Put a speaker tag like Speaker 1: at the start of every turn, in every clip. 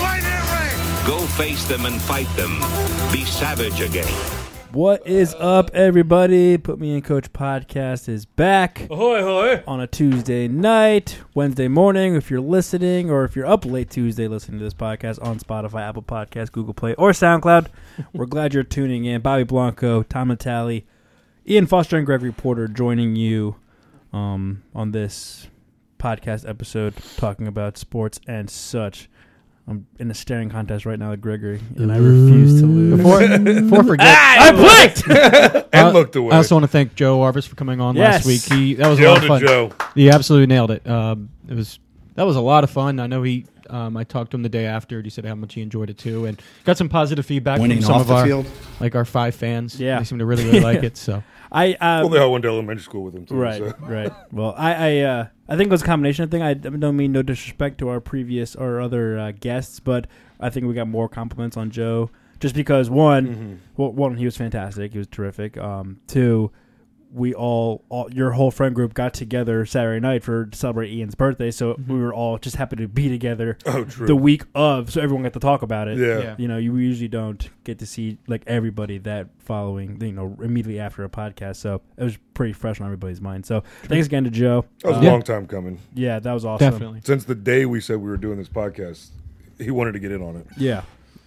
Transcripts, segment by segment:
Speaker 1: lightning and rain.
Speaker 2: Go face them and fight them. Be savage again.
Speaker 3: What is up, everybody? Put Me in Coach podcast is back
Speaker 4: Ahoy, ahoy.
Speaker 3: on a Tuesday night, Wednesday morning. If you're listening, or if you're up late Tuesday listening to this podcast on Spotify, Apple Podcast, Google Play, or SoundCloud, we're glad you're tuning in. Bobby Blanco, Tom Natale, Ian Foster, and Gregory Porter joining you um, on this podcast episode talking about sports and such. I'm in a staring contest right now with Gregory, and I refuse to lose.
Speaker 5: Before, before I forget,
Speaker 3: I blinked.
Speaker 4: Ah, And
Speaker 5: I-
Speaker 4: looked away.
Speaker 5: Uh, I also want to thank Joe Arvis for coming on
Speaker 3: Yes.
Speaker 5: last week. He that was a
Speaker 4: Joe
Speaker 5: lot of
Speaker 4: to
Speaker 5: fun.
Speaker 4: Joe.
Speaker 5: He absolutely nailed it. Um, it was that was a lot of fun. I know he. Um, I talked to him the day after, and he said how much he enjoyed it too, and got some positive feedback
Speaker 6: Winning
Speaker 5: from some
Speaker 6: off
Speaker 5: of
Speaker 6: the
Speaker 5: our
Speaker 6: field?
Speaker 5: like our five fans.
Speaker 3: Yeah.
Speaker 5: they seem to really really like it. So
Speaker 3: I um,
Speaker 4: Well, they all went to elementary school with him, too.
Speaker 3: Right,
Speaker 4: So.
Speaker 3: right. Well, I, I, uh, I think it was a combination of thing. I don't mean no disrespect to our previous or other uh, guests, but I think we got more compliments on Joe just because one, well, one he was fantastic, he was terrific. Um, two, we all, all, your whole friend group got together Saturday night for to celebrate Ian's birthday, so we were all just happy to be together
Speaker 4: Oh, true.
Speaker 3: the week of, so everyone got to talk about it.
Speaker 4: yeah.
Speaker 5: Yeah.
Speaker 3: You know, you usually don't get to see like everybody that following, you know, immediately after a podcast. So it was pretty fresh on everybody's mind. So thanks again to Joe.
Speaker 4: That was
Speaker 3: Uh,
Speaker 4: a long time coming.
Speaker 3: yeah, that was awesome.
Speaker 5: definitely,
Speaker 4: Since the day we said we were doing this podcast, he wanted to get in on it.
Speaker 3: Yeah.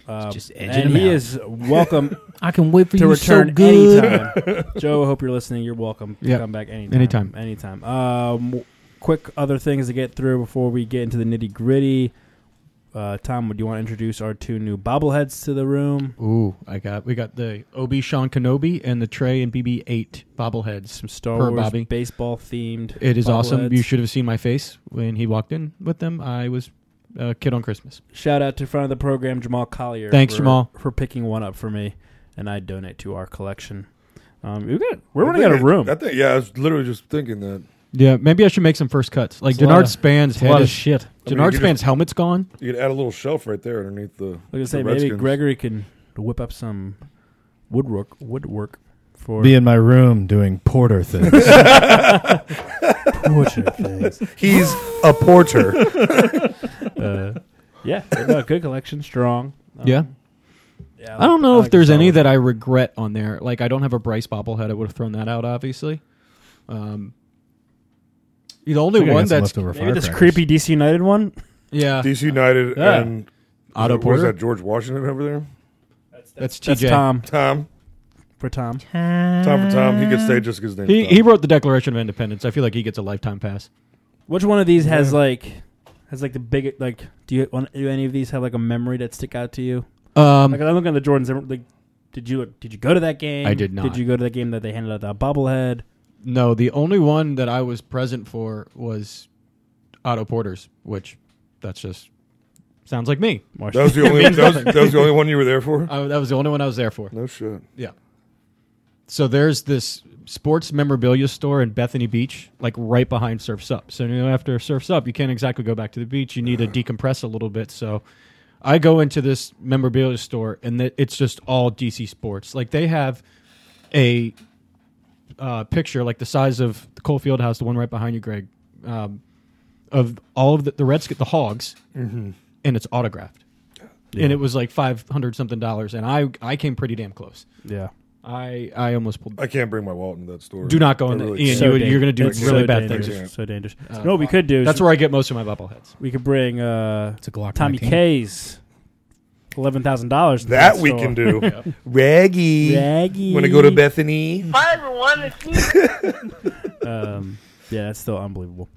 Speaker 3: Um,
Speaker 6: Just edging
Speaker 3: and
Speaker 6: him
Speaker 3: he
Speaker 6: out.
Speaker 3: is welcome
Speaker 6: I can wait for
Speaker 3: to
Speaker 6: you
Speaker 3: return
Speaker 6: so good.
Speaker 3: anytime. Joe, I hope you're listening. You're welcome to
Speaker 5: Yeah.
Speaker 3: come back anytime.
Speaker 5: Anytime.
Speaker 3: Anytime. Um, w- quick other things to get through before we get into the nitty gritty. Uh, Tom, would you want to introduce our two new bobbleheads to the room?
Speaker 5: ooh, I got we got the Obi Sean Kenobi and the Trey and BB eight bobbleheads.
Speaker 3: Some Star
Speaker 5: Per
Speaker 3: Wars
Speaker 5: Bobby.
Speaker 3: baseball themed.
Speaker 5: It is awesome.
Speaker 3: bobbleheads.
Speaker 5: You should have seen my face when he walked in with them. I was a kid on Christmas.
Speaker 3: Shout out to front of the program, Jamal Collier.
Speaker 5: Thanks,
Speaker 3: for,
Speaker 5: Jamal.
Speaker 3: for picking one up for me, and I donate to our collection. Um, we got, we're
Speaker 4: I
Speaker 3: running
Speaker 4: think
Speaker 3: out of
Speaker 4: it-
Speaker 3: room.
Speaker 4: I think, yeah, I was literally just thinking that.
Speaker 5: Yeah, maybe I should make some first cuts. Like
Speaker 6: It's a lot
Speaker 5: Denard
Speaker 6: of-
Speaker 5: Span's
Speaker 6: It's a lot
Speaker 5: head
Speaker 6: of
Speaker 5: is
Speaker 6: shit.
Speaker 4: I mean, you
Speaker 5: Denard
Speaker 4: could
Speaker 5: Span's helmet's gone.
Speaker 4: You could add a little shelf right there underneath the.
Speaker 3: I was gonna
Speaker 4: the
Speaker 3: say maybe
Speaker 4: Redskins.
Speaker 3: Gregory can whip up some woodwork woodwork for
Speaker 6: Be in my room doing porter things.
Speaker 3: portrait things.
Speaker 7: He's a porter.
Speaker 3: Uh, yeah, they've got a good collection, strong. Um,
Speaker 5: Yeah.
Speaker 3: yeah,
Speaker 5: I don't know
Speaker 3: like
Speaker 5: if there's
Speaker 3: the
Speaker 5: any
Speaker 3: solid.
Speaker 5: that I regret on there. Like I don't have a Bryce bobblehead. I would have thrown that out, obviously. Um, the only one that's
Speaker 3: Maybe this creepy DC United one.
Speaker 5: yeah,
Speaker 4: DC United
Speaker 3: Yeah.
Speaker 4: and.
Speaker 5: Otto
Speaker 4: what was
Speaker 5: Porter?
Speaker 4: that, George Washington over there?
Speaker 5: that's
Speaker 3: That's
Speaker 5: TJ.
Speaker 3: Tom
Speaker 4: Tom.
Speaker 3: for Tom.
Speaker 4: Tom for Tom. He could stay just because his name.
Speaker 5: He he wrote the Declaration of Independence. I feel like he gets a lifetime pass.
Speaker 3: Which one of these has
Speaker 4: Yeah.
Speaker 3: like has like the big like? Do you one- do any of these have like a memory that stick out to you? Like
Speaker 5: Um,
Speaker 3: I'm looking at the Jordans. they're, Like, did you did you go to that game?
Speaker 5: I
Speaker 3: Did
Speaker 5: did not.
Speaker 3: you go to that game that they handed out that bobblehead?
Speaker 5: no, the only one that I was present for was Otto Porter's, which that's just sounds like me.
Speaker 4: that was the only. that, was, that was the only one you were there for.
Speaker 5: I, that was the only one I was there for.
Speaker 4: No shit.
Speaker 5: Yeah. So there's this sports memorabilia store in Bethany Beach, like right behind Surf's Up. So you know, after Surf's Up, you can't exactly go back to the beach. You need to decompress a little bit. So I go into this memorabilia store, and th- it's just all DC sports. Like they have a uh, picture, like the size of the Cole Field House, the one right behind you, Greg, um, of all of the, the Redskins, the Hogs,
Speaker 3: Mm-hmm.
Speaker 5: and it's autographed. And it was like five hundred something dollars, and I I came pretty damn close.
Speaker 3: Yeah.
Speaker 5: I I almost pulled.
Speaker 4: I can't bring my wallet into that store.
Speaker 5: Do not go
Speaker 4: I
Speaker 5: in there,
Speaker 4: really
Speaker 5: Ian.
Speaker 4: can't.
Speaker 5: you, you're going to do
Speaker 3: it's
Speaker 5: really
Speaker 3: so
Speaker 5: bad
Speaker 3: dangerous.
Speaker 5: things. Uh,
Speaker 3: So dangerous. You know what we could do? Is
Speaker 5: That's where I get most of my bobbleheads.
Speaker 3: we could bring uh,
Speaker 6: It's a Glock
Speaker 3: Tommy
Speaker 6: 19.
Speaker 3: K's eleven thousand dollars.
Speaker 4: That we can do. Reggie.
Speaker 3: Raggy.
Speaker 4: Want to go to Bethany?
Speaker 3: Um, yeah, that's still unbelievable.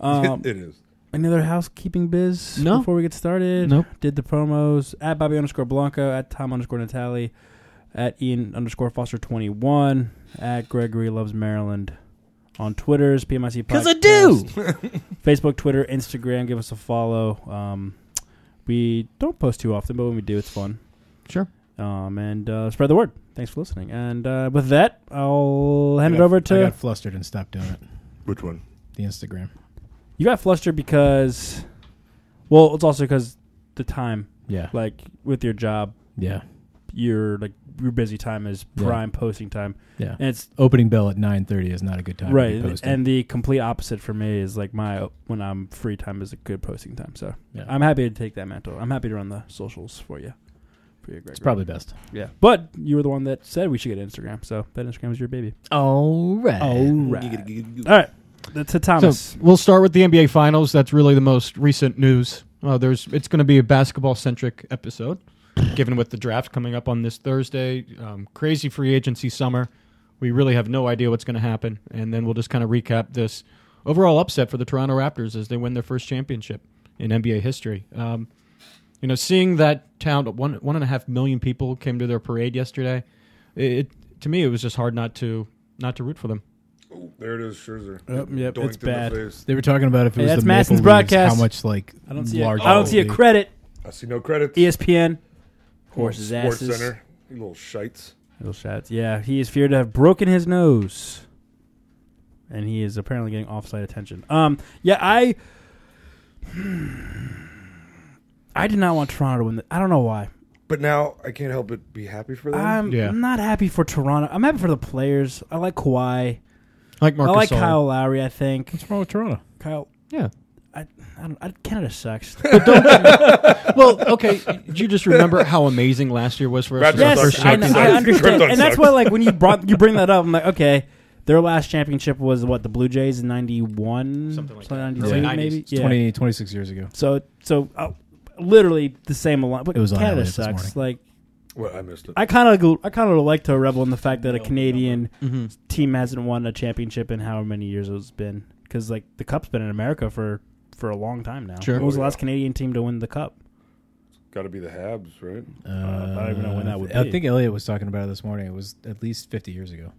Speaker 3: Um,
Speaker 4: it is.
Speaker 3: any other housekeeping biz?
Speaker 5: No.
Speaker 3: Before we get started,
Speaker 5: Nope.
Speaker 3: Did the promos at Bobby underscore Blanco at Tom underscore Natali at Ian underscore Foster twenty one at Gregory loves Maryland on Twitter's PMIC podcast. Because I do. Facebook, Twitter, Instagram. Give us a follow. Um, we don't post too often, but when we do, it's fun.
Speaker 5: Sure.
Speaker 3: Um, and uh, spread the word. Thanks for listening. And uh, with that, I'll hand
Speaker 6: I
Speaker 3: it
Speaker 6: got-
Speaker 3: over
Speaker 6: I
Speaker 3: to
Speaker 6: got flustered and stopped doing it.
Speaker 4: Which one?
Speaker 6: The Instagram.
Speaker 3: you. Got flustered because, well, it's also because the time,
Speaker 6: Yeah.
Speaker 3: like with your job,
Speaker 6: Yeah.
Speaker 3: your like your busy time is
Speaker 6: Yeah.
Speaker 3: prime posting time,
Speaker 6: Yeah.
Speaker 3: and it's
Speaker 6: Opening bell at 9:30 is not a good time.
Speaker 3: right.
Speaker 6: To be posting.
Speaker 3: And the complete opposite for me is like my when I'm free time is a good posting time. So
Speaker 6: Yeah.
Speaker 3: I'm happy to take that mantle. I'm happy to run the socials for you. For you, Greg.
Speaker 6: it's probably best.
Speaker 3: yeah. But you were the one that said we should get Instagram, so that Instagram is your baby.
Speaker 6: All right.
Speaker 3: All right. All right. The- To Thomas.
Speaker 5: So we'll start with the NBA Finals. That's really the most recent news. Uh, there's it's going to be a basketball centric episode, given with the draft coming up on this Thursday. Um, crazy free agency summer. We really have no idea what's going to happen, and then we'll just kind of recap this overall upset for the Toronto Raptors as they win their first championship in NBA history. Um, you know, seeing that town one one and a half million people came to their parade yesterday. It, it to me, it was just hard not to not to root for them.
Speaker 4: Oh, there it is, Scherzer.
Speaker 3: Yep, yep,
Speaker 4: Doinked
Speaker 3: it's
Speaker 4: in the
Speaker 3: bad.
Speaker 4: face.
Speaker 6: They were talking about if
Speaker 3: Hey,
Speaker 6: it was
Speaker 3: that's
Speaker 6: the
Speaker 3: Madison's
Speaker 6: Maple Leafs,
Speaker 3: broadcast.
Speaker 6: how much like
Speaker 3: I don't see. A,
Speaker 6: large
Speaker 3: I don't see a
Speaker 6: league-
Speaker 3: credit. E
Speaker 4: I see no credits.
Speaker 3: ESPN. Horses
Speaker 4: Sports
Speaker 3: asses.
Speaker 4: Center. You little shites.
Speaker 3: Little shots. Yeah, he is feared to have broken his nose, and he is apparently getting offside attention. Um. Yeah, I. I did not want Toronto to win. The, I don't know why.
Speaker 4: But now I can't help but be happy for them.
Speaker 3: I'm
Speaker 5: Yeah.
Speaker 3: not happy for Toronto. I'm happy for the players. I like Kawhi.
Speaker 5: I like Marcus.
Speaker 3: I like
Speaker 5: Gasol.
Speaker 3: Kyle Lowry. I think
Speaker 6: What's wrong with Toronto?
Speaker 3: Kyle.
Speaker 5: Yeah.
Speaker 3: I, I don't. I, Canada sucks.
Speaker 5: Well, okay. Did you just remember how amazing last year was for us?
Speaker 4: Raptors
Speaker 5: Our
Speaker 3: Yes,
Speaker 4: suck.
Speaker 5: first
Speaker 3: I, know,
Speaker 5: championship?
Speaker 3: I
Speaker 4: Krypton
Speaker 3: understand,
Speaker 4: sucks.
Speaker 3: and that's why, like, when you brought you bring that up, I'm like, okay, their last championship was what the Blue Jays in '91,
Speaker 5: Something like that.
Speaker 3: 92,
Speaker 6: Early
Speaker 3: maybe.
Speaker 5: 90s.
Speaker 3: Yeah.
Speaker 6: 20, 26 years ago.
Speaker 3: So, so uh, literally the same. Along, but
Speaker 6: It was on
Speaker 3: Canada
Speaker 6: LA this
Speaker 3: sucks.
Speaker 6: morning.
Speaker 3: Like,
Speaker 4: Well, I missed it.
Speaker 3: I kind of, I kind of like to rebel in the fact that a Canadian
Speaker 5: Mm-hmm.
Speaker 3: team hasn't won a championship in how many years it's been, because like the cup's been in America for for a long time now.
Speaker 5: Sure.
Speaker 3: When was
Speaker 4: Oh,
Speaker 3: the
Speaker 4: yeah.
Speaker 3: last Canadian team to win the cup?
Speaker 4: Got to be the Habs, right?
Speaker 6: Uh,
Speaker 3: I don't even know when that would
Speaker 6: I
Speaker 3: be.
Speaker 6: think Elliot was talking about it this morning. It was at least 50 years ago.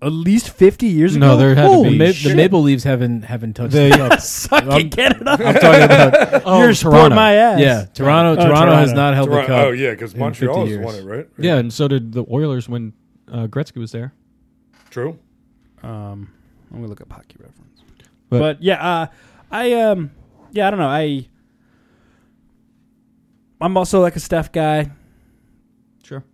Speaker 3: At least fifty years
Speaker 5: No,
Speaker 3: ago.
Speaker 5: there had to
Speaker 3: Holy
Speaker 5: be-
Speaker 6: The, Ma- the
Speaker 3: shit.
Speaker 6: Maple Leaves haven't haven't touched
Speaker 5: They-
Speaker 6: the cup.
Speaker 3: Suck it,
Speaker 6: I'm-
Speaker 3: Canada.
Speaker 6: I'm talking about
Speaker 5: Oh,
Speaker 3: Yours
Speaker 5: Toronto.
Speaker 3: broke my ass.
Speaker 6: yeah. Toronto,
Speaker 3: Oh,
Speaker 6: Toronto has
Speaker 3: Toronto.
Speaker 6: not held
Speaker 4: Toronto-
Speaker 6: the cup.
Speaker 4: oh yeah, because
Speaker 6: in
Speaker 4: Montreal
Speaker 6: 50
Speaker 4: has won
Speaker 6: years.
Speaker 4: it, right?
Speaker 5: Yeah, and so did the Oilers when uh, Gretzky was there.
Speaker 4: True.
Speaker 3: Um, I'm gonna look up hockey reference. But,
Speaker 5: But-
Speaker 3: yeah, uh, I um, yeah, I don't know. I I'm also like a Steph guy.
Speaker 5: Sure.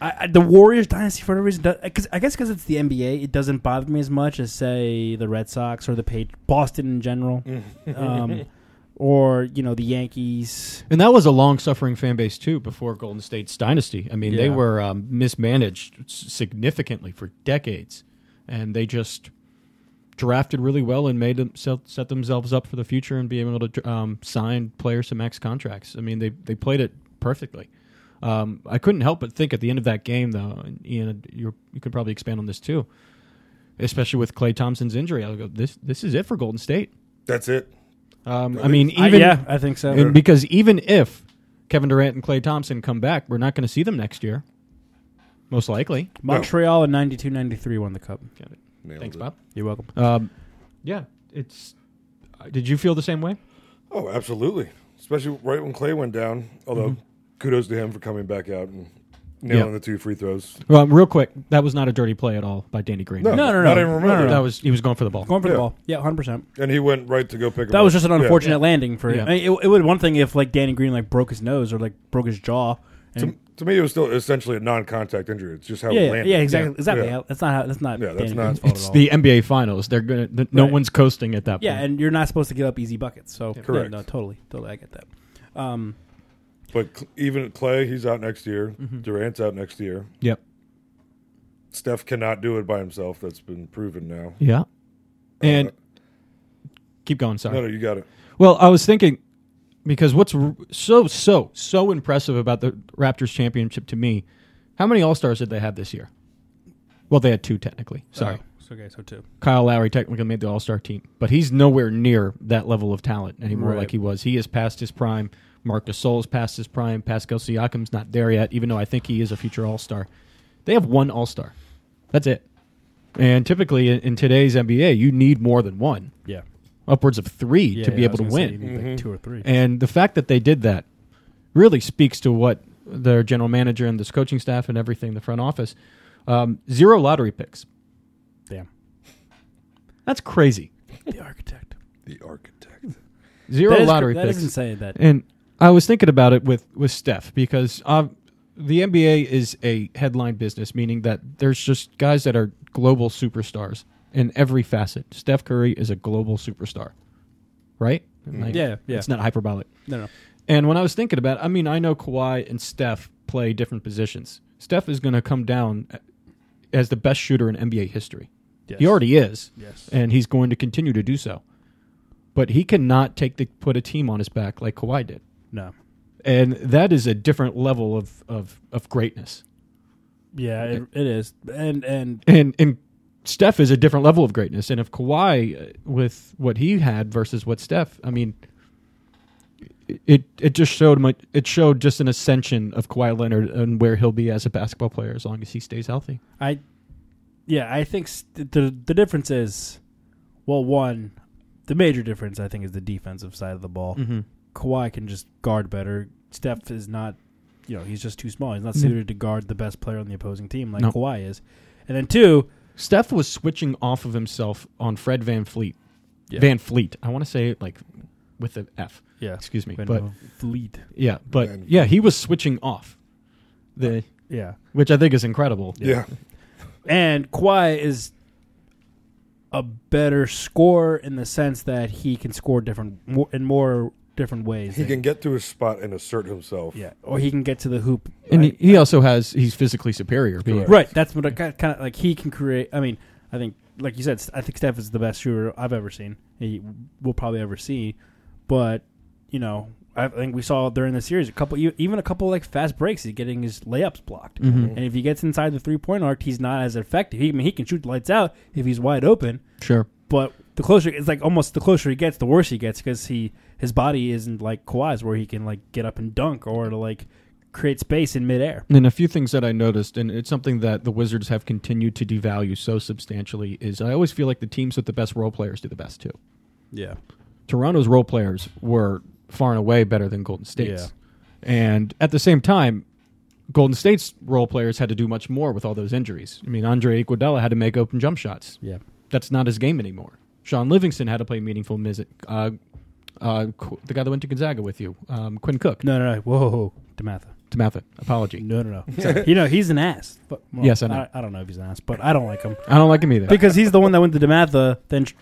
Speaker 3: I, I the Warriors dynasty for whatever reason, does, cause, I guess because it's the NBA, it doesn't bother me as much as say the Red Sox or the Page Boston in general, um, or you know the Yankees.
Speaker 5: And that was a long-suffering fan base too before Golden State's dynasty. I mean, they
Speaker 3: Yeah.
Speaker 5: were um, mismanaged s- significantly for decades, and they just drafted really well and made them set, set themselves up for the future and being able to um, sign players to max contracts. I mean, they they played it perfectly. Um, I couldn't help but think at the end of that game, though, and Ian, you're, you could probably expand on this too, especially with Clay Thompson's injury. I go, this this is it for Golden State.
Speaker 4: That's it.
Speaker 5: Um, I mean,
Speaker 3: I-
Speaker 5: even
Speaker 3: yeah, I think so.
Speaker 5: and because even if Kevin Durant and Clay Thompson come back, we're not going to see them next year, most likely.
Speaker 3: Montreal in 92, 93 won the cup.
Speaker 4: Nailed
Speaker 5: Thanks,
Speaker 4: it.
Speaker 5: Bob.
Speaker 3: You're welcome.
Speaker 5: Um, yeah, it's. uh, Did you feel the same way?
Speaker 4: Oh, absolutely. Especially right when Clay went down. Although,
Speaker 3: Mm-hmm.
Speaker 4: kudos to him for coming back out and nailing
Speaker 5: Yeah.
Speaker 4: the two free throws.
Speaker 5: Well, um, real quick, that was not a dirty play at all by Danny Green.
Speaker 4: No,
Speaker 3: No, no, no.
Speaker 4: Not even remotely.
Speaker 5: that was he was going for the ball.
Speaker 3: Going for the
Speaker 4: Yeah.
Speaker 3: ball. Yeah, hundred percent.
Speaker 4: And he went right to go pick. him
Speaker 3: That
Speaker 4: up.
Speaker 3: was just an
Speaker 4: Yeah.
Speaker 3: unfortunate landing for
Speaker 5: Yeah.
Speaker 3: him. I mean, it, it would one thing if like Danny Green like broke his nose or like broke his jaw.
Speaker 4: To,
Speaker 3: And,
Speaker 4: to me, it was still essentially a non-contact injury. It's just how
Speaker 3: yeah,
Speaker 4: it
Speaker 3: yeah,
Speaker 4: landed.
Speaker 3: yeah, exactly,
Speaker 5: Yeah.
Speaker 3: exactly.
Speaker 4: Yeah.
Speaker 3: That's not how. That's not.
Speaker 4: Yeah, that's
Speaker 3: Danny
Speaker 4: not-
Speaker 3: Green's fault
Speaker 5: It's
Speaker 3: at all.
Speaker 5: the NBA Finals. They're gonna. th- no
Speaker 3: Right.
Speaker 5: one's coasting at that point.
Speaker 3: yeah, and you're not supposed to give up easy buckets. So yeah,
Speaker 4: Correct.
Speaker 3: no, totally, totally, I get that. Um,
Speaker 4: But Cl- even Clay, he's out next year. Durant's out next year.
Speaker 5: Yep.
Speaker 4: Steph cannot do it by himself. That's been proven now.
Speaker 5: Yeah. And
Speaker 4: Uh,
Speaker 5: keep going. Sorry.
Speaker 4: no, no, you got it.
Speaker 5: Well, I was thinking because what's r- so so so impressive about the Raptors championship to me, how many All Stars did they have this year? Well, they had two technically. Sorry,
Speaker 3: So, okay, so two.
Speaker 5: Kyle Lowry technically made the All Star team, but he's nowhere near that level of talent anymore,
Speaker 3: Right.
Speaker 5: like he was. He is past his prime. Marc Gasol's past his prime. Pascal Siakam's not there yet, even though I think he is a future All Star. They have one All Star. That's it. And typically in, in today's NBA, you need more than one,
Speaker 3: Yeah.
Speaker 5: upwards of three, to be able to win.
Speaker 3: two or three.
Speaker 5: And the fact that they did that really speaks to what their general manager and this coaching staff and everything, the front office. Um, zero lottery picks.
Speaker 3: Damn.
Speaker 5: That's crazy.
Speaker 3: The architect.
Speaker 4: The architect.
Speaker 5: Zero
Speaker 3: That is cr-
Speaker 5: lottery
Speaker 3: that
Speaker 5: picks.
Speaker 3: is insane, that-
Speaker 5: And I was thinking about it with with Steph because uh, the NBA is a headline business, meaning that there's just guys that are global superstars in every facet. Steph Curry is a global superstar, right? Like,
Speaker 3: Mm-hmm. Yeah, yeah.
Speaker 5: It's not hyperbolic.
Speaker 3: No, no.
Speaker 5: And when I was thinking about, it, I mean, I know Kawhi and Steph play different positions. Steph is going to come down uh, as the best shooter in NBA history.
Speaker 3: Yes.
Speaker 5: He already is.
Speaker 3: Yes.
Speaker 5: And he's going to continue to do so. But he cannot take the put a team on his back like Kawhi did.
Speaker 3: No.
Speaker 5: And that is a different level of of, of greatness.
Speaker 3: Yeah, it, it is. And and
Speaker 5: And and Steph is a different level of greatness. And if Kawhi uh, with what he had versus what Steph, I mean it it just showed my it showed just an ascension of Kawhi Leonard and where he'll be as a basketball player as long as he stays healthy.
Speaker 3: I, yeah, I think st- the the difference is, well, one, the major difference I think is the defensive side of the ball.
Speaker 5: Mhm.
Speaker 3: Kawhi can just guard better. Steph is not, you know, he's just too small. He's not suited to guard the best player on the opposing team like
Speaker 5: No.
Speaker 3: Kawhi is. And then two,
Speaker 5: Steph was switching off of himself on Fred Van Fleet. Van Fleet. I want to say it like with an F.
Speaker 3: Yeah.
Speaker 5: Excuse me.
Speaker 3: Van
Speaker 5: But
Speaker 3: Vliet.
Speaker 5: yeah, but
Speaker 4: Van-
Speaker 5: yeah, he was switching off. The
Speaker 3: Yeah.
Speaker 5: which I think is incredible.
Speaker 4: Yeah.
Speaker 3: And Kawhi is a better scorer in the sense that he can score different more, in more different ways.
Speaker 4: He
Speaker 3: than-
Speaker 4: can get to his spot and assert himself.
Speaker 3: yeah, or he can get to the hoop.
Speaker 5: And
Speaker 3: I-
Speaker 5: he, he also has he's physically superior. being-
Speaker 4: Correct.
Speaker 3: Right. That's what I kind of like. He can create. I mean, I think, like you said, I think Steph is the best shooter I've ever seen. He will probably ever see. But you know, I think we saw during the series a couple, e- even a couple like fast breaks. He's getting his layups blocked, and if he gets inside the three point arc, he's not as effective. He, I mean, he can shoot lights out if he's wide open.
Speaker 5: Sure.
Speaker 3: But the closer it's like almost the closer he gets, the worse he gets because he his body isn't like Kawhi's where he can like get up and dunk or to like create space in midair.
Speaker 5: And a few things that I noticed, and it's something that the Wizards have continued to devalue so substantially, is I always feel like the teams with the best role players do the best too.
Speaker 3: Yeah.
Speaker 5: Toronto's role players were far and away better than Golden State's.
Speaker 3: Yeah.
Speaker 5: And at the same time, Golden State's role players had to do much more with all those injuries. I mean, Andre Iguodala had to make open jump shots.
Speaker 3: Yeah.
Speaker 5: That's not his game anymore. Sean Livingston had to play meaningful music. Uh, uh, Qu- the guy that went to Gonzaga with you, um, Quinn Cook,
Speaker 3: No, no, no. Whoa, whoa, whoa. Dematha.
Speaker 5: Tamatha. Apology.
Speaker 3: No, no, no. Sorry. you know, he's an ass. But, well,
Speaker 5: Yes, I know.
Speaker 3: I, I don't know if he's an ass, but I don't like him
Speaker 5: I don't like him either.
Speaker 3: because he's the one that went to Dematha, then tr-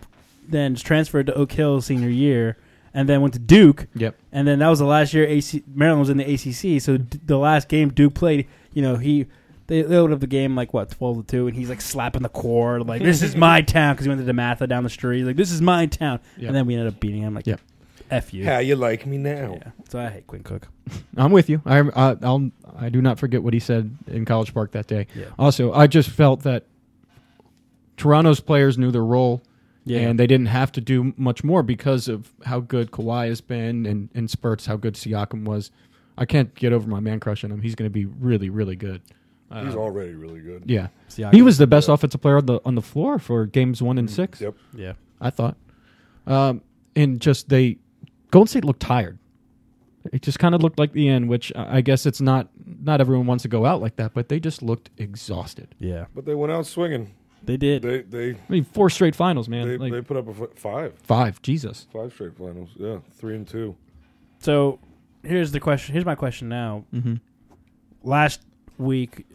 Speaker 3: then transferred to Oak Hill senior year, and then went to Duke,
Speaker 5: yep.
Speaker 3: and then that was the last year AC, Maryland was in the ACC. So d- the last game Duke played, you know, he. They they opened up the game like what twelve to two, and he's like slapping the core, like this is my town because he went to Dematha down the street, like this is my town,
Speaker 5: Yep.
Speaker 3: and then we ended up beating him like,
Speaker 5: Yep.
Speaker 3: f you,
Speaker 4: How you like me now?
Speaker 3: yeah. So I hate Quinn Cook.
Speaker 5: I'm with you. I I, I'll, I do not forget what he said in College Park that day.
Speaker 3: Yeah.
Speaker 5: Also, I just felt that Toronto's players knew their role,
Speaker 3: Yeah.
Speaker 5: and they didn't have to do much more because of how good Kawhi has been and in spurts how good Siakam was. I can't get over my man crush on him. He's going to be really, really good.
Speaker 4: He's already really good.
Speaker 5: Yeah,
Speaker 3: Siakam.
Speaker 5: he was the best offensive player on the on the floor for games one and six.
Speaker 4: Mm, Yep.
Speaker 3: Yeah,
Speaker 5: I thought, um, and just they Golden State looked tired. It just kind of looked like the end, which I I guess it's not not everyone wants to go out like that, but they just looked exhausted.
Speaker 3: yeah,
Speaker 4: But they went out swinging.
Speaker 3: they did.
Speaker 4: They they
Speaker 5: I mean, four straight finals, man.
Speaker 4: they,
Speaker 5: like
Speaker 4: they put up a f- five
Speaker 5: five, Jesus.
Speaker 4: five straight finals. Yeah, three and two.
Speaker 3: So here's the question. Here's my question now. Mm-hmm. Last week,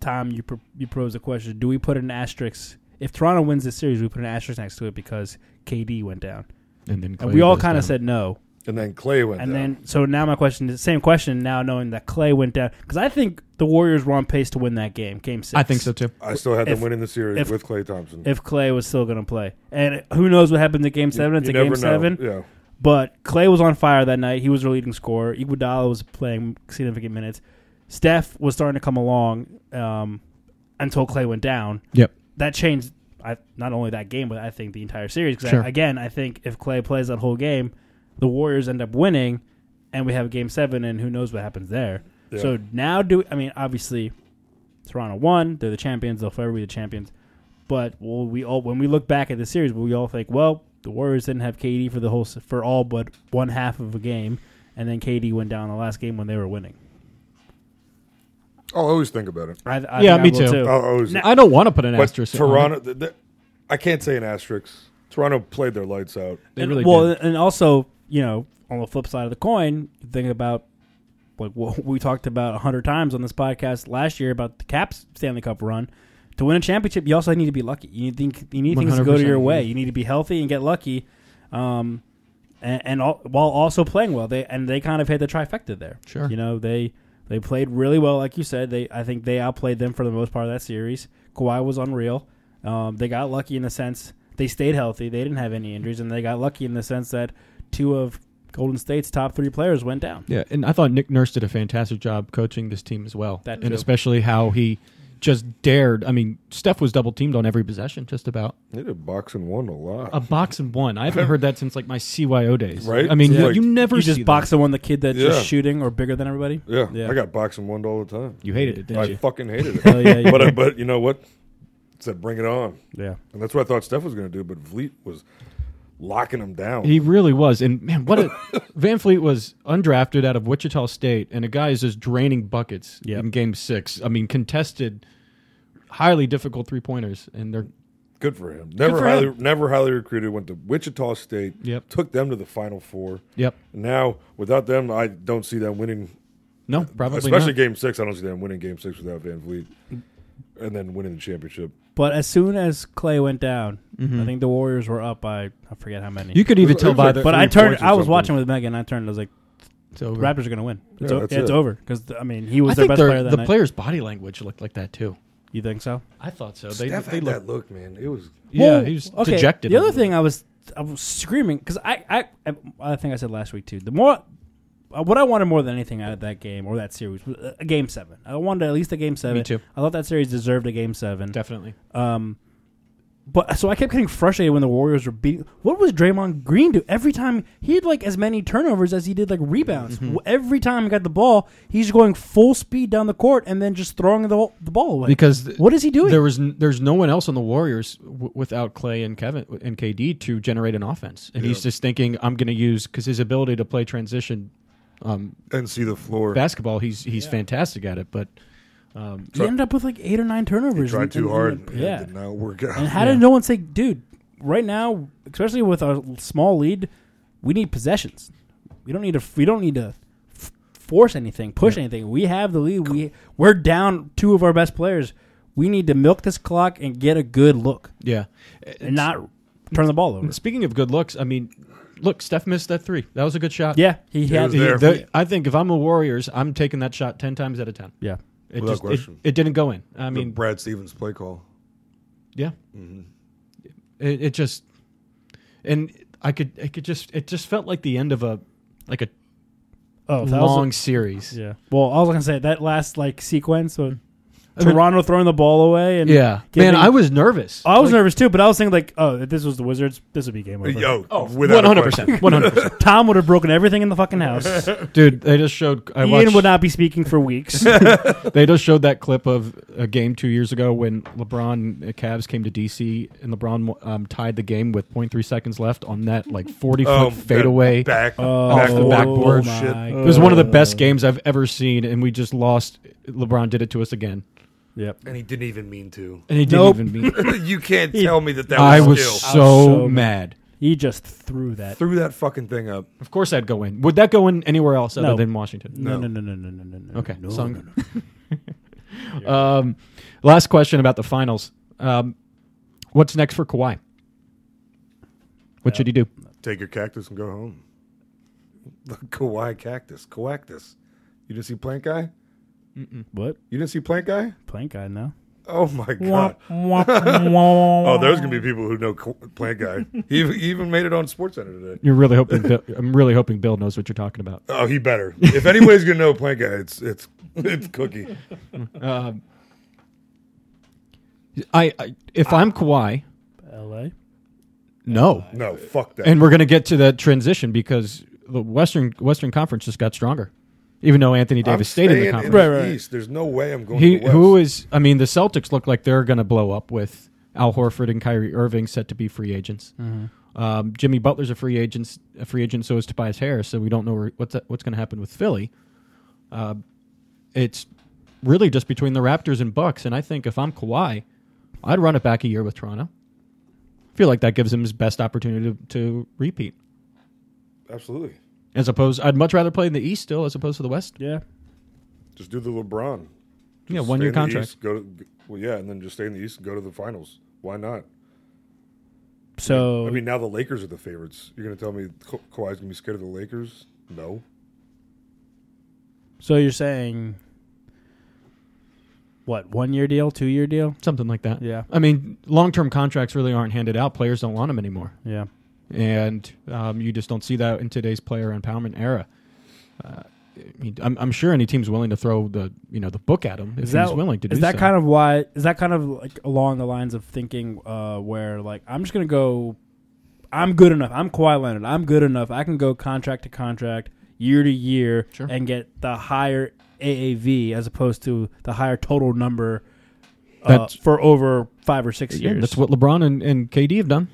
Speaker 3: Tom, you pro- you posed a question. Do we put an asterisk if Toronto wins this series? We put an asterisk next to it because KD went down,
Speaker 5: And then
Speaker 3: and we all kind of said no.
Speaker 4: And then Clay went.
Speaker 3: And
Speaker 4: down.
Speaker 3: then so now my question is the same question now, knowing that Clay went down because I think the Warriors were on pace to win that game, Game Six.
Speaker 5: I think so too.
Speaker 4: I still had
Speaker 3: if-
Speaker 4: them winning the series
Speaker 3: if-
Speaker 4: with Clay Thompson.
Speaker 3: If Clay was still going to play, and who knows what happened to Game Seven? It's
Speaker 4: You
Speaker 3: a Game
Speaker 4: never know.
Speaker 3: Seven.
Speaker 4: Yeah.
Speaker 3: But Clay was on fire that night. He was their leading scorer. Iguodala was playing significant minutes. Steph was starting to come along um, until Clay went down.
Speaker 5: Yep.
Speaker 3: That changed I, not only that game, but I think the entire series. Because
Speaker 5: Sure.
Speaker 3: again, I think if Clay plays that whole game, the Warriors end up winning, and we have Game Seven, and who knows what happens there.
Speaker 4: Yeah.
Speaker 3: So now do I mean obviously Toronto won. They're the champions. They'll forever be the champions. But will we all when we look back at the series, will we all think, well, the Warriors didn't have KD for the whole s- for all but one half of a game, and then KD went down the last game when they were winning.
Speaker 4: I'll always think about it.
Speaker 3: I, I
Speaker 5: Yeah,
Speaker 3: think I
Speaker 5: me
Speaker 3: will
Speaker 5: too.
Speaker 4: I'll always.
Speaker 5: I don't want to put an
Speaker 4: but
Speaker 5: asterisk. on it.
Speaker 4: Toronto, th- th- I can't say an asterisk. Toronto played their lights out.
Speaker 5: They
Speaker 3: And-
Speaker 5: really
Speaker 4: uh,
Speaker 3: well,
Speaker 5: did.
Speaker 3: and also you know on the flip side of the coin, you think about like what we talked about a hundred times on this podcast last year about the Caps Stanley Cup run. To win a championship, you also need to be lucky. You need think you need things to go to
Speaker 5: 100%,
Speaker 3: your way.
Speaker 5: yeah.
Speaker 3: You need to be healthy and get lucky, um, and, and all, while also playing well. They and they kind of hit the trifecta there.
Speaker 5: Sure.
Speaker 3: you know they they played really well, like you said. They I think they outplayed them for the most part of that series. Kawhi was unreal. Um, they got lucky in the sense they stayed healthy. They didn't have any injuries, and they got lucky in the sense that two of Golden State's top three players went down.
Speaker 5: Yeah, and I thought Nick Nurse did a fantastic job coaching this team as well,
Speaker 3: That
Speaker 5: and
Speaker 3: too.
Speaker 5: especially how he just dared. I mean, Steph was double teamed on every possession, just about
Speaker 4: They did boxing one a lot.
Speaker 5: a box and one. I haven't heard that since like my CYO days.
Speaker 4: Right?
Speaker 5: I mean,
Speaker 4: Yeah.
Speaker 5: you, you never
Speaker 3: You
Speaker 5: see
Speaker 3: just
Speaker 5: that.
Speaker 3: box the one the kid that's
Speaker 4: Yeah.
Speaker 3: just shooting or bigger than everybody.
Speaker 4: yeah,
Speaker 3: Yeah.
Speaker 4: I got boxing one all the time.
Speaker 5: You hated it, didn't
Speaker 4: I
Speaker 5: you?
Speaker 4: fucking hated it.
Speaker 3: Oh, yeah, you
Speaker 4: but I,
Speaker 3: did.
Speaker 4: but you know what? It said bring it on,
Speaker 3: Yeah,
Speaker 4: and that's what I thought Steph was going to do. But Vliet was locking him down.
Speaker 5: He really was, and man, what a Van Fleet was undrafted out of Wichita State, and a guy is just draining buckets
Speaker 3: Yep.
Speaker 5: in Game Six. I mean, contested, highly difficult three pointers, and they're
Speaker 4: Good for him. Never
Speaker 5: for
Speaker 4: highly,
Speaker 5: him.
Speaker 4: never highly recruited. Went to Wichita State.
Speaker 5: Yep.
Speaker 4: Took them to the Final Four.
Speaker 5: yep,
Speaker 4: Now without them, I don't see them winning.
Speaker 5: no, probably
Speaker 4: especially
Speaker 5: not.
Speaker 4: Game Six, I don't see them winning Game Six without Van Vliet, and then winning the championship.
Speaker 3: but as soon as Clay went down, I think the Warriors were up by I forget how many.
Speaker 5: You could
Speaker 4: It
Speaker 5: even
Speaker 4: was-
Speaker 5: tell
Speaker 4: it was
Speaker 5: by
Speaker 4: like
Speaker 5: the
Speaker 3: but I
Speaker 4: three
Speaker 3: turned.
Speaker 4: points or
Speaker 3: I was
Speaker 4: something.
Speaker 3: watching with Megan. and I turned. I was like,
Speaker 5: it's over.
Speaker 3: Raptors are going to win. It's,
Speaker 4: Yeah,
Speaker 3: o-
Speaker 4: that's
Speaker 3: it's
Speaker 4: it.
Speaker 3: over because I mean he was
Speaker 5: I
Speaker 3: their
Speaker 5: think
Speaker 3: best
Speaker 5: their-
Speaker 3: player that
Speaker 5: the
Speaker 3: night.
Speaker 5: player's body language looked like that too.
Speaker 3: You think so?
Speaker 5: I thought so. They,
Speaker 4: Steph
Speaker 5: they
Speaker 4: had
Speaker 5: looked,
Speaker 4: that look, man. It was
Speaker 5: yeah,
Speaker 3: Well,
Speaker 5: he was
Speaker 3: okay,
Speaker 5: dejected.
Speaker 3: The
Speaker 5: a
Speaker 3: other
Speaker 5: little
Speaker 3: thing
Speaker 5: bit.
Speaker 3: I was I was screaming because I, I I I think I said last week too. The more uh, what I wanted more than anything out of that game or that series was a a game seven. I wanted at least a game seven.
Speaker 5: too.
Speaker 3: I thought that series deserved a game seven.
Speaker 5: definitely
Speaker 3: Um, but so I kept getting frustrated when the Warriors were beating. What was Draymond Green do every time? He had like as many turnovers as he did like rebounds.
Speaker 5: Mm-hmm.
Speaker 3: W Every time he got the ball, he's going full speed down the court and then just throwing the, the ball away.
Speaker 5: because th-
Speaker 3: what is he doing?
Speaker 5: There was n- there's no one else on the Warriors w- without Clay and Kevin and KD to generate an offense, and he's just thinking I'm going to use because his ability to play transition um,
Speaker 4: and see the floor.
Speaker 5: basketball, he's he's fantastic at it. But
Speaker 3: he ended up with like eight or nine turnovers.
Speaker 4: Tried
Speaker 3: in-
Speaker 4: too
Speaker 3: in-
Speaker 4: hard.
Speaker 3: in- yeah.
Speaker 4: it did not work out.
Speaker 3: And how did no one say, dude, right now, especially with our small lead, we need possessions. We don't need to. We don't need to f- force anything, push anything. We have the lead. We we're down two of our best players. We need to milk this clock and get a good look
Speaker 5: yeah,
Speaker 3: and not turn the ball over.
Speaker 5: speaking of good looks, I mean, look, Steph missed that three. That was a good shot.
Speaker 3: Yeah, he had.
Speaker 4: was there.
Speaker 5: The- I think if I'm the Warriors, I'm taking that shot ten times out of ten.
Speaker 3: yeah,
Speaker 5: It
Speaker 4: Without
Speaker 5: just it-
Speaker 4: question.
Speaker 5: it didn't go in. I
Speaker 4: The
Speaker 5: mean,
Speaker 4: Brad Stevens play call? Mm-hmm.
Speaker 5: Yeah. It, it just, and I could, it could just, it just felt like the end of a, like a
Speaker 3: oh, that was a-
Speaker 5: long series.
Speaker 3: yeah. Well, I was gonna say that last like sequence of Toronto throwing the ball away and
Speaker 5: Yeah.
Speaker 3: giving-
Speaker 5: Man, I was nervous.
Speaker 3: I was nervous too, but I was thinking like, oh, if this was the Wizards, this would be game over.
Speaker 4: Yo,
Speaker 5: One
Speaker 4: Oh, without a
Speaker 3: Oh,
Speaker 5: hundred
Speaker 4: question.
Speaker 5: percent, one hundred percent,
Speaker 3: Tom would have broken everything in the fucking house.
Speaker 5: dude. They just showed. I
Speaker 3: Ian
Speaker 5: watched,
Speaker 3: would not be speaking for weeks.
Speaker 5: They just showed that clip of a game two years ago when LeBron and the Cavs came to DC and LeBron um, tied the game with 0.3 seconds left on that like forty foot
Speaker 4: Oh,
Speaker 5: fadeaway.
Speaker 4: Back,
Speaker 3: Oh,
Speaker 4: back to back
Speaker 5: my
Speaker 4: bullshit.
Speaker 3: God.
Speaker 5: It was one of the best games I've ever seen, and we just lost. LeBron did it to us again,
Speaker 3: yep.
Speaker 8: And he didn't even mean to.
Speaker 5: and he didn't
Speaker 3: Nope.
Speaker 5: even mean.
Speaker 8: you can't tell me that that
Speaker 5: I
Speaker 8: was,
Speaker 5: was
Speaker 8: skill.
Speaker 5: so,
Speaker 3: so
Speaker 5: mad.
Speaker 3: He just threw that.
Speaker 4: Threw that fucking thing up.
Speaker 5: Of course, I'd go in. Would that go in anywhere else
Speaker 3: No.
Speaker 5: other than Washington?
Speaker 3: No, no, no, no, no, no, no, no.
Speaker 5: Okay.
Speaker 3: No,
Speaker 5: Song-
Speaker 3: no, no.
Speaker 5: Um, last question about the finals. Um, what's next for Kawhi? What should he do?
Speaker 4: Take your cactus and go home. The Kawhi cactus, coactus. You didn't see Plant Guy?
Speaker 3: What?
Speaker 4: You didn't see Plant Guy?
Speaker 3: Plank guy now.
Speaker 4: Oh my god! Oh, there's gonna be people who know Ka- Plant Guy. he, even- he even made it on SportsCenter today.
Speaker 5: You're really hoping. Bill, I'm really hoping Bill knows what you're talking about.
Speaker 4: Oh, he better. If anybody's gonna know Plant Guy, it's it's it's Cookie.
Speaker 5: Um, I, I if I'm Kawhi,
Speaker 3: L.A.
Speaker 5: no.
Speaker 4: No, fuck that.
Speaker 5: And we're gonna get to that transition because the Western Western Conference just got stronger, even though Anthony
Speaker 4: I'm
Speaker 5: Davis stayed in the
Speaker 4: staying
Speaker 5: conference.
Speaker 3: Right, right.
Speaker 4: East. There's no way I'm going.
Speaker 5: He
Speaker 4: to the West.
Speaker 5: who is I mean the Celtics look like they're going to blow up with Al Horford and Kyrie Irving set to be free agents. Um, Jimmy Butler's a free agent, a free agent. So is Tobias Harris. So we don't know where, what's that, what's going to happen with Philly. Uh, Um, it's really just between the Raptors and Bucks. And I think if I'm Kawhi, I'd run it back a year with Toronto. I feel like that gives him his best opportunity to, to repeat.
Speaker 4: Absolutely.
Speaker 5: As opposed, I'd much rather play in the East still as opposed to the West.
Speaker 3: Yeah.
Speaker 4: Just do the LeBron. Just
Speaker 5: Yeah, one-year
Speaker 4: stay in the
Speaker 5: contract.
Speaker 4: East, go to, g- well, yeah, and then just stay in the East and go to the finals. Why not?
Speaker 3: So
Speaker 4: I mean, now the Lakers are the favorites. You're going to tell me Ka- Kawhi's going to be scared of the Lakers? No.
Speaker 3: so you're saying what, one year deal, two year deal?
Speaker 5: Something like that.
Speaker 3: Yeah.
Speaker 5: I mean, long term contracts really aren't handed out. Players don't want them anymore.
Speaker 3: Yeah.
Speaker 5: and um, you just don't see that in today's player empowerment era. Uh, I mean, I'm, I'm sure any team's willing to throw the you know the book at him if
Speaker 3: Is that
Speaker 5: he's willing to do
Speaker 3: Is that
Speaker 5: so.
Speaker 3: kind of why? Is that kind of like along the lines of thinking uh, where like I'm just gonna go, I'm good enough. I'm Kawhi Leonard. I'm good enough. I can go contract to contract, year to year,
Speaker 5: Sure.
Speaker 3: and get the higher AAV as opposed to the higher total number uh,
Speaker 5: That's-
Speaker 3: for over five or six
Speaker 5: Yeah,
Speaker 3: years.
Speaker 5: that's what LeBron and, and KD have done.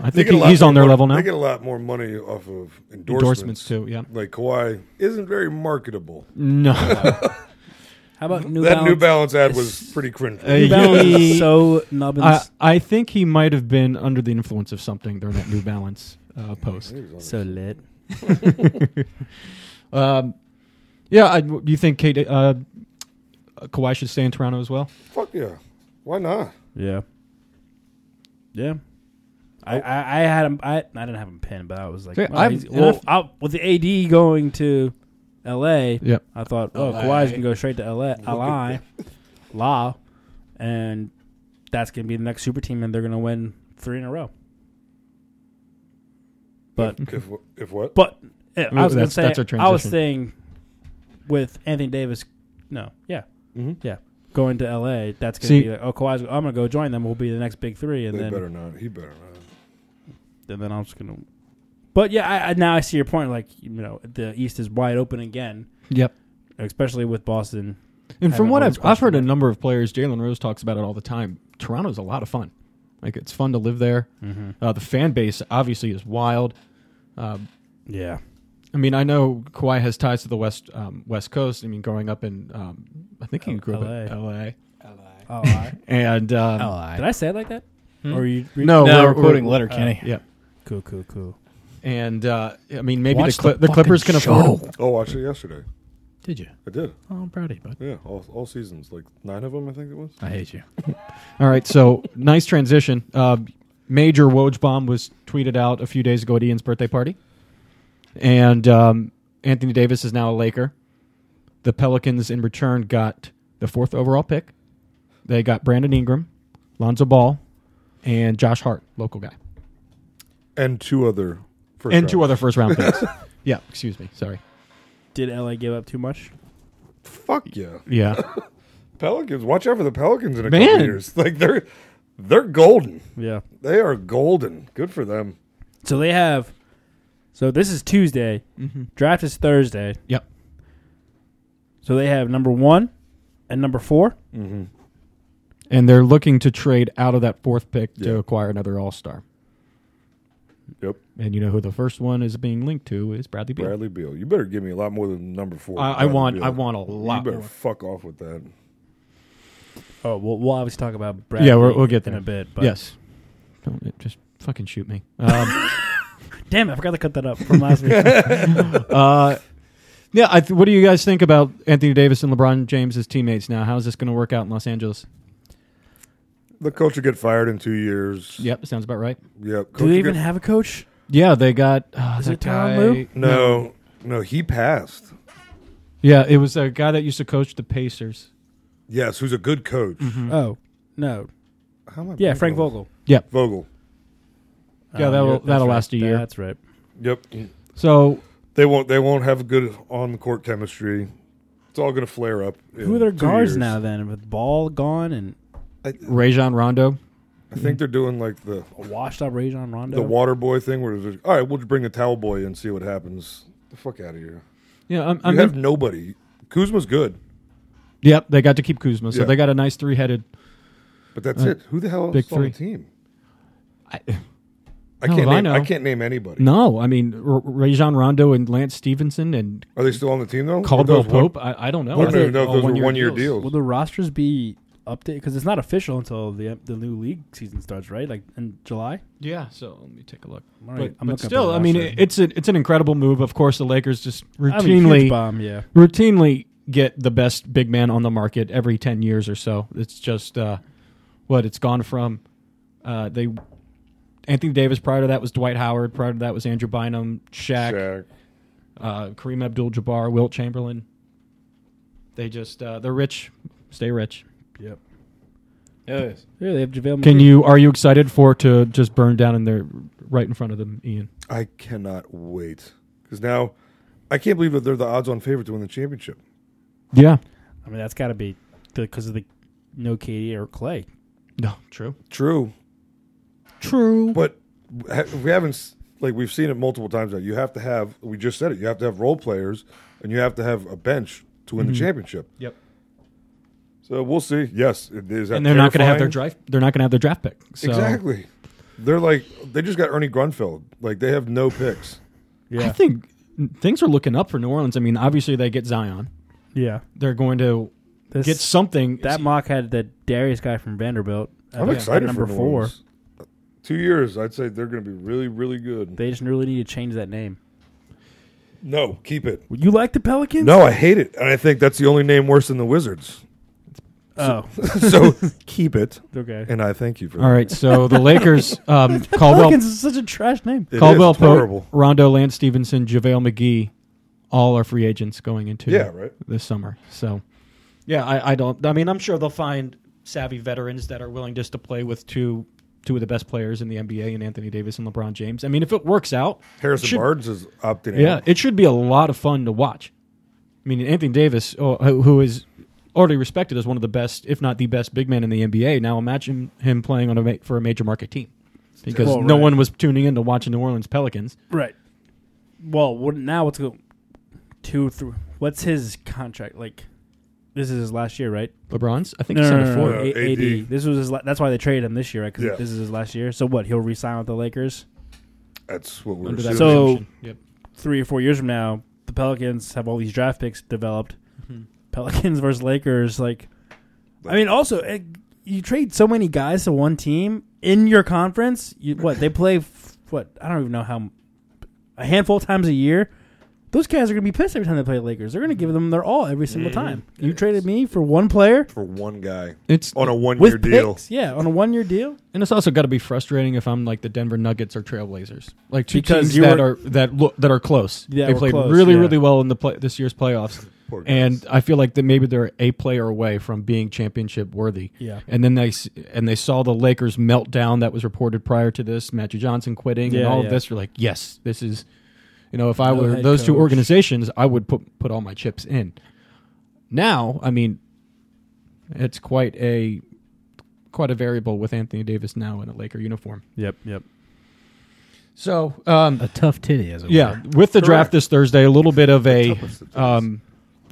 Speaker 5: I
Speaker 4: They
Speaker 5: think
Speaker 4: get a
Speaker 5: he-
Speaker 4: lot
Speaker 5: he's
Speaker 4: more
Speaker 5: on their
Speaker 4: money-
Speaker 5: level now.
Speaker 4: They get a lot more money off of endorsements.
Speaker 5: Endorsements too. Yeah.
Speaker 4: Like Kawhi isn't very marketable.
Speaker 5: No.
Speaker 3: How about New
Speaker 4: that New
Speaker 3: Balance?
Speaker 4: Balance ad was pretty cringe.
Speaker 5: Uh,
Speaker 3: New Balance is
Speaker 5: Yeah.
Speaker 3: so nubbins.
Speaker 5: I, I think he might have been under the influence of something during that New Balance uh, post.
Speaker 3: so lit.
Speaker 5: Um, yeah, I, do you think KD, uh, Kawhi should stay in Toronto as well?
Speaker 4: Fuck yeah. Why not?
Speaker 3: Yeah. Yeah. I, I, I had him. I, I didn't have him pinned, but I was like,
Speaker 5: Yeah,
Speaker 3: oh,
Speaker 5: I'm-
Speaker 3: he's-
Speaker 5: and
Speaker 3: well, I, with the AD going to L.A.,
Speaker 5: Yep.
Speaker 3: I thought, oh,
Speaker 5: LA.
Speaker 3: Kawhi's gonna go straight to L.A. LA, La, and that's gonna be the next super team, and they're gonna win three in a row. But
Speaker 4: If if what?
Speaker 3: but yeah, I
Speaker 5: Ooh,
Speaker 3: was gonna
Speaker 5: that's-
Speaker 3: say
Speaker 5: that's our
Speaker 3: I was
Speaker 5: transition.
Speaker 3: saying with Anthony Davis, no, yeah, yeah, going to L.A. That's gonna
Speaker 5: Mm-hmm. See-
Speaker 3: be like, oh, Kawhi's. I'm gonna go join them. We'll be the next big three, and
Speaker 4: They
Speaker 3: then
Speaker 4: better not. He better not.
Speaker 3: and then I'm just gonna. But yeah, I, I now I see your point. Like you know, the East is wide open again,
Speaker 5: Yep.
Speaker 3: especially with Boston.
Speaker 5: And from
Speaker 3: haven't
Speaker 5: what
Speaker 3: always
Speaker 5: I've, I've heard, a
Speaker 3: questioned
Speaker 5: number of players, Jalen Rose talks about it all the time. Toronto's a lot of fun. Like it's fun to live there.
Speaker 6: Mm-hmm.
Speaker 5: Uh, the fan base obviously is wild.
Speaker 3: Yeah,
Speaker 5: I mean, I know Kawhi has ties to the West um, West Coast. I mean, growing up in, um, I think
Speaker 6: Oh,
Speaker 5: he grew up in
Speaker 3: LA.
Speaker 5: L.A.
Speaker 3: oh, I,
Speaker 5: And um,
Speaker 3: did I say it like that? Or you re-
Speaker 5: Hmm? no,
Speaker 6: No,
Speaker 5: we're,
Speaker 6: we're quoting Letterkenny.
Speaker 5: Yeah,
Speaker 3: Cool, cool, cool.
Speaker 5: and uh, I mean, maybe
Speaker 6: Watch
Speaker 5: the, Cli-
Speaker 6: the
Speaker 5: the Clippers can
Speaker 6: fucking
Speaker 5: afford.
Speaker 6: show.
Speaker 5: Him.
Speaker 4: Oh, watched it yesterday.
Speaker 6: Did you?
Speaker 4: I did.
Speaker 6: Oh, I'm proud of you, bud.
Speaker 4: Yeah, all, all seasons, like nine of them, I think it was.
Speaker 6: I hate you.
Speaker 5: All right, so nice transition. Uh, Major Woj bomb was tweeted out a few days ago at Ian's birthday party, and um, Anthony Davis is now a Laker. The Pelicans, in return, got the fourth overall pick. They got Brandon Ingram, Lonzo Ball, and Josh Hart, local guy,
Speaker 4: And two other. First
Speaker 5: and two
Speaker 4: round.
Speaker 5: other first round picks. yeah, excuse me, sorry.
Speaker 3: Did LA give up too much?
Speaker 4: Fuck yeah,
Speaker 5: Yeah,
Speaker 4: Pelicans. Watch out for the Pelicans in a
Speaker 5: Man.
Speaker 4: couple years. Like they're they're golden.
Speaker 3: Yeah.
Speaker 4: They are golden. Good for them.
Speaker 3: So they have. So this is Tuesday.
Speaker 5: Mm-hmm.
Speaker 3: Draft is Thursday.
Speaker 5: yep.
Speaker 3: So they have number one and number four.
Speaker 5: And they're looking to trade out of that fourth pick to
Speaker 4: Yeah.
Speaker 5: acquire another All Star.
Speaker 4: Yep,
Speaker 5: And you know who the first one is being linked to is Bradley Beal.
Speaker 4: Bradley Beal. You better give me a lot more than number four.
Speaker 5: I- I
Speaker 4: Bradley
Speaker 5: want-
Speaker 4: Beal.
Speaker 5: I want a lot
Speaker 4: You better
Speaker 5: more.
Speaker 4: fuck off with that.
Speaker 3: Oh, we'll, we'll obviously talk about Brad.
Speaker 5: yeah, we'll, we'll get there
Speaker 3: in a bit. But
Speaker 5: Yes, Don't- it- just fucking shoot me. Um,
Speaker 3: Damn, I forgot to cut that up from last week.
Speaker 5: uh, yeah, I th- what do you guys think about Anthony Davis and LeBron James as teammates now? How is this going to work out in Los Angeles?
Speaker 4: The coach will get fired in two years.
Speaker 5: Yep, sounds about right.
Speaker 4: Yep. Coach
Speaker 3: Do
Speaker 4: will
Speaker 3: they even
Speaker 4: get-
Speaker 3: have a coach?
Speaker 5: Yeah, they got uh,
Speaker 3: Is
Speaker 5: that
Speaker 3: it Tyronn
Speaker 5: guy.
Speaker 3: Lue?
Speaker 4: no, no. He passed.
Speaker 5: Yeah, it was a guy that used to coach the Pacers.
Speaker 4: Yes, who's a good coach?
Speaker 3: Oh no.
Speaker 4: How am I
Speaker 3: Yeah,
Speaker 4: blanking
Speaker 3: Frank
Speaker 4: on-
Speaker 3: Vogel.
Speaker 5: Yep.
Speaker 4: Vogel.
Speaker 5: Yeah,
Speaker 3: Oh,
Speaker 5: that'll-
Speaker 3: you're- that's
Speaker 5: that'll
Speaker 3: right.
Speaker 5: last a year.
Speaker 3: That's right.
Speaker 4: Yep.
Speaker 5: So
Speaker 4: They won't. They won't have good on the court chemistry. It's all going to flare up. in
Speaker 3: Who are their
Speaker 4: two
Speaker 3: guards
Speaker 4: years.
Speaker 3: now then? With Ball gone and
Speaker 5: Rajon Rondo.
Speaker 4: I think they're doing like the
Speaker 3: a washed up Rajon Rondo.
Speaker 4: the water boy thing, where there's all right, we'll just bring a towel boy and see what happens. The fuck out of here.
Speaker 5: Yeah, I'm,
Speaker 4: You
Speaker 5: I'm
Speaker 4: have nobody. Kuzma's good,
Speaker 5: yep. They got to keep Kuzma, so
Speaker 4: Yeah.
Speaker 5: they got a nice three headed.
Speaker 4: but that's it. Who the hell
Speaker 5: Uh, Big
Speaker 4: is on the
Speaker 5: three.
Speaker 4: team?
Speaker 5: I,
Speaker 4: I
Speaker 5: No,
Speaker 4: can't.
Speaker 5: I
Speaker 4: Name,
Speaker 5: know.
Speaker 4: I can't name anybody.
Speaker 5: No, I mean R- Rajon Rondo and Lance Stevenson and
Speaker 4: Are they still on the team though? Or
Speaker 5: Caldwell
Speaker 4: those one-
Speaker 5: Pope. I, I don't know.
Speaker 4: I don't
Speaker 5: Are they
Speaker 4: even know if
Speaker 5: all
Speaker 4: those were one-year
Speaker 5: deals?
Speaker 4: deals.
Speaker 3: Will the rosters be updated? Because it's not official until the the new league season starts, right? Like in July.
Speaker 5: Yeah, so let me take a look.
Speaker 3: All right,
Speaker 5: but
Speaker 3: I'm
Speaker 5: but
Speaker 3: looking up
Speaker 5: still,
Speaker 3: the
Speaker 5: I mean,
Speaker 3: roster.
Speaker 5: it, it's a, it's an incredible move. Of course, the Lakers just
Speaker 3: I mean, huge
Speaker 5: routinely
Speaker 3: bomb. Yeah.
Speaker 5: routinely get the best big man on the market every 10 years or so. It's just uh, what it's gone from. Uh, they Anthony Davis prior to that was Dwight Howard, prior to that was Andrew Bynum, Shaq,
Speaker 4: Shaq.
Speaker 5: Uh, Kareem Abdul-Jabbar, Wilt Chamberlain. They just uh, they're rich. Stay rich.
Speaker 3: Yep. Yeah, they have JaVale.
Speaker 5: Can
Speaker 3: McGee.
Speaker 5: you are you excited for to just burn down in their right in front of them, Ian?
Speaker 4: I cannot wait because now I can't believe that they're the odds-on favorite to win the championship.
Speaker 5: Yeah.
Speaker 3: I mean, that's got to be because of the no KD or Clay.
Speaker 5: No, true.
Speaker 4: True,
Speaker 5: True.
Speaker 4: but ha- we haven't s- like we've seen it multiple times now. You have to have. We just said it. You have to have role players, and you have to have a bench to win the championship.
Speaker 5: Mm-hmm. Yep.
Speaker 4: So we'll see. Yes, it is. that
Speaker 5: And they're not going to have their
Speaker 4: terrifying?
Speaker 5: draft. They're not going to have their draft pick. So.
Speaker 4: Exactly. They're like they just got Ernie Grunfeld. Like they have no picks.
Speaker 3: Yeah.
Speaker 5: I think things are looking up for New Orleans. I mean, obviously they get Zion.
Speaker 3: Yeah.
Speaker 5: They're going to
Speaker 3: This,
Speaker 5: get something.
Speaker 3: that mock had that Darius guy from Vanderbilt. at-
Speaker 4: I'm
Speaker 3: at
Speaker 4: excited
Speaker 3: number
Speaker 4: for New
Speaker 3: four.
Speaker 4: Orleans. Two years, I'd say they're going to be really, really good.
Speaker 3: They just really need to change that name.
Speaker 4: no, keep it.
Speaker 3: Would you like the Pelicans?
Speaker 4: No, I hate it, and I think that's the only name worse than the Wizards.
Speaker 3: Oh,
Speaker 4: so keep it,
Speaker 3: okay.
Speaker 4: and I thank you for
Speaker 5: All
Speaker 4: that.
Speaker 5: right, so the Lakers, um, Caldwell,
Speaker 3: Pelicans is such a trash name.
Speaker 4: It is
Speaker 5: Caldwell
Speaker 4: horrible.
Speaker 5: Pope, Rondo, Lance Stevenson, JaVale McGee, all are free agents going into
Speaker 4: Yeah, right.
Speaker 5: this summer. So, yeah, I, I don't. I mean, I'm sure they'll find savvy veterans that are willing just to play with two two of the best players in the NBA, and Anthony Davis and LeBron James. I mean, if it works out,
Speaker 4: Harrison
Speaker 5: should-
Speaker 4: Barnes is opting
Speaker 5: Yeah,
Speaker 4: out.
Speaker 5: it should be a lot of fun to watch. I mean, Anthony Davis, oh, who who is already respected as one of the best, if not the best, big man in the NBA. Now imagine him playing on a ma- for a major market team because
Speaker 3: Well,
Speaker 5: no
Speaker 3: right.
Speaker 5: one was tuning in to watching New Orleans Pelicans.
Speaker 3: Right. Well, what, now what's go two three? What's his contract like? This is his last year, right?
Speaker 5: LeBron's, I think, he signed a four.
Speaker 4: no.
Speaker 3: A-
Speaker 4: Yeah, AD.
Speaker 3: AD. This was his. La- that's why they traded him this year, right? Because
Speaker 4: Yeah.
Speaker 3: this is his last year. So what? He'll re-sign with the Lakers.
Speaker 4: That's what we're
Speaker 5: Under
Speaker 4: assuming.
Speaker 5: that
Speaker 3: So-
Speaker 5: assumption. yep.
Speaker 3: Three or four years from now, the Pelicans have all these draft picks developed. Pelicans versus Lakers, like, I mean, also eh, you trade so many guys to one team in your conference. You what they play? F- what I don't even know how m- a handful of times a year. Those guys are gonna be pissed every time they play the Lakers. They're gonna give them their all every single time. You traded me for one player
Speaker 4: for one guy
Speaker 5: It's
Speaker 4: on a one-year
Speaker 3: with
Speaker 4: deal.
Speaker 3: picks, yeah, on a one year deal.
Speaker 5: and it's also got to be frustrating if I'm like the Denver Nuggets or Trailblazers, like two
Speaker 3: Because
Speaker 5: teams
Speaker 3: you
Speaker 5: that
Speaker 3: were-
Speaker 5: are that look that are close.
Speaker 3: Yeah,
Speaker 5: they
Speaker 3: we're
Speaker 5: played
Speaker 3: close,
Speaker 5: really
Speaker 3: yeah.
Speaker 5: really well in the play, this year's playoffs.
Speaker 4: Poor guys.
Speaker 5: and I feel like that maybe they're a player away from being championship worthy.
Speaker 3: Yeah.
Speaker 5: And then they s- and they saw the Lakers meltdown that was reported prior to this, Magic Johnson quitting and
Speaker 3: Yeah,
Speaker 5: all
Speaker 3: yeah.
Speaker 5: of this. You're like, yes, this is, you know, if I
Speaker 3: No
Speaker 5: were
Speaker 3: head
Speaker 5: those two
Speaker 3: coach.
Speaker 5: organizations, I would put put all my chips in. Now, I mean, it's quite a quite a variable with Anthony Davis now in a Laker uniform.
Speaker 3: Yep, yep.
Speaker 5: So, um,
Speaker 6: A tough titty, as it
Speaker 5: yeah,
Speaker 6: were.
Speaker 5: with the draft this Thursday, a little bit of a
Speaker 4: toughest of
Speaker 5: um,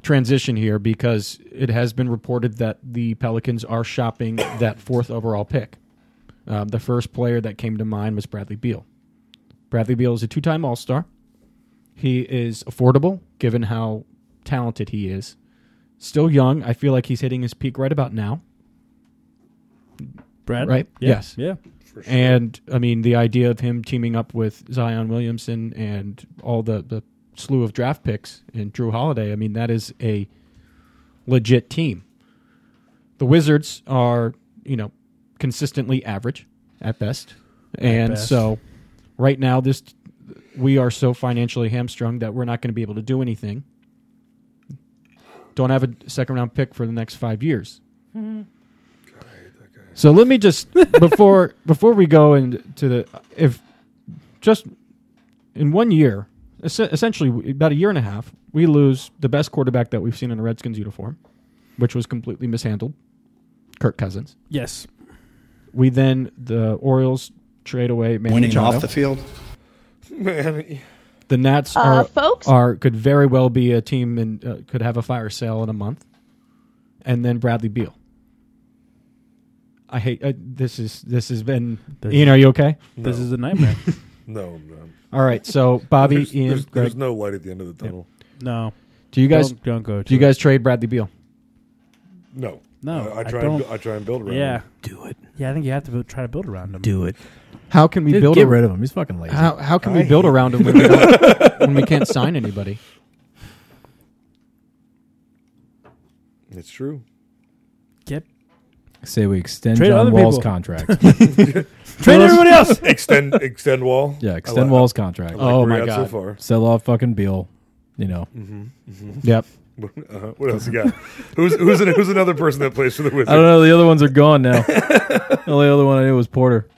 Speaker 5: transition here because it has been reported that the Pelicans are shopping that fourth overall pick. Um, the first player that came to mind was Bradley Beal. Bradley Beal is a two-time All-Star. He is affordable given how talented he is. Still young. I feel like he's hitting his peak right about now.
Speaker 3: Brad,
Speaker 5: Right?
Speaker 3: Yeah,
Speaker 5: Yes.
Speaker 3: yeah.
Speaker 5: And I mean, the idea of him teaming up with Zion Williamson and all the, the slew of draft picks and Drew Holiday, I mean, that is a legit team. The Wizards are, you know, consistently average at best. And
Speaker 3: best.
Speaker 5: so right now, this we are so financially hamstrung that we're not going to be able to do anything. Don't have a second round pick for the next five years. So let me just before before we go into the if just in one year, es- essentially about a year and a half, we lose the best quarterback that we've seen in a Redskins uniform, which was completely mishandled, Kirk Cousins.
Speaker 3: Yes.
Speaker 5: We then the Orioles trade away Manny
Speaker 9: Winning
Speaker 5: Machado.
Speaker 9: off the field.
Speaker 4: Man,
Speaker 5: The Nats
Speaker 10: Uh,
Speaker 5: are,
Speaker 10: folks?
Speaker 5: are could very well be a team and uh, could have a fire sale in a month, and then Bradley Beal. I hate uh, this. Is this has been
Speaker 3: There's-
Speaker 5: Ian? Are you okay?
Speaker 3: This is a nightmare.
Speaker 4: No, no.
Speaker 5: All right. So Bobby,
Speaker 4: There's,
Speaker 5: Ian,
Speaker 4: there's,
Speaker 5: Greg,
Speaker 4: there's no light at the end of the tunnel.
Speaker 3: no,
Speaker 5: do you guys
Speaker 3: don't, don't go. To
Speaker 5: do you
Speaker 3: it.
Speaker 5: guys trade Bradley Beal?
Speaker 4: No,
Speaker 3: No,
Speaker 4: I, I
Speaker 3: I
Speaker 4: try.
Speaker 3: don't-
Speaker 4: and, bu- I try and build around.
Speaker 3: Yeah,
Speaker 4: it.
Speaker 6: Do it.
Speaker 3: yeah. I think you have to bu- try to build around him.
Speaker 6: Do it.
Speaker 5: How can we
Speaker 6: Dude,
Speaker 5: build
Speaker 6: get
Speaker 5: a,
Speaker 6: rid of him. He's fucking lazy.
Speaker 5: How, how can we
Speaker 4: I
Speaker 5: build
Speaker 4: hate-
Speaker 5: around him when we, don't, when we can't sign anybody?
Speaker 4: it's true.
Speaker 3: Get,
Speaker 9: Say we extend
Speaker 3: Trade
Speaker 9: John
Speaker 3: other
Speaker 9: Wall's
Speaker 3: people.
Speaker 9: contract.
Speaker 3: trade everybody else.
Speaker 4: Extend, extend wall.
Speaker 9: yeah,
Speaker 4: I
Speaker 9: extend
Speaker 4: li-
Speaker 9: Wall's contract.
Speaker 4: I like
Speaker 5: Oh
Speaker 4: where
Speaker 5: my
Speaker 4: you're at
Speaker 5: God.
Speaker 4: So far,
Speaker 9: Sell off fucking Beal. You know.
Speaker 5: Yep.
Speaker 4: uh-huh. what else you got? who's who's, an, who's another person that plays for the Wizards?
Speaker 9: I don't know. The other ones are gone now. the only other one I knew was Porter.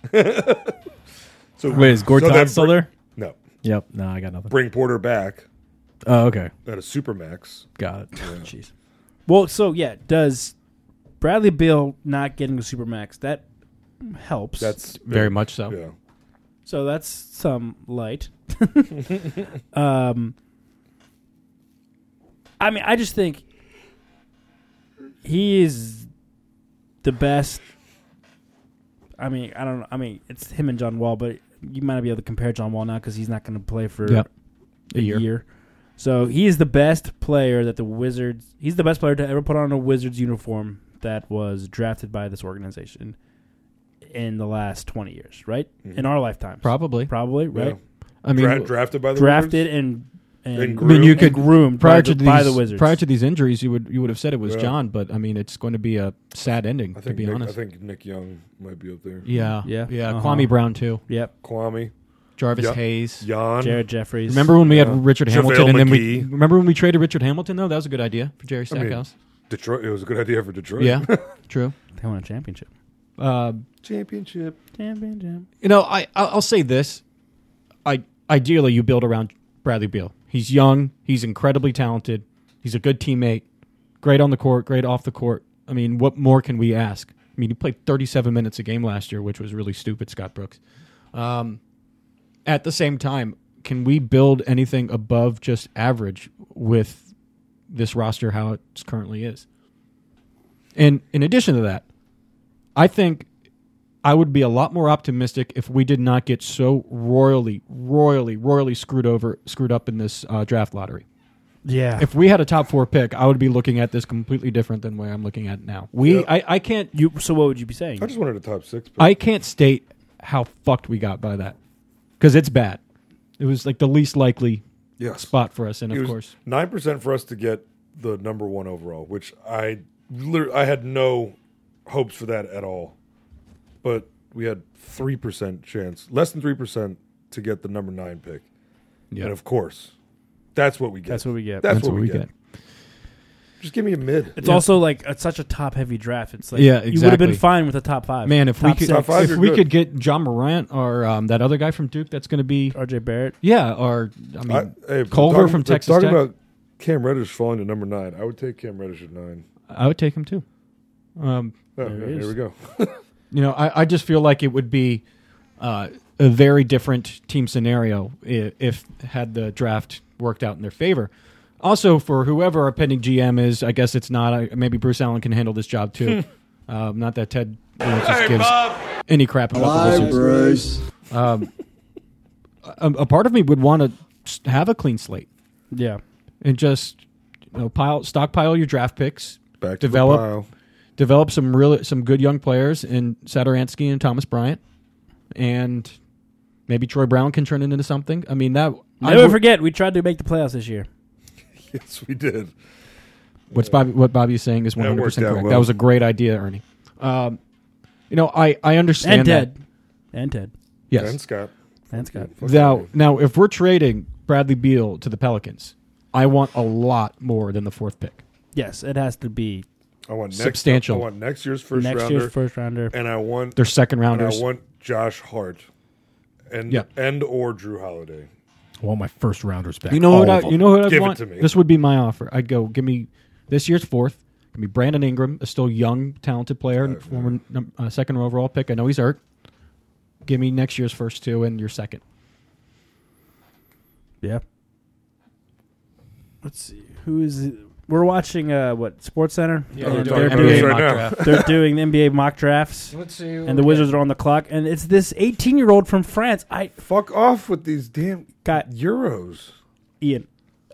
Speaker 4: So
Speaker 9: Wait, is Gortat
Speaker 4: so that
Speaker 9: still
Speaker 4: br-
Speaker 9: there?
Speaker 4: No,
Speaker 9: Yep. No, I got nothing.
Speaker 4: bring Porter back
Speaker 9: Oh, okay.
Speaker 4: at a supermax.
Speaker 9: Got it.
Speaker 3: Jeez. Well, so yeah, does Bradley Beal not getting a supermax that helps?
Speaker 4: That's
Speaker 5: Very much so.
Speaker 4: yeah.
Speaker 3: so that's some light. um, I mean, I just think he is the best. I mean, I don't. know. I mean, it's him and John Wall, but you might not be able to compare John Wall now because he's not going to play for
Speaker 5: Yep.
Speaker 3: a
Speaker 5: A
Speaker 3: year.
Speaker 5: year.
Speaker 3: So he is the best player that the Wizards. He's the best player to ever put on a Wizards uniform that was drafted by this organization in the last twenty years, right?
Speaker 4: Mm-hmm.
Speaker 3: In our lifetimes,
Speaker 5: Probably.
Speaker 3: probably, right?
Speaker 5: I mean,
Speaker 4: Dra- drafted by the
Speaker 3: Drafted and and, and
Speaker 4: And I mean,
Speaker 5: you
Speaker 3: and
Speaker 5: could-
Speaker 3: groomed
Speaker 5: prior
Speaker 3: by,
Speaker 5: to
Speaker 3: the,
Speaker 5: these,
Speaker 3: by the Wizards.
Speaker 5: prior to these injuries, you would you would have said it was
Speaker 4: Yeah.
Speaker 5: John, but I mean, it's going to be a sad ending to
Speaker 4: I think
Speaker 5: be
Speaker 4: Nick,
Speaker 5: honest.
Speaker 4: I think Nick Young might be up there.
Speaker 5: yeah.
Speaker 3: Yeah.
Speaker 5: Yeah.
Speaker 3: Uh-huh.
Speaker 5: Kwame Brown too.
Speaker 3: yep,
Speaker 4: Kwame,
Speaker 5: Jarvis
Speaker 4: Yeah.
Speaker 5: Hayes.
Speaker 4: Jan,
Speaker 3: Jared Jeffries.
Speaker 5: Remember when we
Speaker 4: Yeah.
Speaker 5: had Richard
Speaker 4: JaVale
Speaker 5: Hamilton, and then we
Speaker 4: McGee.
Speaker 5: remember when we traded Richard Hamilton though. That was a good idea for Jerry
Speaker 4: I mean,
Speaker 5: Stackhouse.
Speaker 4: Detroit. It was a good idea for Detroit.
Speaker 5: yeah, true.
Speaker 3: they won a championship.
Speaker 5: Uh,
Speaker 4: championship.
Speaker 3: Championship.
Speaker 5: You know, I I- I'll say this: I ideally you build around Bradley Beal. He's young. He's incredibly talented. He's a good teammate. Great on the court. Great off the court. I mean, what more can we ask? I mean, he played 37 minutes a game last year, which was really stupid, Scott Brooks. Um, at the same time, can we build anything above just average with this roster how it currently is? And in addition to that, I think I would be a lot more optimistic if we did not get so royally, royally, royally screwed over, screwed up in this uh, draft lottery.
Speaker 3: Yeah,
Speaker 5: If we had a top four pick, I would be looking at this completely different than where I'm looking at now. We,
Speaker 4: Yeah.
Speaker 5: I, I can't,
Speaker 3: you. So what would you be saying?
Speaker 4: I just wanted a top six. Pick.
Speaker 5: I can't state how fucked we got by that because it's bad. It was like the least likely
Speaker 4: Yes.
Speaker 5: spot for us, and
Speaker 4: It
Speaker 5: of
Speaker 4: was
Speaker 5: course,
Speaker 4: nine percent for us to get the number one overall, which I literally, I had no hopes for that at all. But we had three percent chance, less than three percent, to get the number nine pick.
Speaker 5: Yeah.
Speaker 4: And of course, that's what we get.
Speaker 3: That's what we get.
Speaker 4: That's, what, we, get. Just give me a mid.
Speaker 3: It's also like it's such a top heavy draft. It's like
Speaker 5: Yeah,
Speaker 3: you would have been
Speaker 5: exactly.
Speaker 3: fine with a top five.
Speaker 5: Man, if we
Speaker 3: top
Speaker 5: could,
Speaker 3: six.
Speaker 4: Top five,
Speaker 5: if
Speaker 4: you're
Speaker 5: we
Speaker 4: good.
Speaker 5: could get John Morant or um, that other guy from Duke, that's going to be
Speaker 3: RJ Barrett.
Speaker 5: yeah, or I mean,
Speaker 4: I- uh, hey, if
Speaker 5: Culver
Speaker 4: we're
Speaker 5: from
Speaker 4: if we're
Speaker 5: Texas
Speaker 4: Talking
Speaker 5: Tech.
Speaker 4: about Cam Reddish falling to number nine. I would take Cam Reddish at nine.
Speaker 5: I would take him too. Um,
Speaker 4: Oh,
Speaker 3: There
Speaker 4: yeah,
Speaker 3: it is.
Speaker 4: here we go.
Speaker 5: You know, I, I just feel like it would be uh, a very different team scenario if, if had the draft worked out in their favor. Also, for whoever our pending GM is, I guess it's not. I, maybe Bruce Allen can handle this job too. um, not that Ted you know, just gives any crap about the Wizards.
Speaker 9: Bruce.
Speaker 5: A, a part of me would want to have a clean slate
Speaker 3: Yeah,
Speaker 5: and just you know, pile stockpile your draft picks,
Speaker 4: Back to
Speaker 5: develop
Speaker 4: the pile.
Speaker 5: develop some really some good young players in Saturansky and Thomas Bryant, and maybe Troy Brown can turn it into something. I mean that. I
Speaker 3: never
Speaker 5: wo-
Speaker 3: forget we tried to make the playoffs this year.
Speaker 4: Yes, we did.
Speaker 5: What's Bobby, what Bobby is saying is one
Speaker 4: That
Speaker 5: hundred
Speaker 4: worked
Speaker 5: percent
Speaker 4: out
Speaker 5: correct.
Speaker 4: well.
Speaker 5: That was a great idea, Ernie. Um, you know, I I understand
Speaker 3: and
Speaker 5: that.
Speaker 3: Ted, and Ted,
Speaker 5: Yes.
Speaker 4: And Scott.
Speaker 3: and Scott.
Speaker 4: Fuck
Speaker 5: now, now, if we're trading Bradley Beal to the Pelicans, I want a lot more than the fourth pick.
Speaker 3: Yes, it has to be
Speaker 4: I want next,
Speaker 5: Substantial.
Speaker 4: I want next year's first
Speaker 3: next
Speaker 4: rounder,
Speaker 3: year's first rounder.
Speaker 4: and I want
Speaker 5: They're second
Speaker 4: and I
Speaker 5: rounders.
Speaker 4: want Josh Hart, and
Speaker 5: Yeah.
Speaker 4: and or Drew Holiday.
Speaker 9: I want my first rounders back.
Speaker 5: You know
Speaker 9: All
Speaker 5: what?
Speaker 9: of
Speaker 5: I,
Speaker 9: them.
Speaker 5: you know what I
Speaker 4: Give it
Speaker 5: want.
Speaker 4: to me.
Speaker 5: This would be my offer. I'd go. Give me this year's fourth. Give me Brandon Ingram, a still young, talented player, and former num- uh, second overall pick. I know he's hurt. Give me next year's first two and your second.
Speaker 3: yeah. Let's see who is we're watching uh, what Sports Center.
Speaker 5: Yeah,
Speaker 3: And
Speaker 5: we're doing
Speaker 3: they're
Speaker 5: NBA
Speaker 3: doing,
Speaker 5: mock draft.
Speaker 3: they're doing the NBA mock drafts.
Speaker 4: Let's see what
Speaker 3: and the
Speaker 4: we
Speaker 3: Wizards are on the clock, and it's this 18 year old from France. I
Speaker 4: fuck off with these damn
Speaker 3: got
Speaker 4: euros.
Speaker 3: Ian,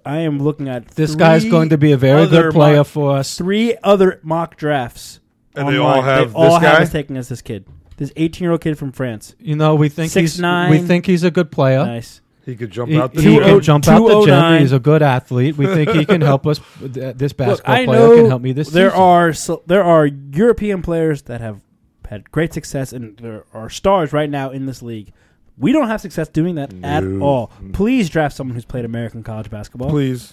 Speaker 3: I am looking at
Speaker 5: This
Speaker 3: three
Speaker 5: guy's going to be a very
Speaker 3: other
Speaker 5: good player
Speaker 3: mock-
Speaker 5: for us.
Speaker 3: Three other mock drafts.
Speaker 4: And they
Speaker 3: online.
Speaker 4: all have
Speaker 3: They all
Speaker 4: this
Speaker 3: have
Speaker 4: guy?
Speaker 3: us taking us this kid, this 18 year old kid from France.
Speaker 5: You know, we think
Speaker 3: Six
Speaker 5: he's
Speaker 3: nine.
Speaker 5: we think he's a good player.
Speaker 3: Nice.
Speaker 4: He could jump
Speaker 5: He,
Speaker 4: out the
Speaker 5: he
Speaker 3: Two
Speaker 5: can
Speaker 3: oh-
Speaker 5: jump out the gym.
Speaker 3: 209.
Speaker 5: He's a good athlete. We think he can help us. th- This
Speaker 3: Look,
Speaker 5: basketball
Speaker 3: I
Speaker 5: player
Speaker 3: know
Speaker 5: can help me this
Speaker 3: there
Speaker 5: season.
Speaker 3: are so, there are European players that have had great success, and there are stars right now in this league. We don't have success doing that at all. Please draft someone who's played American college basketball.
Speaker 4: please.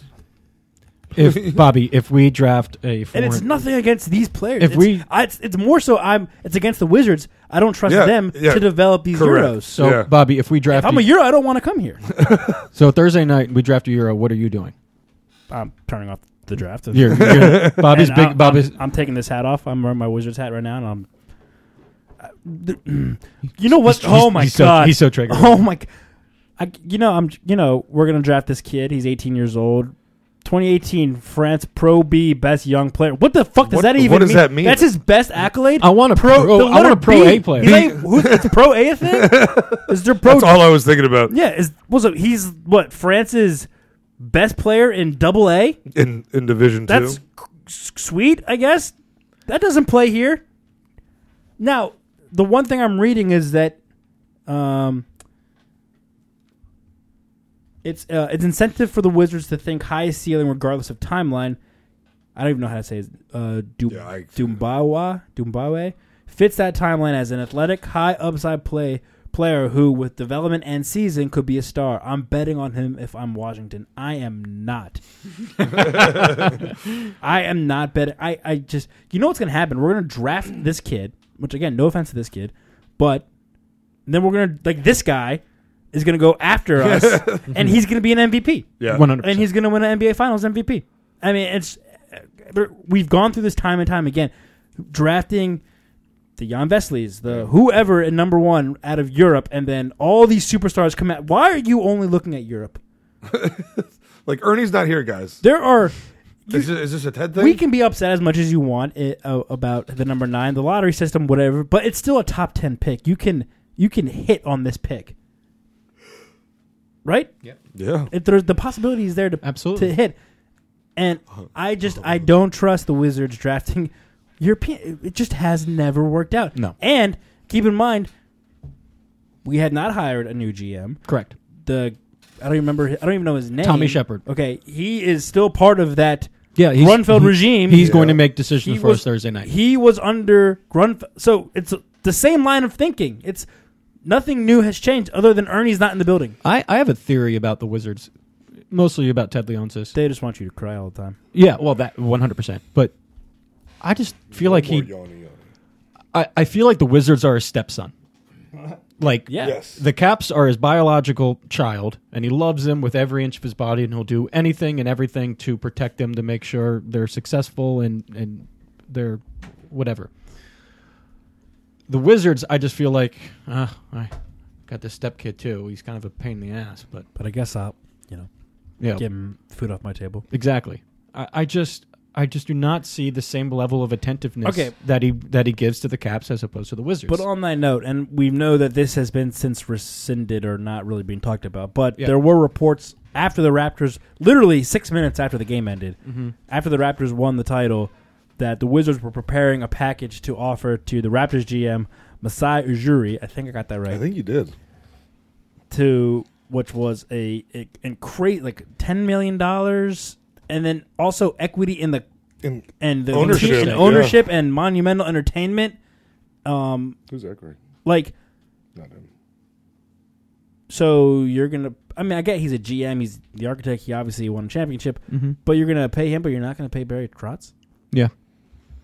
Speaker 5: if Bobby, if we draft a foreign,
Speaker 3: And it's nothing against these players.
Speaker 5: If
Speaker 3: it's,
Speaker 5: we-
Speaker 3: I, it's, it's more so I'm it's against the Wizards. I don't trust
Speaker 4: Yeah,
Speaker 3: them
Speaker 4: yeah,
Speaker 3: to develop these
Speaker 4: correct.
Speaker 3: euros.
Speaker 5: so
Speaker 4: Yeah.
Speaker 5: Bobby, if we draft
Speaker 3: If I'm a
Speaker 5: a-
Speaker 3: euro, I don't want to come here.
Speaker 5: so Thursday night we draft a Euro, what are you doing?
Speaker 3: I'm turning off the draft.
Speaker 5: You're, you're-
Speaker 3: And
Speaker 5: Bobby's
Speaker 3: I'm-
Speaker 5: big. Bobby's
Speaker 3: I'm, I'm taking this hat off. I'm wearing my Wizards hat right now, and I'm. You know what?
Speaker 5: He's-
Speaker 3: oh
Speaker 5: he's-
Speaker 3: my
Speaker 5: he's so-
Speaker 3: god!
Speaker 5: he's so triggered.
Speaker 3: Oh my. g- I, you know I'm. You know we're gonna draft this kid. He's 18 years old. 2018 France Pro B best young player. What the fuck does
Speaker 4: What-
Speaker 3: that even?
Speaker 4: what does
Speaker 3: mean?
Speaker 4: that mean?
Speaker 3: That's his best accolade.
Speaker 5: I want a pro-
Speaker 3: the
Speaker 5: I want a
Speaker 3: letter
Speaker 5: pro
Speaker 3: B.
Speaker 5: A player.
Speaker 3: He's not even- who's- it's pro A a thing? Is there pro?
Speaker 5: Oh.
Speaker 4: That's all I was thinking about.
Speaker 3: yeah. Is was it, he's what France's best player in Double A?
Speaker 4: In in Division
Speaker 3: That's
Speaker 4: Two.
Speaker 3: s- sweet, I guess. That doesn't play here. Now, the one thing I'm reading is that um, it's uh, it's incentive for the Wizards to think high ceiling regardless of timeline. I don't even know how to say it. Uh, du-
Speaker 4: Yeah, I-
Speaker 3: Dumbawa Dumbawe fits that timeline as an athletic, high upside play player who, with development and season, could be a star. I'm betting on him if I'm Washington. I am not. I am not betting. I, I just, you know what's going to happen? We're going to draft this kid, which again, no offense to this kid, but then we're going to, like, this guy is going to go after us and he's going to be an MVP.
Speaker 4: Yeah.
Speaker 5: one hundred.
Speaker 3: And he's going to win an NBA Finals MVP. I mean, it's, we've gone through this time and time again. Drafting the Jan Vesleys, the whoever at number one out of Europe, and then all these superstars come out. Why are you only looking at Europe?
Speaker 4: Like Ernie's not here, guys.
Speaker 3: There are.
Speaker 4: Is this, is this a Ted thing?
Speaker 3: we can be upset as much as you want it, uh, about the number nine, the lottery system, whatever. But it's still a top ten pick. You can you can hit on this pick, right?
Speaker 4: yeah.
Speaker 3: If there's the possibility is there to
Speaker 5: Absolutely.
Speaker 3: to hit. And I just I don't trust the Wizards drafting European. It just has never worked out.
Speaker 5: No.
Speaker 3: And keep in mind, we had not hired a new GM.
Speaker 5: Correct.
Speaker 3: The I don't remember. I don't even know his name.
Speaker 5: Tommy Shepard.
Speaker 3: Okay, he is still part of that.
Speaker 5: Yeah, he's,
Speaker 3: Grunfeld
Speaker 5: he-
Speaker 3: regime.
Speaker 5: He's
Speaker 3: Yeah.
Speaker 5: going to make decisions for us Thursday night.
Speaker 3: He was under Grunfeld. So it's the same line of thinking. It's nothing new has changed other than Ernie's not in the building.
Speaker 5: I, I have a theory about the Wizards, mostly about Ted Leonsis.
Speaker 3: They just want you to cry all the time.
Speaker 5: Yeah, well, that one hundred percent. But I just feel like
Speaker 4: More
Speaker 5: he.
Speaker 4: yawny, yawny.
Speaker 5: I, I feel like the Wizards are his stepson. Like
Speaker 3: Yeah.
Speaker 4: Yes.
Speaker 5: the Caps are his biological child, and he loves them with every inch of his body, and he'll do anything and everything to protect them to make sure they're successful and and they're whatever. The Wizards, I just feel like uh, I got this step kid too. He's kind of a pain in the ass, but
Speaker 3: But I guess I'll you know
Speaker 5: yeah,
Speaker 3: get food off my table.
Speaker 5: exactly. I, I just. I just do not see the same level of attentiveness
Speaker 3: Okay.
Speaker 5: that he that he gives to the Caps as opposed to the Wizards.
Speaker 3: But on that note, and we know that this has been since rescinded or not really being talked about, but
Speaker 5: Yeah.
Speaker 3: there were reports after the Raptors, literally six minutes after the game ended,
Speaker 4: Mm-hmm.
Speaker 3: after the Raptors won the title, that the Wizards were preparing a package to offer to the Raptors GM, Masai Ujiri. I think I got that right.
Speaker 4: I think you did.
Speaker 3: to which was a, a, and create like $10 million and then also equity in the
Speaker 4: In
Speaker 3: and the
Speaker 4: Ownership,
Speaker 3: and
Speaker 4: yeah.
Speaker 3: ownership and monumental entertainment um
Speaker 4: who's Eckert?
Speaker 3: like
Speaker 4: Not him.
Speaker 3: So you're gonna. I mean, I get he's a GM. He's the architect. He obviously won a championship.
Speaker 5: Mm-hmm.
Speaker 3: But you're gonna pay him, but you're not gonna pay Barry Trotz.
Speaker 5: yeah,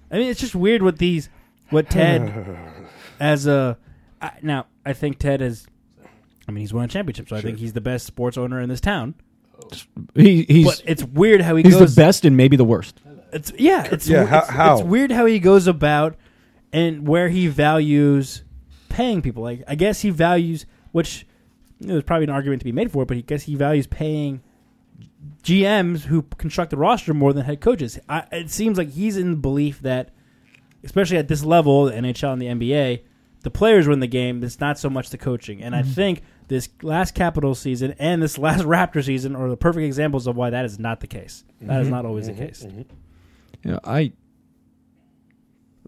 Speaker 3: I mean, it's just weird what these, what Ted, as a. I, now I think Ted has. I mean, he's won a championship, so I think he's the best sports owner in this town.
Speaker 5: he, he's
Speaker 3: But it's weird how he
Speaker 5: He's
Speaker 3: goes.
Speaker 5: the best and maybe the worst.
Speaker 3: It's yeah. It's
Speaker 4: Yeah,
Speaker 3: yeah,
Speaker 4: how-
Speaker 3: it's,
Speaker 4: how?
Speaker 3: it's weird how he goes about and where he values paying people. Like I guess he values which you know, there's probably an argument to be made for, it, but he guess he values paying GMs who construct the roster more than head coaches. I, it seems like he's in the belief that, especially at this level, the NHL and the NBA, the players win the game. It's not so much the coaching. And I
Speaker 10: Mhm.
Speaker 3: think this last Capital season and this last Raptor season are the perfect examples of why that is not the case. That is
Speaker 10: Mhm.
Speaker 3: not always
Speaker 10: Mhm.
Speaker 3: the case.
Speaker 5: You know, I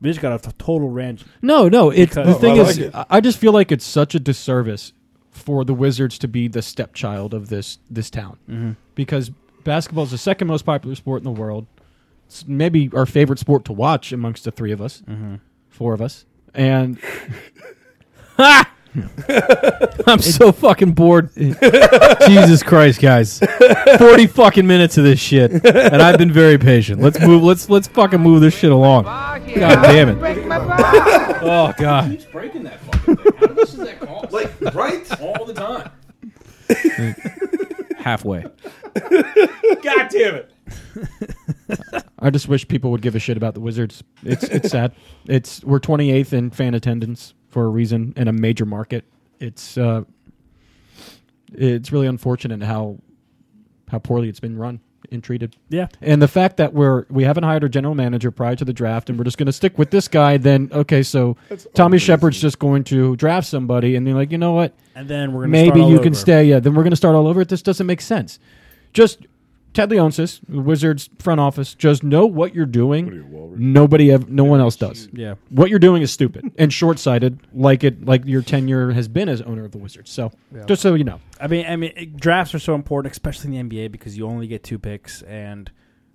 Speaker 3: We just got off a total rant.
Speaker 5: No, no. It,
Speaker 3: Because-
Speaker 5: the thing is, I I just feel like it's such a disservice for the Wizards to be the stepchild of this this town
Speaker 9: Mm-hmm.
Speaker 3: Mhm.
Speaker 5: because basketball is the second most popular sport in the world. It's maybe our favorite sport to watch amongst the three of us,
Speaker 9: Mm-hmm.
Speaker 5: four of us, and. I'm so fucking bored.
Speaker 9: Jesus Christ, guys! Forty fucking minutes of this shit, and I've been very patient. Let's move. Let's let's fucking move this shit along. God damn it! Oh god.
Speaker 10: Keeps breaking that fucking thing. How much is that cost? Like right all the time.
Speaker 5: Halfway.
Speaker 10: God damn it!
Speaker 5: I just wish people would give a shit about the Wizards. It's it's sad. It's we're 28th in fan attendance for a reason in a major market. It's uh, it's really unfortunate how how poorly it's been run and treated.
Speaker 3: Yeah.
Speaker 5: And the fact that we're we haven't hired our general manager prior to the draft and we're just going to stick with this guy then okay, so Tommy Shepard's just going to draft somebody and they're like, "You know what?
Speaker 3: And then we're gonna
Speaker 5: maybe
Speaker 3: start all
Speaker 5: you can
Speaker 3: over.
Speaker 5: stay. Yeah, then we're going to start all over. This doesn't make sense. Just Ted Leonsis, the Wizards front office, just know what you're doing. Nobody, ev- no one else does.
Speaker 3: Yeah.
Speaker 5: what you're doing is stupid and short sighted, like it, like your tenure has been as owner of the Wizards. So
Speaker 3: Yeah.
Speaker 5: just so you know,
Speaker 3: I mean, I mean, it- drafts are so important, especially in the NBA, because you only get two picks and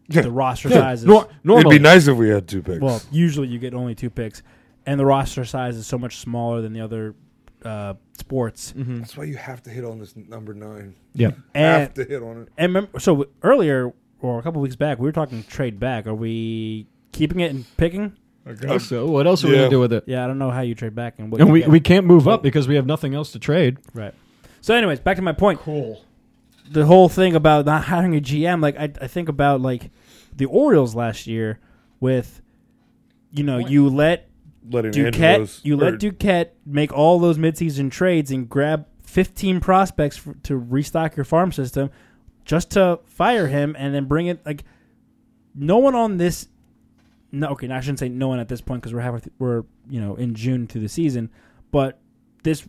Speaker 3: the roster
Speaker 4: Yeah.
Speaker 3: size is
Speaker 4: Nor- It'd be normally- nice if we had two picks.
Speaker 3: Well, usually you get only two picks, and the roster size is so much smaller than the other uh, sports.
Speaker 5: Mm-hmm.
Speaker 7: That's why you have to hit on this number nine.
Speaker 5: Yeah.
Speaker 7: have to hit on it.
Speaker 3: And remember, so earlier or a couple weeks back, we were talking trade back. Are we keeping it and picking?
Speaker 5: I guess so. What else are we gonna do with it?
Speaker 3: Yeah, I don't know how you trade back and what.
Speaker 5: and
Speaker 3: you
Speaker 5: we,
Speaker 3: get.
Speaker 5: we can't move up because we have nothing else to trade.
Speaker 3: Right. So, anyways, back to my point. Cool. The whole thing about not hiring a GM, like I, I think about like the Orioles last year with, you know, you let
Speaker 4: Letting
Speaker 3: Duquette,
Speaker 4: Angelos-
Speaker 3: you let
Speaker 4: or-
Speaker 3: Duquette make all those midseason trades and grab fifteen prospects for, to restock your farm system, just to fire him and then bring it like, no one on this. No, okay, now I shouldn't say no one at this point because we're halfway th- we're you know in June through the season, but this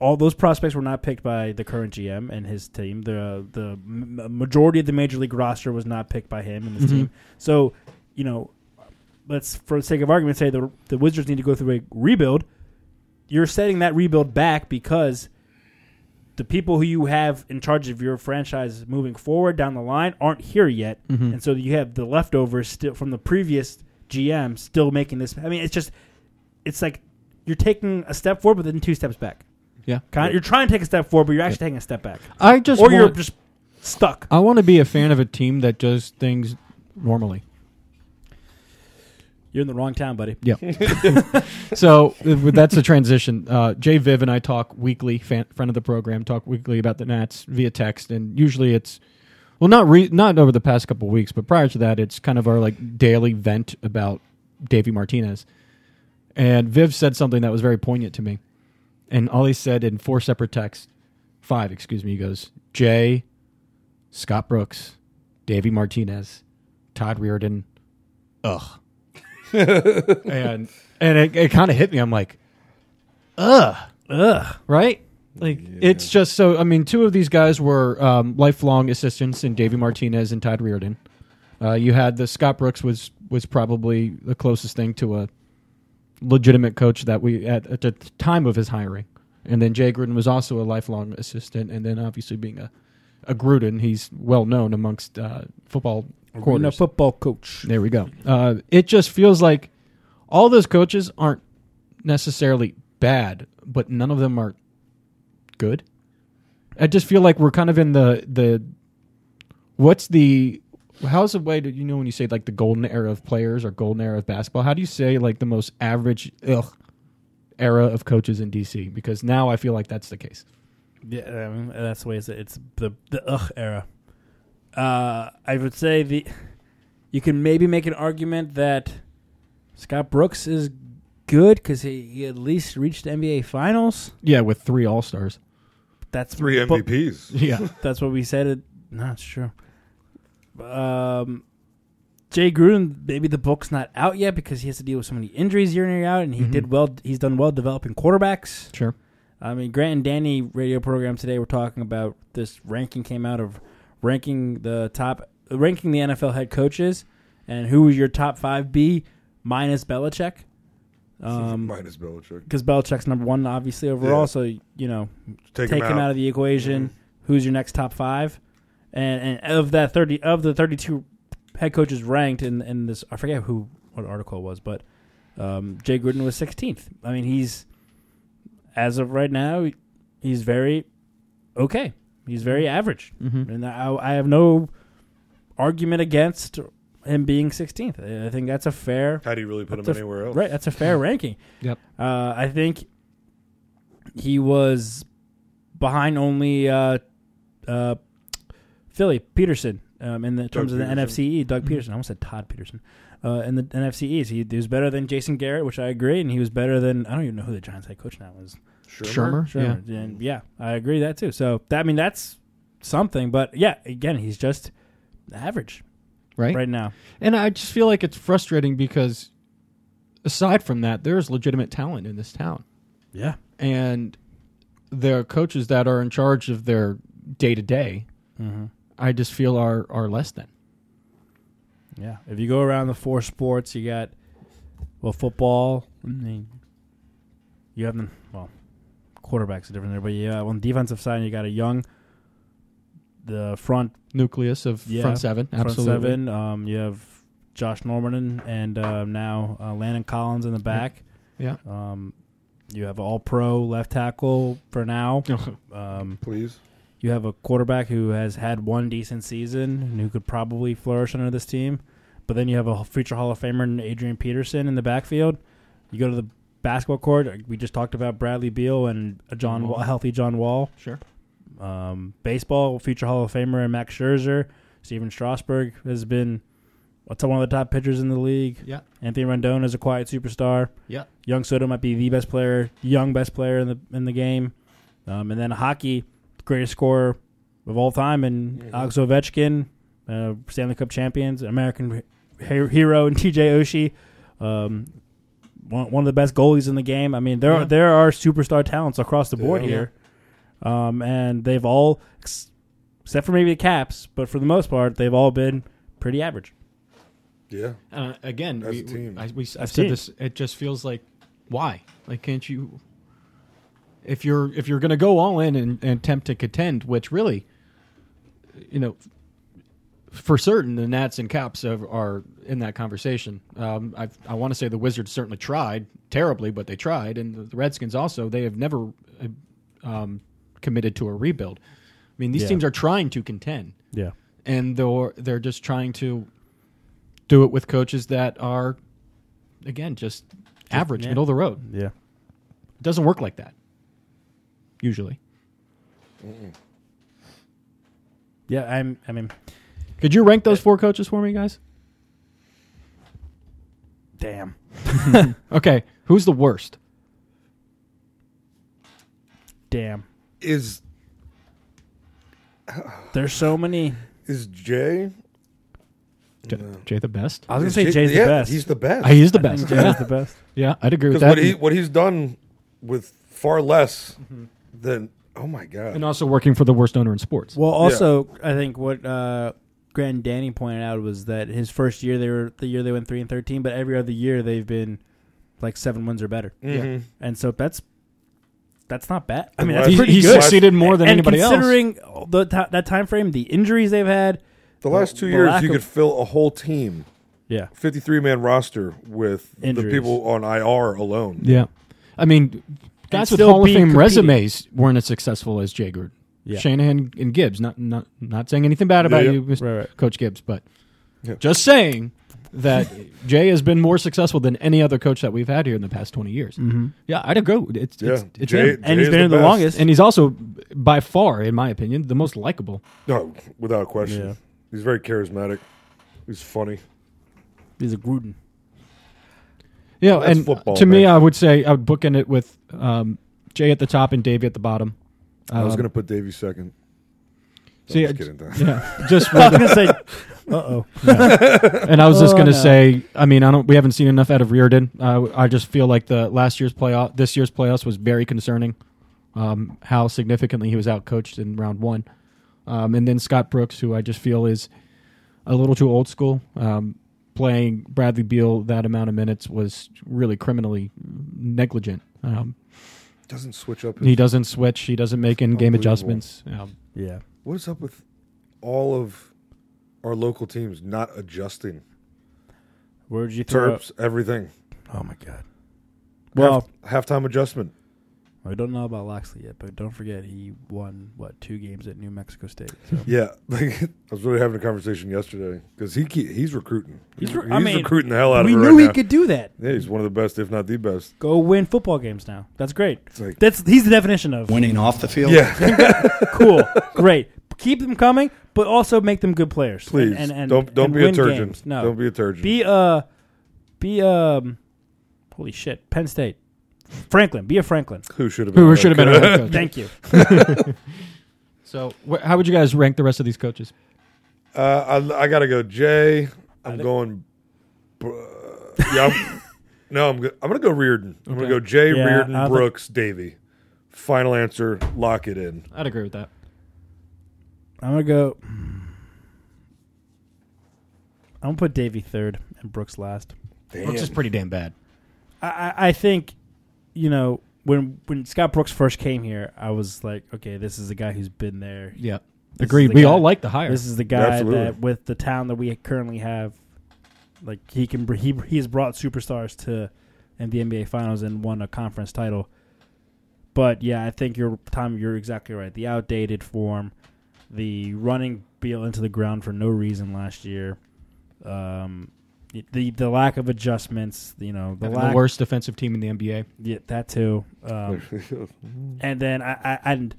Speaker 3: all those prospects were not picked by the current GM and his team. The the m- majority of the major league roster was not picked by him and his
Speaker 10: Mhm.
Speaker 3: team. So, you know, let's for the sake of argument say the the Wizards need to go through a rebuild. You're setting that rebuild back because the people who you have in charge of your franchise moving forward down the line aren't here yet,
Speaker 10: Mhm.
Speaker 3: and so you have the leftovers still from the previous GM still making this. I mean, it's just it's like you're taking a step forward, but then two steps back.
Speaker 5: Yeah.
Speaker 3: Kind you're trying to take a step forward, but you're actually taking a step back.
Speaker 5: I just
Speaker 3: or you're
Speaker 5: want-
Speaker 3: just stuck.
Speaker 5: I want to be a fan of a team that does things normally.
Speaker 3: You're in the wrong town, buddy.
Speaker 5: Yeah. so uh, that's a transition. Uh, Jay Viv and I talk weekly, fan, friend of the program, talk weekly about the Nats via text, and usually it's well, not re- not over the past couple weeks, but prior to that, it's kind of our like daily vent about Davey Martinez. And Viv said something that was very poignant to me, and all he said in four separate texts, five, excuse me, he goes Jay, Scott Brooks, Davey Martinez, Todd Reardon, ugh. and and it, it kind of hit me. I'm like, ugh,
Speaker 3: ugh,
Speaker 5: right? Like it's just so. I mean, two of these guys were um, lifelong assistants in Davey Martinez and Todd Reardon. Uh, you had the Scott Brooks was was probably the closest thing to a legitimate coach that we at, at the time of his hiring, and then Jay Gruden was also a lifelong assistant, and then obviously being a a Gruden, he's well known amongst uh, football
Speaker 3: Arena
Speaker 5: quarters.
Speaker 3: football coach.
Speaker 5: There we go. Uh, it just feels like all those coaches aren't necessarily bad, but none of them are good. I just feel like we're kind of in the the what's the how's the way to you know when you say like the golden era of players or golden era of basketball? How do you say like the most average ugh, era of coaches in DC? Because now I feel like that's the case.
Speaker 3: Yeah, I mean, that's the way it's, it's the the ugh era. Uh, I would say the you can maybe make an argument that Scott Brooks is good because he, he at least reached the NBA Finals.
Speaker 5: Yeah, with three All Stars.
Speaker 3: That's
Speaker 4: Three
Speaker 3: but-
Speaker 4: MVPs.
Speaker 5: Yeah.
Speaker 3: that's what we said. It, No, it's true. Um, Jay Gruden, maybe the book's not out yet because he has to deal with so many injuries year in year out, and he
Speaker 5: Mhm.
Speaker 3: did well. He's done well developing quarterbacks.
Speaker 5: Sure.
Speaker 3: I mean, Grant and Danny radio program today were talking about this ranking came out of ranking the top, ranking the NFL head coaches, and who was your top five be minus Belichick. Um,
Speaker 4: Minus Belichick.
Speaker 3: because Belichick's number one, obviously overall.
Speaker 4: Yeah.
Speaker 3: So you know, take,
Speaker 4: Take him
Speaker 3: him, out. Mm-hmm.
Speaker 4: out.
Speaker 3: of the equation. Who's your next top five? And and of that thirty of the thirty two head coaches ranked in in this, I forget who what article it was, but um, Jay Gruden was sixteenth. I mean, he's as of right now, he's very okay. He's very average,
Speaker 5: Mhm.
Speaker 3: and I, I have no argument against him being 16th. I think that's a fair.
Speaker 4: How do you really put
Speaker 3: that's
Speaker 4: him
Speaker 3: a-
Speaker 4: anywhere else?
Speaker 3: Right, that's a fair ranking.
Speaker 5: Yep.
Speaker 3: Uh, I think he was behind only uh, uh, Philly Peterson um, in the terms of the
Speaker 4: Peterson.
Speaker 3: NFCE. E, Doug Peterson. I almost said Todd Peterson. Uh, in the NFCEs, he, he was better than Jason Garrett, which I agree, and he was better than I don't even know who the Giants head coach now was.
Speaker 5: Shermer?
Speaker 3: Shermer. And yeah, I agree with that too. So that, I mean, that's something. But yeah, again, he's just average
Speaker 5: Right.
Speaker 3: right now.
Speaker 5: And I just feel like it's frustrating because aside from that, there's legitimate talent in this town.
Speaker 3: Yeah.
Speaker 5: And there are coaches that are in charge of their day to day,
Speaker 3: Mhm.
Speaker 5: I just feel are, are less than.
Speaker 3: Yeah. If you go around the four sports, you got well football. I mean, you have them. Well, quarterbacks are different there, but yeah, on the defensive side, you got a young, the front
Speaker 5: Nucleus of
Speaker 3: yeah,
Speaker 5: front seven.
Speaker 3: front
Speaker 5: Absolutely.
Speaker 3: seven. Um, you have Josh Norman and uh, now uh, Landon Collins in the back.
Speaker 5: Yeah.
Speaker 3: Um, you have all pro left tackle for now. um,
Speaker 4: Please.
Speaker 3: you have a quarterback who has had one decent season and who could probably flourish under this team. But then you have a future Hall of Famer in Adrian Peterson in the backfield. You go to the basketball court. uh, We just talked about Bradley Beal and a John Wall, healthy John Wall.
Speaker 5: Mm-hmm. Sure.
Speaker 3: Um, baseball, future Hall of Famer and Max Scherzer. Steven Strasburg has been what's one of the top pitchers in the league.
Speaker 5: Yeah.
Speaker 3: Anthony Rendon is a quiet superstar.
Speaker 5: Yeah.
Speaker 3: Young Soto might be the best player, young best player in the in the game. Um, and then hockey, greatest scorer of all time, and Alex Ovechkin, uh, Stanley Cup champions, American he- hero, and T.J. Oshie, um, one, one of the best goalies in the game. I mean, there
Speaker 5: Yeah.
Speaker 3: are there are superstar talents across the board
Speaker 4: Yeah.
Speaker 3: here, um, and they've all, ex- except for maybe the Caps, but for the most part, they've all been pretty average.
Speaker 4: Yeah.
Speaker 5: Uh, again,
Speaker 4: As
Speaker 5: we,
Speaker 4: a team.
Speaker 5: I, we,
Speaker 3: As
Speaker 5: I've
Speaker 3: a
Speaker 5: said
Speaker 3: team.
Speaker 5: this. It just feels like, why? Like, can't you? If you're if you're going to go all in and, and attempt to contend, which really, you know, for certain the Nats and Caps are, are in that conversation. Um, I I want to say the Wizards certainly tried terribly, but they tried, and the Redskins also. They have never uh, um, committed to a rebuild. I mean, these
Speaker 3: Yeah.
Speaker 5: teams are trying to contend
Speaker 3: Yeah.
Speaker 5: and they're they're just trying to do it with coaches that are again just average
Speaker 3: yeah.
Speaker 5: middle of the road
Speaker 3: Yeah.
Speaker 5: it doesn't work like that usually
Speaker 3: Yeah. I'm. I mean,
Speaker 5: could you rank those four coaches for me guys
Speaker 3: damn.
Speaker 5: okay who's the worst
Speaker 3: Damn.
Speaker 4: Is
Speaker 3: There's so many.
Speaker 4: is Jay?
Speaker 5: J- jay the best
Speaker 3: I was gonna
Speaker 4: is
Speaker 3: say
Speaker 4: Jay-
Speaker 3: Jay's
Speaker 4: yeah,
Speaker 3: the best.
Speaker 4: He's the best.
Speaker 5: Ah, he is the best
Speaker 3: Jay is
Speaker 5: yeah.
Speaker 3: the best.
Speaker 5: yeah i'd agree with
Speaker 4: Because
Speaker 5: that
Speaker 4: what he what he's done with far less
Speaker 3: Mm-hmm.
Speaker 4: than oh my god.
Speaker 5: and also working for the worst owner in sports
Speaker 3: Well, also, I think what uh, Grand Danny pointed out was that his first year they were the year they went three and thirteen, but every other year they've been like seven wins or better,
Speaker 4: Mhm.
Speaker 3: and so that's that's not bad. I mean,
Speaker 4: Well,
Speaker 3: that's
Speaker 5: he,
Speaker 3: pretty
Speaker 5: he
Speaker 3: good.
Speaker 5: succeeded more than
Speaker 3: and
Speaker 5: anybody else
Speaker 3: considering else. the ti that time frame, the injuries they've had,
Speaker 4: The last two
Speaker 3: the
Speaker 4: years,
Speaker 3: lack
Speaker 4: you
Speaker 3: of-
Speaker 4: could fill a whole team,
Speaker 3: yeah,
Speaker 4: fifty-three man roster with the
Speaker 3: Injuries.
Speaker 4: people on IR alone.
Speaker 5: yeah i mean guys with
Speaker 3: still
Speaker 5: hall of
Speaker 3: being
Speaker 5: fame
Speaker 3: competing.
Speaker 5: resumes weren't as successful as jay gruden
Speaker 3: Yeah.
Speaker 5: shanahan and gibbs not not not saying anything bad about
Speaker 4: Yeah,
Speaker 5: you Mr.
Speaker 3: right, right.
Speaker 5: Coach Gibbs, but
Speaker 4: Yeah.
Speaker 5: just saying that Jay has been more successful than any other coach that we've had here in the past 20 years. Mm-hmm. Yeah, I'd agree. It's,
Speaker 4: Yeah,
Speaker 5: it's, it's
Speaker 4: Jay-
Speaker 5: him.
Speaker 3: and he's
Speaker 4: is
Speaker 3: been
Speaker 4: the
Speaker 3: in the
Speaker 4: best.
Speaker 3: longest.
Speaker 5: And he's also, by far, in my opinion, the most likable.
Speaker 4: No, without a question.
Speaker 3: Yeah.
Speaker 4: He's very charismatic. He's funny.
Speaker 3: he's a Gruden.
Speaker 5: Yeah,
Speaker 4: That's
Speaker 5: and
Speaker 4: football,
Speaker 5: to me,
Speaker 4: man.
Speaker 5: I would say I would bookend it with um, Jay at the top and Davey at the bottom.
Speaker 4: I was
Speaker 5: Um,
Speaker 4: going to put Davey second.
Speaker 5: See,
Speaker 4: just
Speaker 5: I-
Speaker 4: kidding, Dan.
Speaker 5: yeah, just
Speaker 4: I was gonna say,
Speaker 3: uh-oh.
Speaker 5: Yeah. And I was just
Speaker 3: Oh,
Speaker 5: gonna
Speaker 3: no.
Speaker 5: say, I mean, I don't. We haven't seen enough out of Reardon. Uh, I just feel like the last year's playoff, this year's playoffs was very concerning. Um, how significantly he was outcoached in round one, um, and then Scott Brooks, who I just feel is a little too old school. Um, playing Bradley Beal that amount of minutes was really criminally negligent. Um,
Speaker 4: Doesn't switch up.
Speaker 5: he doesn't switch. He doesn't make in-game
Speaker 4: Unbelievable.
Speaker 5: adjustments. Um,
Speaker 3: Yeah.
Speaker 4: What is up with all of our local teams not adjusting?
Speaker 3: Where'd you throw
Speaker 4: Terps, everything.
Speaker 3: Oh my god. uh, Well-
Speaker 4: half, halftime adjustment.
Speaker 3: I don't know about Loxley yet, but don't forget he won what two games at New Mexico State. So.
Speaker 4: Yeah, like I was really having a conversation yesterday because he ke- he's recruiting.
Speaker 3: He's
Speaker 4: He's,
Speaker 3: re- I mean,
Speaker 4: recruiting the hell out
Speaker 3: we
Speaker 4: of. it
Speaker 3: knew
Speaker 4: right
Speaker 3: he
Speaker 4: now.
Speaker 3: could do that.
Speaker 4: Yeah, he's one of the best, if not the best.
Speaker 3: Go win football games now. That's great.
Speaker 4: like-
Speaker 3: That's he's the definition of
Speaker 11: Winning off the field?
Speaker 4: Yeah.
Speaker 3: cool. Great. Keep them coming, but also make them good players.
Speaker 4: Please.
Speaker 3: and, and,
Speaker 4: Don't- don't
Speaker 3: and
Speaker 4: be a
Speaker 3: win
Speaker 4: turgeon.
Speaker 3: games. No,
Speaker 4: Don't be a turgeon.
Speaker 3: Be uh, be um, holy shit, Penn State, Franklin. Be a Franklin.
Speaker 4: Who should have
Speaker 5: been Who our should have head been our coach.
Speaker 3: Thank you.
Speaker 5: so, wh- how would you guys rank the rest of these coaches?
Speaker 4: Uh, I, I gotta go, Jay. I'm going. br- yeah, I'm, no, I'm. Go, I'm gonna go Reardon. I'm
Speaker 5: Okay.
Speaker 4: gonna go Jay
Speaker 5: Yeah,
Speaker 4: Reardon
Speaker 5: I think-
Speaker 4: Brooks Davy. Final answer. Lock it in.
Speaker 5: I'd agree with that.
Speaker 3: I'm gonna go. I'm gonna put Davy third and Brooks last.
Speaker 5: Brooks is pretty damn bad.
Speaker 3: I, I- I think, you know, when when Scott Brooks first came here, I was like, okay, this is the guy who's been there.
Speaker 5: Yeah.
Speaker 3: This
Speaker 5: Agreed.
Speaker 3: is the
Speaker 5: We
Speaker 3: guy-
Speaker 5: all like the hire.
Speaker 3: This is the guy
Speaker 5: Absolutely.
Speaker 3: that, with the town that we currently have, like he can br- he he has brought superstars to, and the NBA Finals and won a conference title. But yeah, I think your Tom, you're exactly right. The outdated form, the running Beal into the ground for no reason last year, um, the the lack of adjustments. You know, the
Speaker 5: Having
Speaker 3: lack
Speaker 5: the worst defensive team in the NBA.
Speaker 3: yeah, that too. Um, and then I, I and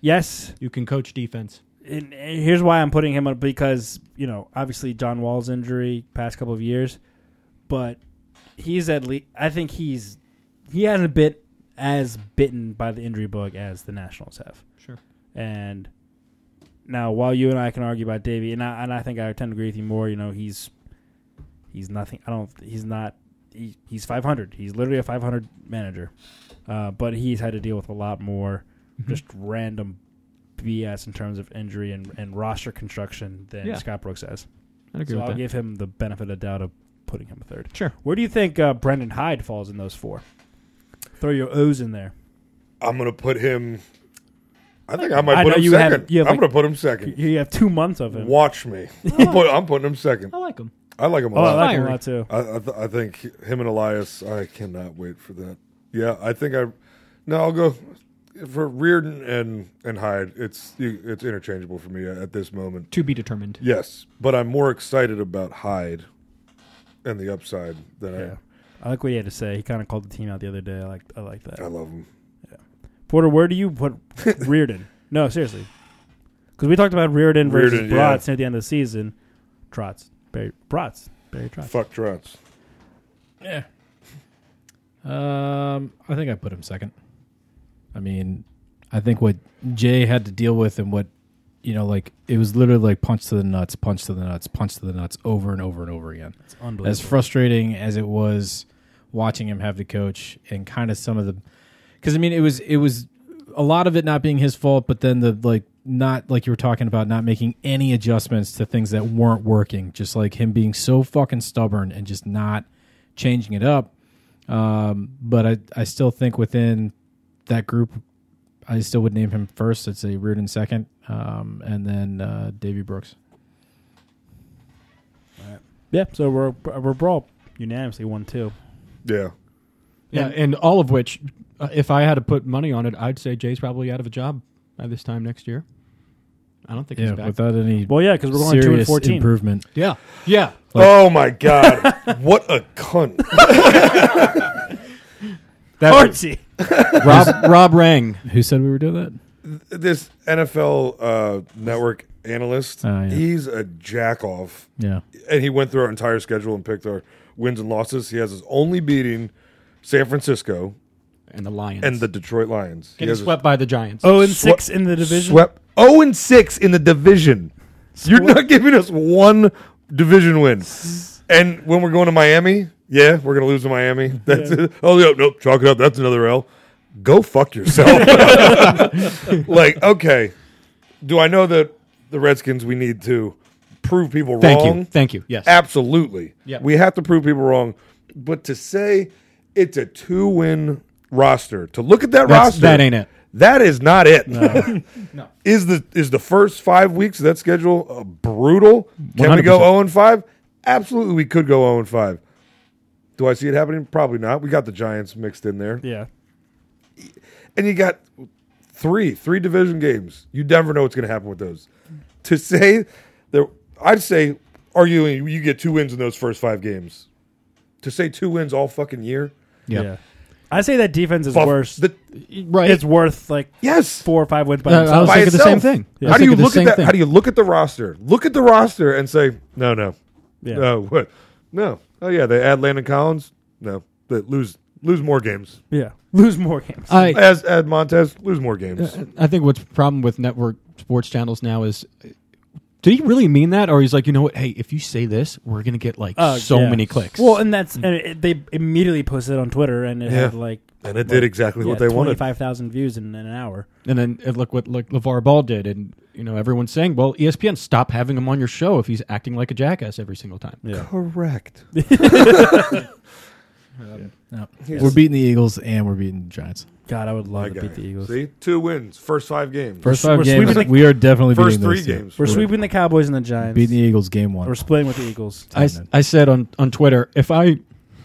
Speaker 3: yes,
Speaker 5: you can coach defense.
Speaker 3: And, and here's why I'm putting him up because you know obviously John Wall's injury past couple of years, but he's at least I think he's he hasn't been as bitten by the injury bug as the Nationals have.
Speaker 5: Sure.
Speaker 3: And now while you and I can argue about Davey, and I and I think I tend to agree with you more. You know he's he's nothing. I don't. He's not. He, he's 500. He's literally a 500 manager, uh, but he's had to deal with a lot more just random BS in terms of injury and, and roster construction than
Speaker 5: Yeah.
Speaker 3: Scott Brooks has.
Speaker 5: I'd agree
Speaker 3: so
Speaker 5: with
Speaker 3: I'll
Speaker 5: that.
Speaker 3: give him the benefit of doubt of putting him third.
Speaker 5: Sure.
Speaker 3: Where do you think uh, Brendan Hyde falls in those four? Throw your O's in there.
Speaker 4: I'm gonna put him. I think I might
Speaker 3: I
Speaker 4: put
Speaker 3: know
Speaker 4: him
Speaker 3: you have-
Speaker 4: second.
Speaker 3: you have
Speaker 4: I'm
Speaker 3: like-
Speaker 4: gonna put him second.
Speaker 3: You have two months of him.
Speaker 4: Watch me. I'm, put, I'm putting him second.
Speaker 5: I like him.
Speaker 4: I like him a
Speaker 3: Oh, I
Speaker 4: lot.
Speaker 3: like him a lot, too.
Speaker 4: I, I, th- I think him and Elias. I cannot wait for that. Yeah, I think I. No, I'll go for Reardon and and Hyde. It's you, it's interchangeable for me at this moment.
Speaker 5: To be determined.
Speaker 4: Yes, but I'm more excited about Hyde and the upside than
Speaker 3: Yeah. I like what he had to say. He kind of called the team out the other day. I like I like that.
Speaker 4: I. I love him.
Speaker 3: Porter, where do you put Reardon? No, seriously. Because we talked about Reardon versus
Speaker 4: Reardon, yeah.
Speaker 3: Bratz near the end of the season. Trotz. Barry, Bratz. Barry Trotz.
Speaker 4: Fuck Trotz.
Speaker 6: Yeah. Um, I think I put him second. I mean, I think what Jay had to deal with and what you know, like it was literally like punch to the nuts, punch to the nuts, punch to the nuts over and over and over again. It's
Speaker 3: unbelievable.
Speaker 6: As frustrating as it was watching him have to coach and kind of some of the because I mean it was it was a lot of it not being his fault, but then the like not like you were talking about not making any adjustments to things that weren't working, just like him being so fucking stubborn and just not changing it up. Um, but I, I still think within that group, I still would name him first. I'd say Reardon second, um, and then uh, Davy Brooks.
Speaker 3: Yeah, so we're we're all unanimously one two.
Speaker 4: Yeah.
Speaker 5: Yeah, and, all of which, uh, if I had to put money on it, I'd say Jay's probably out of a job by this time next year. I don't think he's
Speaker 6: Yeah,
Speaker 5: back.
Speaker 6: without any
Speaker 3: Well, yeah, 'cause we're going two and
Speaker 6: serious
Speaker 3: 14.
Speaker 6: improvement.
Speaker 5: Yeah, yeah.
Speaker 4: oh my god! what a cunt!
Speaker 3: Artsy.
Speaker 5: Rob Rob Rang.
Speaker 6: Who said we were doing that?
Speaker 4: this NFL uh, network analyst,
Speaker 6: Oh, yeah.
Speaker 4: he's a jack off.
Speaker 6: Yeah.
Speaker 4: And he went through our entire schedule and picked our wins and losses. He has his only beating San Francisco
Speaker 5: and the Lions
Speaker 4: and the Detroit Lions. He
Speaker 5: Getting
Speaker 4: has his-
Speaker 5: swept by the Giants.
Speaker 3: Oh, and six in the division?
Speaker 4: Swept 0 and 6 in the division. You're not giving us one division win. And when we're going to Miami, yeah, we're going to lose to Miami. That's
Speaker 11: Yeah.
Speaker 4: it. Oh, yeah, nope, chalk it up. That's another L. Go fuck yourself. like, okay. Do I know that the Redskins we need to prove people
Speaker 5: Thank you.
Speaker 4: wrong?
Speaker 5: Thank you. Yes.
Speaker 4: Absolutely.
Speaker 5: Yeah.
Speaker 4: We have to prove people wrong. But to say it's a two win roster, to look at that
Speaker 5: That's-
Speaker 4: roster
Speaker 5: that ain't it.
Speaker 4: That is not it. No. Is the is the first five weeks of that schedule uh, brutal? Can we go
Speaker 5: 100%.
Speaker 4: 0 and 5? Absolutely, we could go 0 and 5. Do I see it happening? Probably not. We got the Giants mixed in there.
Speaker 3: Yeah.
Speaker 4: And you got three, three division games. You never know what's going to happen with those. To say that, I'd say arguing you get two wins in those first five games. To say two wins all fucking year.
Speaker 3: Yeah. I say that defense is
Speaker 4: Buff-
Speaker 3: worse.
Speaker 4: the-
Speaker 3: right. It's worth like
Speaker 4: yes,
Speaker 3: four or five wins by
Speaker 4: No, I
Speaker 3: themselves.
Speaker 4: was
Speaker 3: By
Speaker 4: thinking the
Speaker 3: itself.
Speaker 4: same thing. How do you look at that? How do you look at the roster? Look at the roster and say, no, no,
Speaker 3: Yeah.
Speaker 4: no, what? No. Oh yeah, they add Landon Collins. No, they lose lose more games.
Speaker 3: Yeah. Lose more games.
Speaker 5: I-
Speaker 4: as add Montez, lose more games.
Speaker 5: Uh, I think what's the problem with network sports channels now is uh, did he really mean that or he's like, you know what, hey, if you say this, we're going to get like
Speaker 3: Oh,
Speaker 5: so
Speaker 3: yeah.
Speaker 5: many clicks.
Speaker 3: Well, and that's and it, they immediately posted it on Twitter, and it
Speaker 4: Yeah.
Speaker 3: had like
Speaker 4: And it did exactly what they wanted.
Speaker 3: Five thousand views in, in an hour.
Speaker 5: And then and look what like LeVar Ball did and you know everyone's saying, well, E ESPN stop having him on your show if he's acting like a jackass every single time.
Speaker 3: Yeah.
Speaker 4: Correct.
Speaker 6: No.
Speaker 4: Yes.
Speaker 6: We're beating the Eagles and we're beating the Giants.
Speaker 3: God, I would love
Speaker 4: My
Speaker 3: to beat the Eagles.
Speaker 4: See, two wins, first five games.
Speaker 6: First five games, we are definitely
Speaker 4: first
Speaker 6: beating
Speaker 4: three
Speaker 6: those, yeah.
Speaker 4: games.
Speaker 3: We're sweeping the Cowboys and the Giants.
Speaker 6: Beating the Eagles game one.
Speaker 3: We're splitting with the Eagles.
Speaker 5: I, s- I said on, on Twitter, if I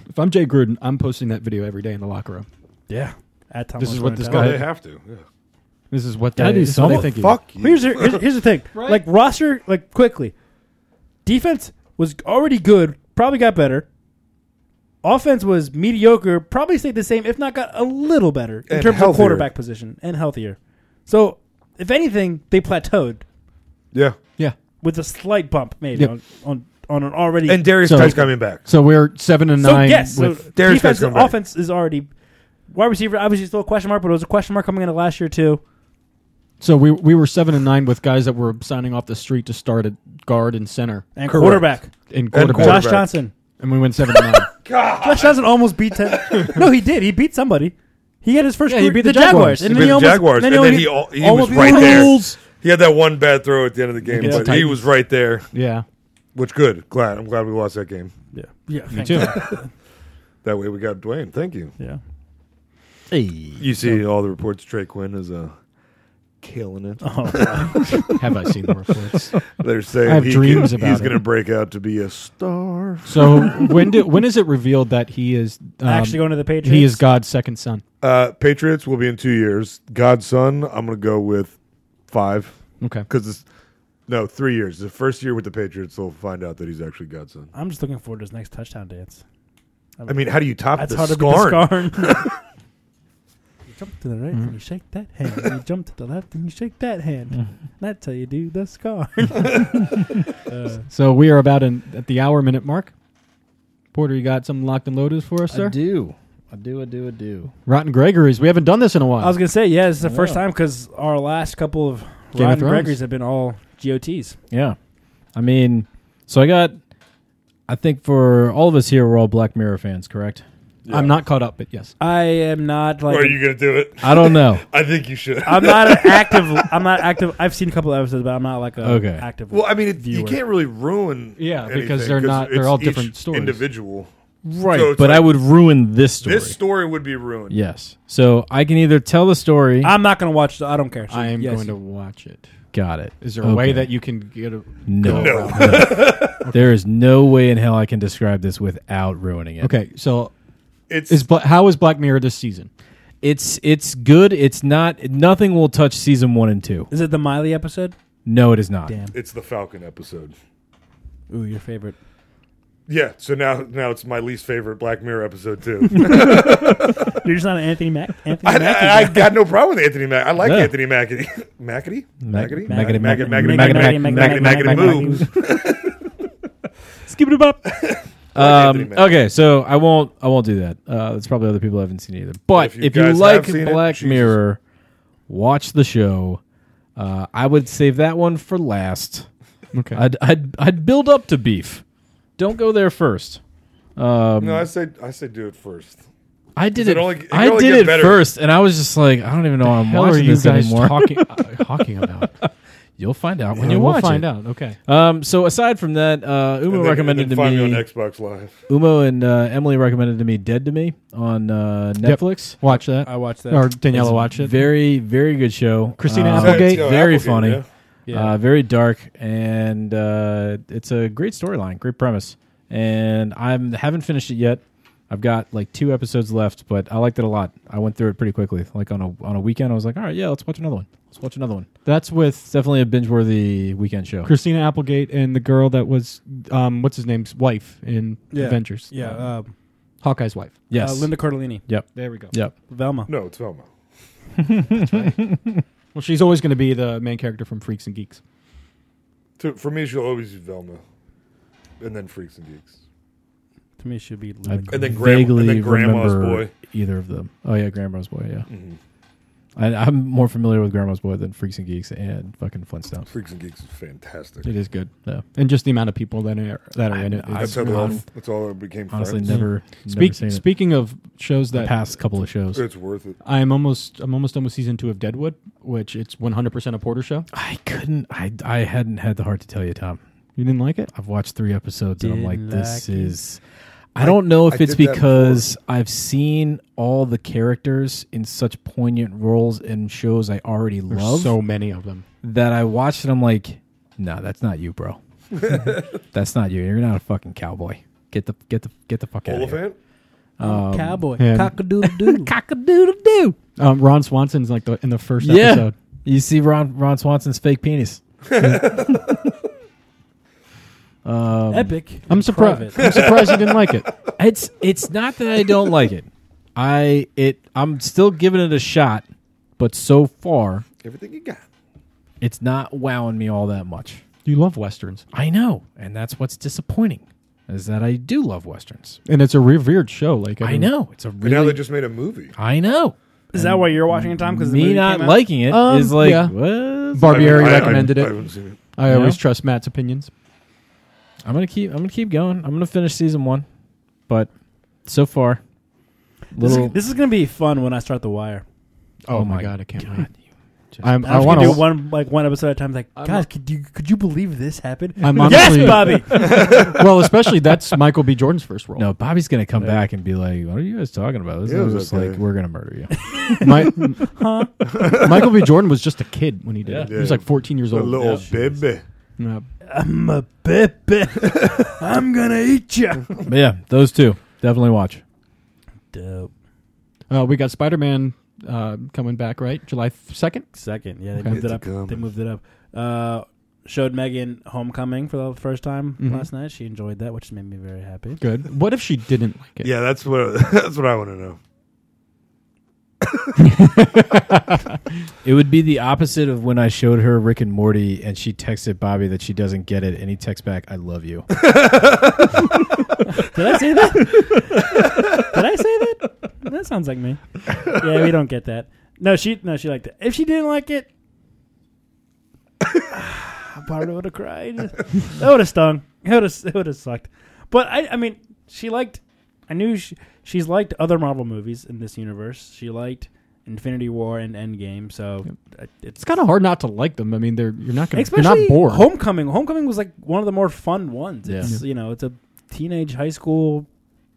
Speaker 5: if I'm Jay Gruden, I'm posting that video every day in the locker room.
Speaker 3: yeah. At Tom
Speaker 5: This is
Speaker 3: Osborne
Speaker 5: what this
Speaker 3: Town.
Speaker 5: guy.
Speaker 4: Oh, they have to, yeah.
Speaker 5: This is what
Speaker 3: Yeah,
Speaker 5: they,
Speaker 3: yeah,
Speaker 5: this is what they think. of you.
Speaker 3: Here's, the- here's, here's the thing.
Speaker 5: Right?
Speaker 3: Like roster, like quickly, defense was already good. Probably got better. Offense was mediocre. Probably stayed the same, if not got a little better in
Speaker 4: And
Speaker 3: terms of
Speaker 4: healthier.
Speaker 3: quarterback position and healthier. So, if anything, they plateaued
Speaker 4: Yeah.
Speaker 5: Yeah.
Speaker 3: with a slight bump, maybe
Speaker 5: Yeah.
Speaker 3: on, on on an already
Speaker 4: And Darius
Speaker 5: So-
Speaker 4: Tice coming back.
Speaker 5: So we're seven and
Speaker 3: So
Speaker 5: nine.
Speaker 3: yes, so
Speaker 5: with-
Speaker 4: Darius
Speaker 3: defense,
Speaker 4: Scott's coming back.
Speaker 3: offense is already wide receiver. Obviously, still a question mark, but it was a question mark coming into last year too.
Speaker 5: So we we were seven and nine with guys that were signing off the street to start at guard and center
Speaker 3: And Correct. quarterback.
Speaker 5: and
Speaker 3: And
Speaker 5: quarterback.
Speaker 3: quarterback. Josh Johnson.
Speaker 5: and we went seven and nine.
Speaker 3: Josh Johnson almost beat. Ten. no, he did. He beat somebody. He had his first.
Speaker 5: Yeah, he
Speaker 3: career-
Speaker 5: beat the Jaguars.
Speaker 3: and
Speaker 4: And
Speaker 3: then he
Speaker 4: the
Speaker 3: almost-
Speaker 4: Jaguars, and then
Speaker 3: only-
Speaker 4: he, all, he
Speaker 3: almost
Speaker 4: was
Speaker 3: beat
Speaker 4: right
Speaker 3: the
Speaker 4: there.
Speaker 3: Bills.
Speaker 4: He had that one bad throw at the end of the game,
Speaker 5: Against
Speaker 4: but
Speaker 5: the
Speaker 4: he
Speaker 5: Titans.
Speaker 4: was right there.
Speaker 5: Yeah.
Speaker 4: which good. Glad I'm glad we lost that game.
Speaker 3: Yeah, yeah,
Speaker 5: Me thank too.
Speaker 3: God.
Speaker 4: that way we got Dwayne. Thank you.
Speaker 3: Yeah.
Speaker 4: You see all the reports. Trey Quinn is uh, killing it.
Speaker 5: Have I seen the reports?
Speaker 4: They're saying
Speaker 5: I have
Speaker 4: he
Speaker 5: dreams
Speaker 4: can-
Speaker 5: about
Speaker 4: he's
Speaker 5: it.
Speaker 4: going to break out to be a star.
Speaker 5: So when do when is it revealed that he is um,
Speaker 3: Actually going to the
Speaker 5: He
Speaker 3: Patriots?
Speaker 5: is God's second son.
Speaker 4: Uh, Patriots will be in two years. Godson, I'm going to go with five.
Speaker 5: Okay.
Speaker 4: Because no, three years. The first year with the Patriots, they'll find out that he's actually Godson.
Speaker 3: I'm just looking forward to his next touchdown dance.
Speaker 4: I mean, how do you top
Speaker 3: That's
Speaker 4: the
Speaker 3: how
Speaker 4: scarn?
Speaker 3: to beat the scarn. you jump to the right and you shake that hand.
Speaker 4: Mm-hmm.
Speaker 3: You jump to the left and you shake that hand.
Speaker 5: Mm-hmm.
Speaker 3: And that's how you do the scarn. uh,
Speaker 5: So we are about in, at the hour minute mark. Porter, you got something locked and loaded for us, sir?
Speaker 9: I do. I do, I do, I do.
Speaker 5: Rotten Gregory's. We haven't done this in a while.
Speaker 3: I was gonna say, yeah, this is the first
Speaker 9: Yeah.
Speaker 3: time because our last couple of
Speaker 5: of
Speaker 3: Ryan
Speaker 5: Thrones.
Speaker 3: Gregory's have been all GOTs.
Speaker 6: Yeah. I mean, so I got, I think for all of us here, we're all Black Mirror fans, correct?
Speaker 5: I'm not caught up, but yes.
Speaker 3: I am not like
Speaker 4: Or are you going to do it?
Speaker 6: I don't know.
Speaker 4: I think you should.
Speaker 3: I'm not an active. I'm not active. I've seen a couple episodes, but I'm not like a
Speaker 6: Okay.
Speaker 3: active.
Speaker 4: Well, I mean, it, you
Speaker 3: viewer.
Speaker 4: can't really ruin.
Speaker 5: Yeah, because
Speaker 4: anything,
Speaker 5: they're not- they're
Speaker 4: it's
Speaker 5: all
Speaker 4: each
Speaker 5: different stories.
Speaker 4: Individual.
Speaker 6: Right.
Speaker 4: So it's
Speaker 6: but I
Speaker 4: like,
Speaker 6: would ruin this story.
Speaker 4: This story would be ruined.
Speaker 6: yes. So I can either tell the story.
Speaker 3: I'm not gonna watch. The, I don't care. So,
Speaker 5: I am
Speaker 3: yes.
Speaker 5: going to watch it.
Speaker 6: got it.
Speaker 5: Is there a way
Speaker 6: Okay.
Speaker 5: that you can get a go
Speaker 6: No. No.
Speaker 5: around?
Speaker 6: There is no way in hell I can describe this without ruining it.
Speaker 5: Okay, so
Speaker 4: It's
Speaker 5: is Bla- how is Black Mirror this season?
Speaker 6: It's it's good. It's not. Nothing will touch season one and two.
Speaker 3: Is it the Miley episode?
Speaker 6: No, it is not.
Speaker 3: Damn.
Speaker 4: it's the Falcon episode.
Speaker 3: Ooh, your favorite.
Speaker 4: Yeah. So now now it's my least favorite Black Mirror episode too.
Speaker 3: You're just not an Anthony Mac. Anthony
Speaker 4: I,
Speaker 3: Mackie
Speaker 4: I, I
Speaker 3: guy.
Speaker 4: got no problem with Anthony Mack. I like
Speaker 6: Yeah.
Speaker 4: Anthony Mackie. Mackety?
Speaker 6: Mac-
Speaker 4: Mackety?
Speaker 6: Mackety-
Speaker 4: Mackety-
Speaker 6: Mac-
Speaker 4: Mackety-
Speaker 6: Mac-
Speaker 4: Mackety-
Speaker 6: Mac-
Speaker 4: Mackety-
Speaker 6: Mac-
Speaker 4: Mackety-
Speaker 6: Mac-
Speaker 4: Moo.
Speaker 3: Skip it up.
Speaker 6: Um,
Speaker 4: Anthony Mackie.
Speaker 6: okay, so I won't. I won't do that. Uh, that's probably other people haven't seen either. But
Speaker 4: if you
Speaker 6: if you,
Speaker 4: guys have
Speaker 6: like
Speaker 4: seen it,
Speaker 6: Black
Speaker 4: Jesus.
Speaker 6: Mirror, watch the show. Uh, I would save that one for last.
Speaker 5: Okay.
Speaker 6: I'd I'd, I'd build up to beef. Don't go there first. Um,
Speaker 4: no, I say I say do it first.
Speaker 6: I did it.
Speaker 4: It only- it
Speaker 6: I
Speaker 4: only
Speaker 6: did
Speaker 4: get
Speaker 6: it
Speaker 4: better.
Speaker 6: first, and I was just like, I don't even know
Speaker 5: The
Speaker 6: I'm
Speaker 5: hell
Speaker 6: watching
Speaker 5: are you
Speaker 6: this
Speaker 5: guys
Speaker 6: anymore.
Speaker 5: talking- uh, talking about?
Speaker 6: You'll find out when
Speaker 5: Yeah,
Speaker 6: you
Speaker 5: we'll
Speaker 6: watch
Speaker 5: find
Speaker 6: it.
Speaker 5: out. Okay.
Speaker 6: Um, so aside from that, uh, Umo
Speaker 4: And then-
Speaker 6: recommended
Speaker 4: and then
Speaker 6: to
Speaker 4: find
Speaker 6: me,
Speaker 4: me on Xbox Live.
Speaker 6: Umo and uh, Emily recommended to me "Dead to Me" on uh,
Speaker 5: Yep.
Speaker 6: Netflix.
Speaker 5: Watch that.
Speaker 3: I watched that.
Speaker 5: Or
Speaker 6: It's
Speaker 5: Daniela watched it.
Speaker 6: Very, very good show.
Speaker 5: Christina
Speaker 6: Uh,
Speaker 5: Applegate?
Speaker 4: Yeah, it's, uh,
Speaker 6: very
Speaker 4: Applegate,
Speaker 6: funny.
Speaker 4: yeah.
Speaker 3: Yeah.
Speaker 6: Uh, very dark, and uh, it's a great storyline, great premise. And I haven't finished it yet. I've got like two episodes left, but I liked it a lot. I went through it pretty quickly. Like on a on a weekend, I was like, all right, yeah, let's watch another one. Let's watch another one.
Speaker 5: That's
Speaker 6: It's
Speaker 5: with
Speaker 6: definitely a binge worthy weekend show.
Speaker 5: Christina Applegate and the girl that was, um, what's his name's wife in
Speaker 3: Yeah.
Speaker 5: Avengers.
Speaker 3: Yeah.
Speaker 5: Uh,
Speaker 3: Uh,
Speaker 5: Hawkeye's wife.
Speaker 6: yes,
Speaker 3: uh, Linda Cardellini.
Speaker 6: Yep.
Speaker 5: There we go.
Speaker 6: Yep.
Speaker 3: Velma.
Speaker 4: No, it's Velma.
Speaker 5: Well, she's always going to be the main character from Freaks and Geeks.
Speaker 4: To, for me, she'll always be Velma, and then Freaks and Geeks,
Speaker 3: To me, it should be Linda.
Speaker 6: I
Speaker 3: Cardellini.
Speaker 4: and then Grandma, and
Speaker 6: vaguely
Speaker 4: then Grandma's
Speaker 6: remember
Speaker 4: Boy.
Speaker 6: either of them. Oh yeah, Grandma's Boy. Yeah,
Speaker 4: Mhm.
Speaker 6: I, I'm more familiar with Grandma's Boy than Freaks and Geeks and fucking Flintstones.
Speaker 4: Freaks and Geeks is fantastic.
Speaker 5: It is good. And just the amount of people that are, that are in it.
Speaker 6: I-
Speaker 5: is-
Speaker 4: That's how they all, that's all that became
Speaker 6: Honestly,
Speaker 4: friends.
Speaker 6: never,
Speaker 5: Speak,
Speaker 6: never seen it.
Speaker 5: speaking of shows
Speaker 6: the
Speaker 5: that
Speaker 6: past couple of shows.
Speaker 4: It's worth it.
Speaker 5: I'm almost I'm almost done with season two of Deadwood, which it's 100% a Porter show.
Speaker 6: I couldn't. I I hadn't had the heart to tell you, Tom.
Speaker 5: You didn't like it?
Speaker 6: I've watched three episodes and I'm
Speaker 3: Didn't
Speaker 6: like, this
Speaker 3: like it.
Speaker 6: is. I don't know if
Speaker 4: I
Speaker 6: it's
Speaker 4: did that
Speaker 6: because I've seen all the characters in such poignant roles in shows I already
Speaker 5: There's
Speaker 6: love
Speaker 5: so many of them.
Speaker 6: that I watched and I'm like, no, that's not you, bro. that's not you. You're not a fucking cowboy. Get the get the get the fuck out of here.
Speaker 4: Oliphant?
Speaker 6: Um,
Speaker 3: Cowboy.
Speaker 5: and-
Speaker 3: Cockadoodle doodle.
Speaker 6: Cock-a-doodle doo.
Speaker 5: Um, Ron Swanson's like the, in the first
Speaker 6: Yeah.
Speaker 5: episode.
Speaker 6: You see Ron Ron Swanson's fake penis. um,
Speaker 3: Epic.
Speaker 5: I'm surprised.
Speaker 3: Private.
Speaker 5: I'm surprised you didn't like it.
Speaker 6: It's it's not that I don't like it. I it I'm still giving it a shot, but so far
Speaker 4: Everything you got.
Speaker 6: it's not wowing me all that much.
Speaker 5: You love westerns,
Speaker 6: I know, and that's what's disappointing is that I do love westerns.
Speaker 5: and it's a revered show. Like
Speaker 6: I
Speaker 5: mean-
Speaker 6: know it's a
Speaker 4: But now
Speaker 6: really
Speaker 4: they just made a movie.
Speaker 6: I know
Speaker 3: Is that why you're watching it, Tom? Because
Speaker 6: me not liking it is
Speaker 5: Um,
Speaker 6: like
Speaker 5: yeah.
Speaker 6: what?
Speaker 5: Barbieri
Speaker 4: I- I-
Speaker 5: recommended
Speaker 4: I,
Speaker 5: it.
Speaker 4: haven't seen it.
Speaker 5: I
Speaker 6: You
Speaker 5: always
Speaker 6: know?
Speaker 5: trust Matt's opinions.
Speaker 6: I'm gonna keep I'm gonna keep going. I'm gonna finish season one, but so far
Speaker 3: This
Speaker 6: little
Speaker 3: is, this is gonna be fun when I start the wire.
Speaker 5: Oh,
Speaker 6: my God.
Speaker 3: I'm
Speaker 5: I'm, I
Speaker 3: just
Speaker 5: want
Speaker 3: gonna do
Speaker 5: to.
Speaker 3: one like one episode at a time. Like, guys, could you could you believe this happened?
Speaker 5: I'm
Speaker 3: yes,
Speaker 5: honestly-
Speaker 3: Bobby.
Speaker 5: well, especially that's Michael B. Jordan's first role.
Speaker 6: no Bobby's gonna come back and be like, "What are you guys talking about?" This
Speaker 4: Yeah, it
Speaker 6: is
Speaker 4: was
Speaker 6: just
Speaker 4: okay.
Speaker 6: like we're gonna murder you.
Speaker 5: My, Michael B. Jordan was just a kid when he did it.
Speaker 4: Yeah.
Speaker 5: He was like 14 years
Speaker 4: The
Speaker 5: old.
Speaker 4: little baby.
Speaker 5: Yeah.
Speaker 3: I'm a baby. I'm gonna eat you.
Speaker 6: But yeah, those two definitely watch.
Speaker 3: Dope.
Speaker 5: Uh, we got Spider Man uh, coming back, right? July second.
Speaker 3: Second, yeah, they
Speaker 5: Okay.
Speaker 3: moved it
Speaker 4: It's
Speaker 3: up.
Speaker 4: coming.
Speaker 3: They moved it up. Uh, showed Megan Homecoming for the first time
Speaker 5: Mhm.
Speaker 3: last night. She enjoyed that, which made me very happy.
Speaker 5: Good. What if she didn't like it?
Speaker 4: Yeah, that's what that's what I want to know.
Speaker 6: It would be the opposite of when I showed her Rick and Morty, and she texted Bobby that she doesn't get it, and he texts back, "I love you."
Speaker 3: Did I say that? Did I say that? That sounds like me. Yeah, we don't get that. No, she no, she liked it. If she didn't like it, I probably would have cried. That would have stung. It would have it would have sucked. But I I mean, she liked. I knew she, she's liked other Marvel movies in this universe. She liked Infinity War and Endgame. So uh, it's
Speaker 5: It's kind of hard not to like them. I mean, they're you're not gonna
Speaker 3: especially
Speaker 5: you're not bored.
Speaker 3: Homecoming. Homecoming was like one of the more fun ones.
Speaker 6: Yeah.
Speaker 3: It's you know, it's a teenage high school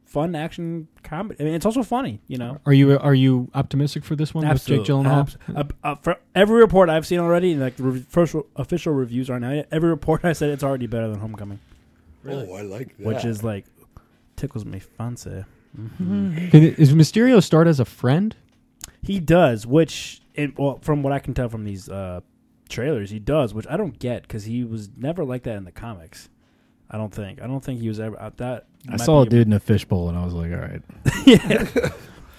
Speaker 3: fun action comedy. I mean, it's also funny. You know,
Speaker 5: Are you are you optimistic for this one
Speaker 3: Absolute-
Speaker 5: with Jake Gyllenhaal?
Speaker 3: abs- ab- uh, for every report I've seen already, and like the re- first re- official reviews are now. yet, Every report I said it's already better than Homecoming,
Speaker 4: Oh, I like that.
Speaker 3: which is like tickles me fancy.
Speaker 5: Can- Is Mysterio start as a friend?
Speaker 3: He does, which it, well, from what I can tell from these uh, trailers, he does, which I don't get because he was never like that in the comics. I don't think. I don't think he was ever uh, that.
Speaker 6: I
Speaker 3: might
Speaker 6: saw a
Speaker 3: be
Speaker 6: dude in a fishbowl, and I was like, "All right,
Speaker 3: yeah.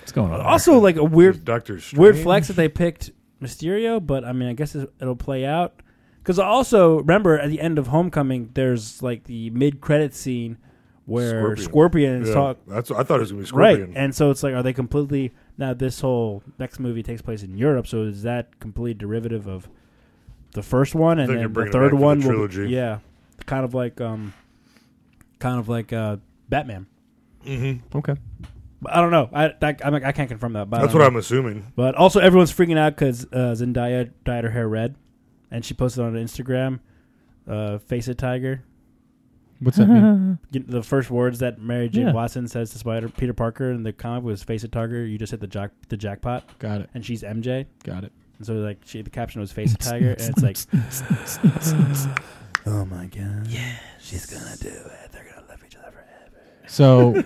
Speaker 6: what's going on?"
Speaker 3: Also, like a weird,
Speaker 4: Doctor Strange.
Speaker 3: weird flex that they picked Mysterio, but I mean, I guess it- it'll play out. Because also remember at the end of Homecoming, there's like the mid-credit scene where Scorpion,
Speaker 4: Scorpion. Yeah,
Speaker 3: is talk
Speaker 4: that's what I thought it was gonna be
Speaker 3: right,
Speaker 4: Scorpion.
Speaker 3: and so it's like, are they completely now? This whole next movie takes place in Europe, so is that completely derivative of the first one, and
Speaker 4: think
Speaker 3: then
Speaker 4: you're
Speaker 3: the
Speaker 4: bringing it
Speaker 3: third
Speaker 4: back to the
Speaker 3: one will be-
Speaker 4: trilogy.
Speaker 3: yeah, kind of like um, kind of like uh, Batman.
Speaker 4: Mm-hmm.
Speaker 5: Okay.
Speaker 3: But I don't know. I that, I, mean, I can't confirm that. But I
Speaker 4: That's
Speaker 3: don't
Speaker 4: what
Speaker 3: know.
Speaker 4: I'm assuming.
Speaker 3: But also, everyone's freaking out because uh, Zendaya dyed her hair red, and she posted on Instagram, uh, "Face a tiger."
Speaker 5: What's that mean?
Speaker 3: You- The first words that Mary Jane
Speaker 5: Yeah.
Speaker 3: Watson says to Spider Peter Parker in the comic was "Face a tiger." You just hit the jack the jackpot.
Speaker 5: Got it.
Speaker 3: And she's MJ.
Speaker 5: Got it.
Speaker 3: And so like she the caption was "Face a tiger," and it's like, oh my god, yeah, she's gonna do it. They're gonna love each other.
Speaker 5: So,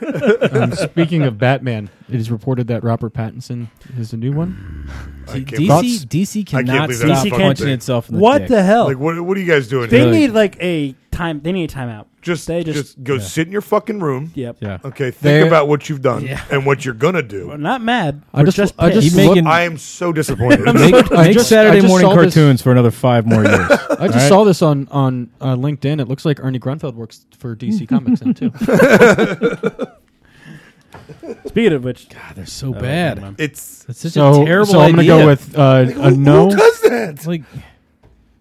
Speaker 5: um, speaking of Batman, it is reported that Robert Pattinson is a new one.
Speaker 6: DC
Speaker 5: Thoughts?
Speaker 6: DC
Speaker 5: I can't
Speaker 6: cannot
Speaker 5: believe
Speaker 6: stop
Speaker 5: that's a fucking
Speaker 6: punching
Speaker 5: thing.
Speaker 6: itself in the
Speaker 3: What
Speaker 6: dick.
Speaker 3: the hell?
Speaker 4: Like, what, what are you guys doing?
Speaker 3: Oh. They
Speaker 4: here?
Speaker 3: need like a time. They need a timeout.
Speaker 4: just,
Speaker 3: they just,
Speaker 4: just go sit in your fucking room.
Speaker 3: Yep.
Speaker 5: Yeah.
Speaker 4: Okay. Think
Speaker 5: They're-
Speaker 4: about what you've done
Speaker 3: Yeah.
Speaker 4: and what you're gonna do.
Speaker 3: We're not mad.
Speaker 5: I
Speaker 3: We're
Speaker 5: just-
Speaker 3: just
Speaker 5: I just
Speaker 3: pissed.
Speaker 5: look-
Speaker 4: I am so disappointed.
Speaker 6: Make,
Speaker 5: I
Speaker 6: make
Speaker 5: just- I
Speaker 6: Saturday
Speaker 5: just
Speaker 6: morning
Speaker 5: saw this-
Speaker 6: cartoons for another five more years.
Speaker 5: I just saw this on on uh, LinkedIn. It looks like Ernie Grunfeld works for DC Comics now too.
Speaker 3: Speaking of which,
Speaker 6: God, Ah, they're so
Speaker 3: Oh,
Speaker 6: bad.
Speaker 3: man.
Speaker 8: It's
Speaker 6: That's such
Speaker 5: so,
Speaker 6: a terrible
Speaker 5: so I'm gonna go
Speaker 6: idea.
Speaker 5: with uh, a no.
Speaker 4: Who does that?
Speaker 6: like,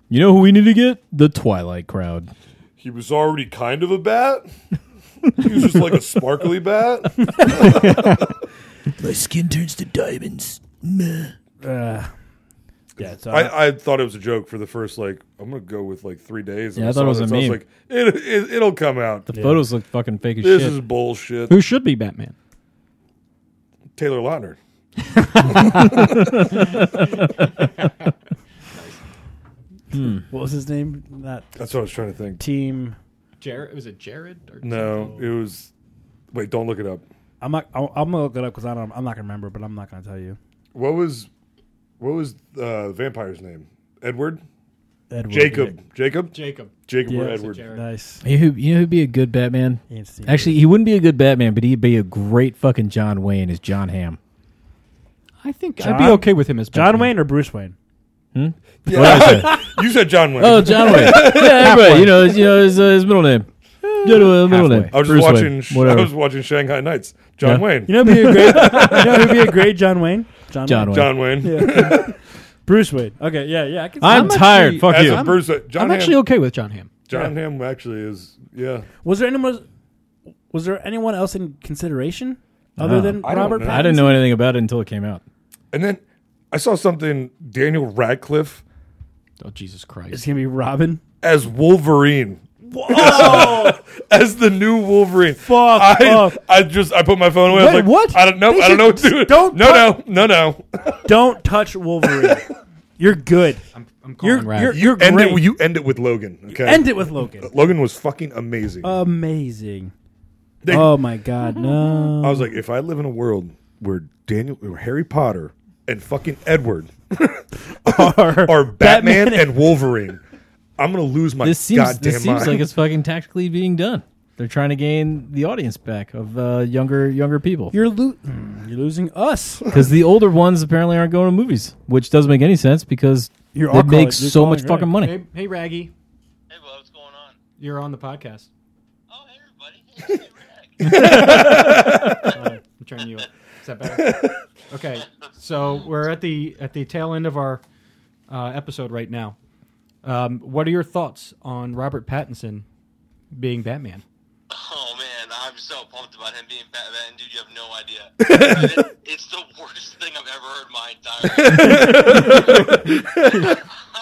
Speaker 6: you know who we need to get? The Twilight crowd.
Speaker 4: He was already kind of a bat. he was just like a sparkly bat.
Speaker 6: My skin turns to diamonds.
Speaker 3: uh, yeah, so I,
Speaker 4: I, I thought it was a joke for the first like. I'm gonna go with like three days. and
Speaker 6: Yeah, I thought it was
Speaker 4: saw
Speaker 6: a
Speaker 4: this, I
Speaker 6: meme.
Speaker 4: like, it, it, it'll come out.
Speaker 6: The photos look fucking fake as
Speaker 4: This
Speaker 6: shit.
Speaker 4: is bullshit.
Speaker 5: Who should be Batman?
Speaker 4: Taylor Lautner.
Speaker 3: what was his name? That
Speaker 4: That's what I was trying to think.
Speaker 3: team.
Speaker 5: Jared was it Jared? Or
Speaker 4: No, it was. Wait, don't look it up.
Speaker 3: I'm not. I'm, I'm gonna look it up because I don't. I'm not gonna remember, but I'm not gonna tell you.
Speaker 4: What was, what was uh, the vampire's name? Edward,
Speaker 3: Edward.
Speaker 4: Jacob, Jacob,
Speaker 5: Jacob.
Speaker 4: Jacob, or
Speaker 3: Yeah.
Speaker 4: Edward.
Speaker 3: Nice.
Speaker 6: You know, who, you know who'd be a good Batman?
Speaker 3: Ian Steven.
Speaker 6: Actually, he wouldn't be a good Batman, but he'd be a great fucking John Wayne as John Ham.
Speaker 5: I think I'd be
Speaker 3: John-
Speaker 5: okay with him as
Speaker 3: John
Speaker 5: Batman.
Speaker 3: Wayne or Bruce Wayne?
Speaker 4: You said John Wayne.
Speaker 6: Oh, John Wayne. yeah, everybody. You know, his, you know his, uh, his middle name. You know, uh, middle
Speaker 5: Halfway.
Speaker 6: name.
Speaker 4: I was
Speaker 6: Bruce
Speaker 4: just
Speaker 6: Wayne,
Speaker 4: watching. sh- I
Speaker 6: Whatever.
Speaker 4: was watching Shanghai Nights. John
Speaker 6: Yeah.
Speaker 4: Wayne.
Speaker 3: You know, who'd be a great. you know, who'd be a great John Wayne.
Speaker 6: John Wayne.
Speaker 4: John Wayne.
Speaker 3: Bruce Wayne. Okay. Yeah. Yeah. I can.
Speaker 6: I'm,
Speaker 5: I'm
Speaker 6: tired.
Speaker 5: actually-
Speaker 6: Fuck
Speaker 4: As
Speaker 6: you.
Speaker 4: a Bruce, John
Speaker 5: I'm
Speaker 4: Hamm.
Speaker 5: actually okay with John Hamm.
Speaker 4: John Hamm actually is. Yeah.
Speaker 3: was there anyone? Was there anyone else in consideration other
Speaker 6: No.
Speaker 3: than
Speaker 4: I don't
Speaker 3: Robert?
Speaker 4: know.
Speaker 3: Pattinson?
Speaker 6: I didn't know anything about it until it came out.
Speaker 4: And then I saw something Daniel Radcliffe
Speaker 5: Oh Jesus
Speaker 3: It's
Speaker 5: Christ!
Speaker 3: gonna be Robin.
Speaker 4: as Wolverine.
Speaker 3: Whoa!
Speaker 4: As the new Wolverine.
Speaker 3: Fuck
Speaker 4: I,
Speaker 3: off.
Speaker 4: I just I put my phone away. I was
Speaker 3: Wait,
Speaker 4: like,
Speaker 3: what?
Speaker 4: I don't know.
Speaker 3: They
Speaker 4: I don't know what to
Speaker 3: should-
Speaker 4: do.
Speaker 3: don't
Speaker 4: no, no, no, no,
Speaker 3: Don't touch Wolverine. You're good.
Speaker 5: I'm calling
Speaker 3: You're
Speaker 5: Rad.
Speaker 3: you're, you're
Speaker 4: End
Speaker 3: great.
Speaker 4: it. You end it with Logan. Okay.
Speaker 3: End it with Logan.
Speaker 4: Logan was fucking amazing.
Speaker 3: Amazing.
Speaker 4: They-
Speaker 3: oh my God, no!
Speaker 4: I was like, if I live in a world where Daniel, or Harry Potter, and fucking Edward
Speaker 3: Or-
Speaker 4: are Batman,
Speaker 3: Batman-
Speaker 4: and Wolverine, I'm gonna lose my
Speaker 6: This seems
Speaker 4: goddamn
Speaker 6: this seems
Speaker 4: mind.
Speaker 6: like it's fucking tactically being done. They're trying to gain the audience back of uh, younger younger people
Speaker 3: you're lo- hmm, you're losing us.
Speaker 6: because the older ones apparently aren't going to movies, which doesn't make any sense because
Speaker 3: You're all
Speaker 6: it
Speaker 3: calling-
Speaker 6: makes
Speaker 3: you're
Speaker 6: so much
Speaker 3: calling
Speaker 6: fucking
Speaker 3: right.
Speaker 6: money.
Speaker 5: Hey, hey, Raggy,
Speaker 10: Hey, well, what's going on?
Speaker 5: you're on the podcast.
Speaker 10: Oh, hey, everybody. Hey, hey, Rick.
Speaker 5: I'm turning you up. Is that better? okay, so we're at the at the tail end of our uh, episode right now. Um, what are your thoughts on Robert Pattinson being Batman?
Speaker 10: oh, man, I'm so pumped about him being Batman. Dude, you have no idea. It- it's the worst thing I've ever heard in my entire life. I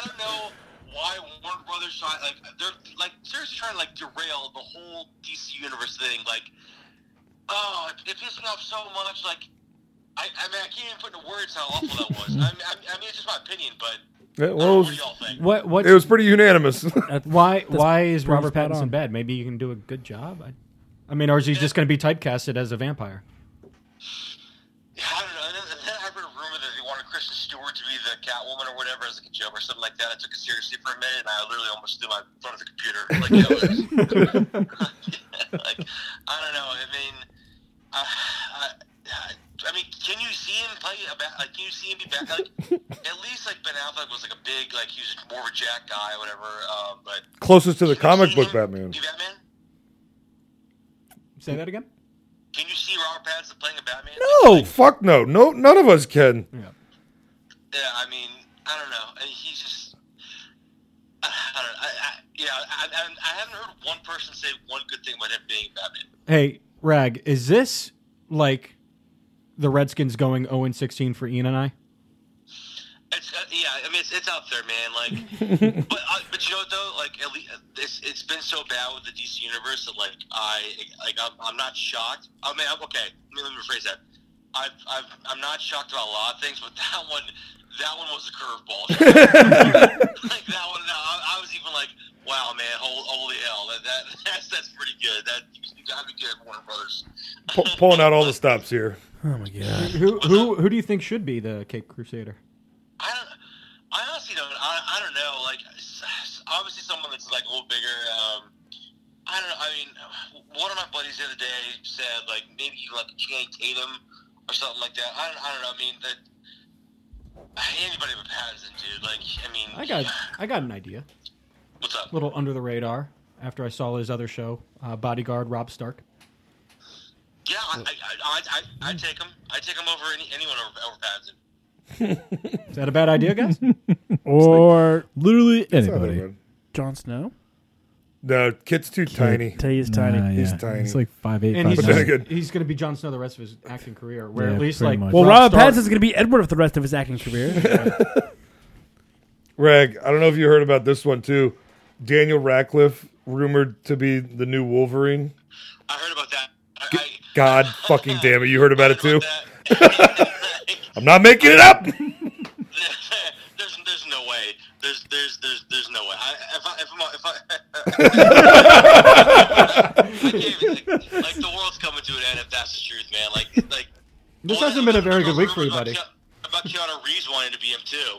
Speaker 10: don't know why Warner Brothers tried, like, they're, like, seriously trying to, like, derail the whole DC Universe thing. Like, oh, it, it pissed me off so much. Like, I, I mean, I can't even put into words how awful that was. I, mean, I, I mean, it's just my opinion, but
Speaker 4: Yeah,
Speaker 10: I don't know,
Speaker 4: well, it
Speaker 10: what do
Speaker 4: was-
Speaker 10: y'all think?
Speaker 5: What what?
Speaker 4: it was pretty unanimous.
Speaker 5: why why is
Speaker 3: pretty
Speaker 5: Robert
Speaker 3: spot
Speaker 5: Pattinson
Speaker 3: on.
Speaker 5: bad? Maybe you can do a good job. I, I mean, or is he just going to be typecasted as a vampire?
Speaker 10: Yeah, I don't know. And then, and then I heard a rumor that they wanted Kristen Stewart to be the Catwoman or whatever as like a joke or something like that. I took it seriously for a minute, and I literally almost threw my in front of the computer. Like, that was, like I don't know. I mean, I, I, I mean, can you see him play a bat? Like, can you see him be back? Like, at least like Ben Affleck was like a big, like he was more of a Jack guy, or whatever. Um, but
Speaker 4: Closest to the
Speaker 10: can you
Speaker 4: comic
Speaker 10: see
Speaker 4: book
Speaker 10: him
Speaker 4: Batman.
Speaker 10: be Batman.
Speaker 5: Say that again.
Speaker 10: Can you see Robert Pattinson playing a Batman?
Speaker 6: Oh.
Speaker 4: No, fuck no, no, none of us can.
Speaker 10: Yeah, I mean, I don't know. I mean, he's just. yeah, I, I, I haven't heard one person say one good thing about him being Batman.
Speaker 5: Hey, Rag, is this like the Redskins going 0 16 for Ian and I?
Speaker 10: It's, uh, yeah, I mean it's, it's out there, man. Like, but uh, but you know what though, like at least it's, it's been so bad with the DC universe that like I like I'm, I'm not shocked. I mean, I'm, okay, let me, let me rephrase that. I've, I've I'm not shocked about a lot of things, but that one that one was a curveball. like that one, I, I was even like, wow, man, holy, holy hell, that, that that's that's pretty good. That you gotta be good, Warner Brothers.
Speaker 4: Pu- pulling out all the stops here.
Speaker 3: Oh my god.
Speaker 5: Who who who do you think should be the Cape Crusader?
Speaker 10: I don't. I honestly don't. I, I don't know. Like, obviously, someone that's like a little bigger. Um, I don't know. I mean, one of my buddies the other day said like maybe you like Channing Tatum or something like that. I don't. I don't know. I mean, that anybody but Patterson, dude. Like, I mean,
Speaker 5: I got I got an idea.
Speaker 10: What's up?
Speaker 5: Little under the radar. After I saw his other show, uh, Bodyguard, Rob Stark.
Speaker 10: Yeah, I, I, I, I, I take him. I take him over any, anyone over, over Patterson.
Speaker 5: Is that a bad idea, guys?
Speaker 3: or
Speaker 9: Literally
Speaker 4: not that
Speaker 9: anybody.
Speaker 4: bad.
Speaker 3: Jon Snow?
Speaker 4: No, kid's too tiny.
Speaker 3: Tay is tiny.
Speaker 9: Nah,
Speaker 4: He's
Speaker 9: yeah.
Speaker 4: tiny.
Speaker 9: He's like five eight.
Speaker 5: And he's
Speaker 4: But then
Speaker 5: just,
Speaker 4: again-
Speaker 5: he's going to be Jon Snow the rest of his acting career. Where
Speaker 9: Yeah,
Speaker 5: at least
Speaker 9: pretty
Speaker 5: like
Speaker 9: much.
Speaker 3: Well, Robert
Speaker 5: Stark-
Speaker 3: Pattinson's going to be Edward for the rest of his acting career.
Speaker 4: Rag, I don't know if you heard about this one too. Daniel Radcliffe rumored to be the new Wolverine.
Speaker 10: I heard about that. I, I,
Speaker 4: God fucking damn it, you heard about it too.
Speaker 10: about that.
Speaker 4: I'm not making it up.
Speaker 10: there's there's no way. There's there's there's there's no way. I, if I if I'm if I, I can't even, like, like the world's coming to an end if that's the truth, man. Like like
Speaker 5: This
Speaker 10: Well,
Speaker 5: hasn't been a very
Speaker 10: there
Speaker 5: good
Speaker 10: was
Speaker 5: week for you,
Speaker 10: rumors about
Speaker 5: buddy.
Speaker 10: Ke- About Keanu Reeves wanting to be him too.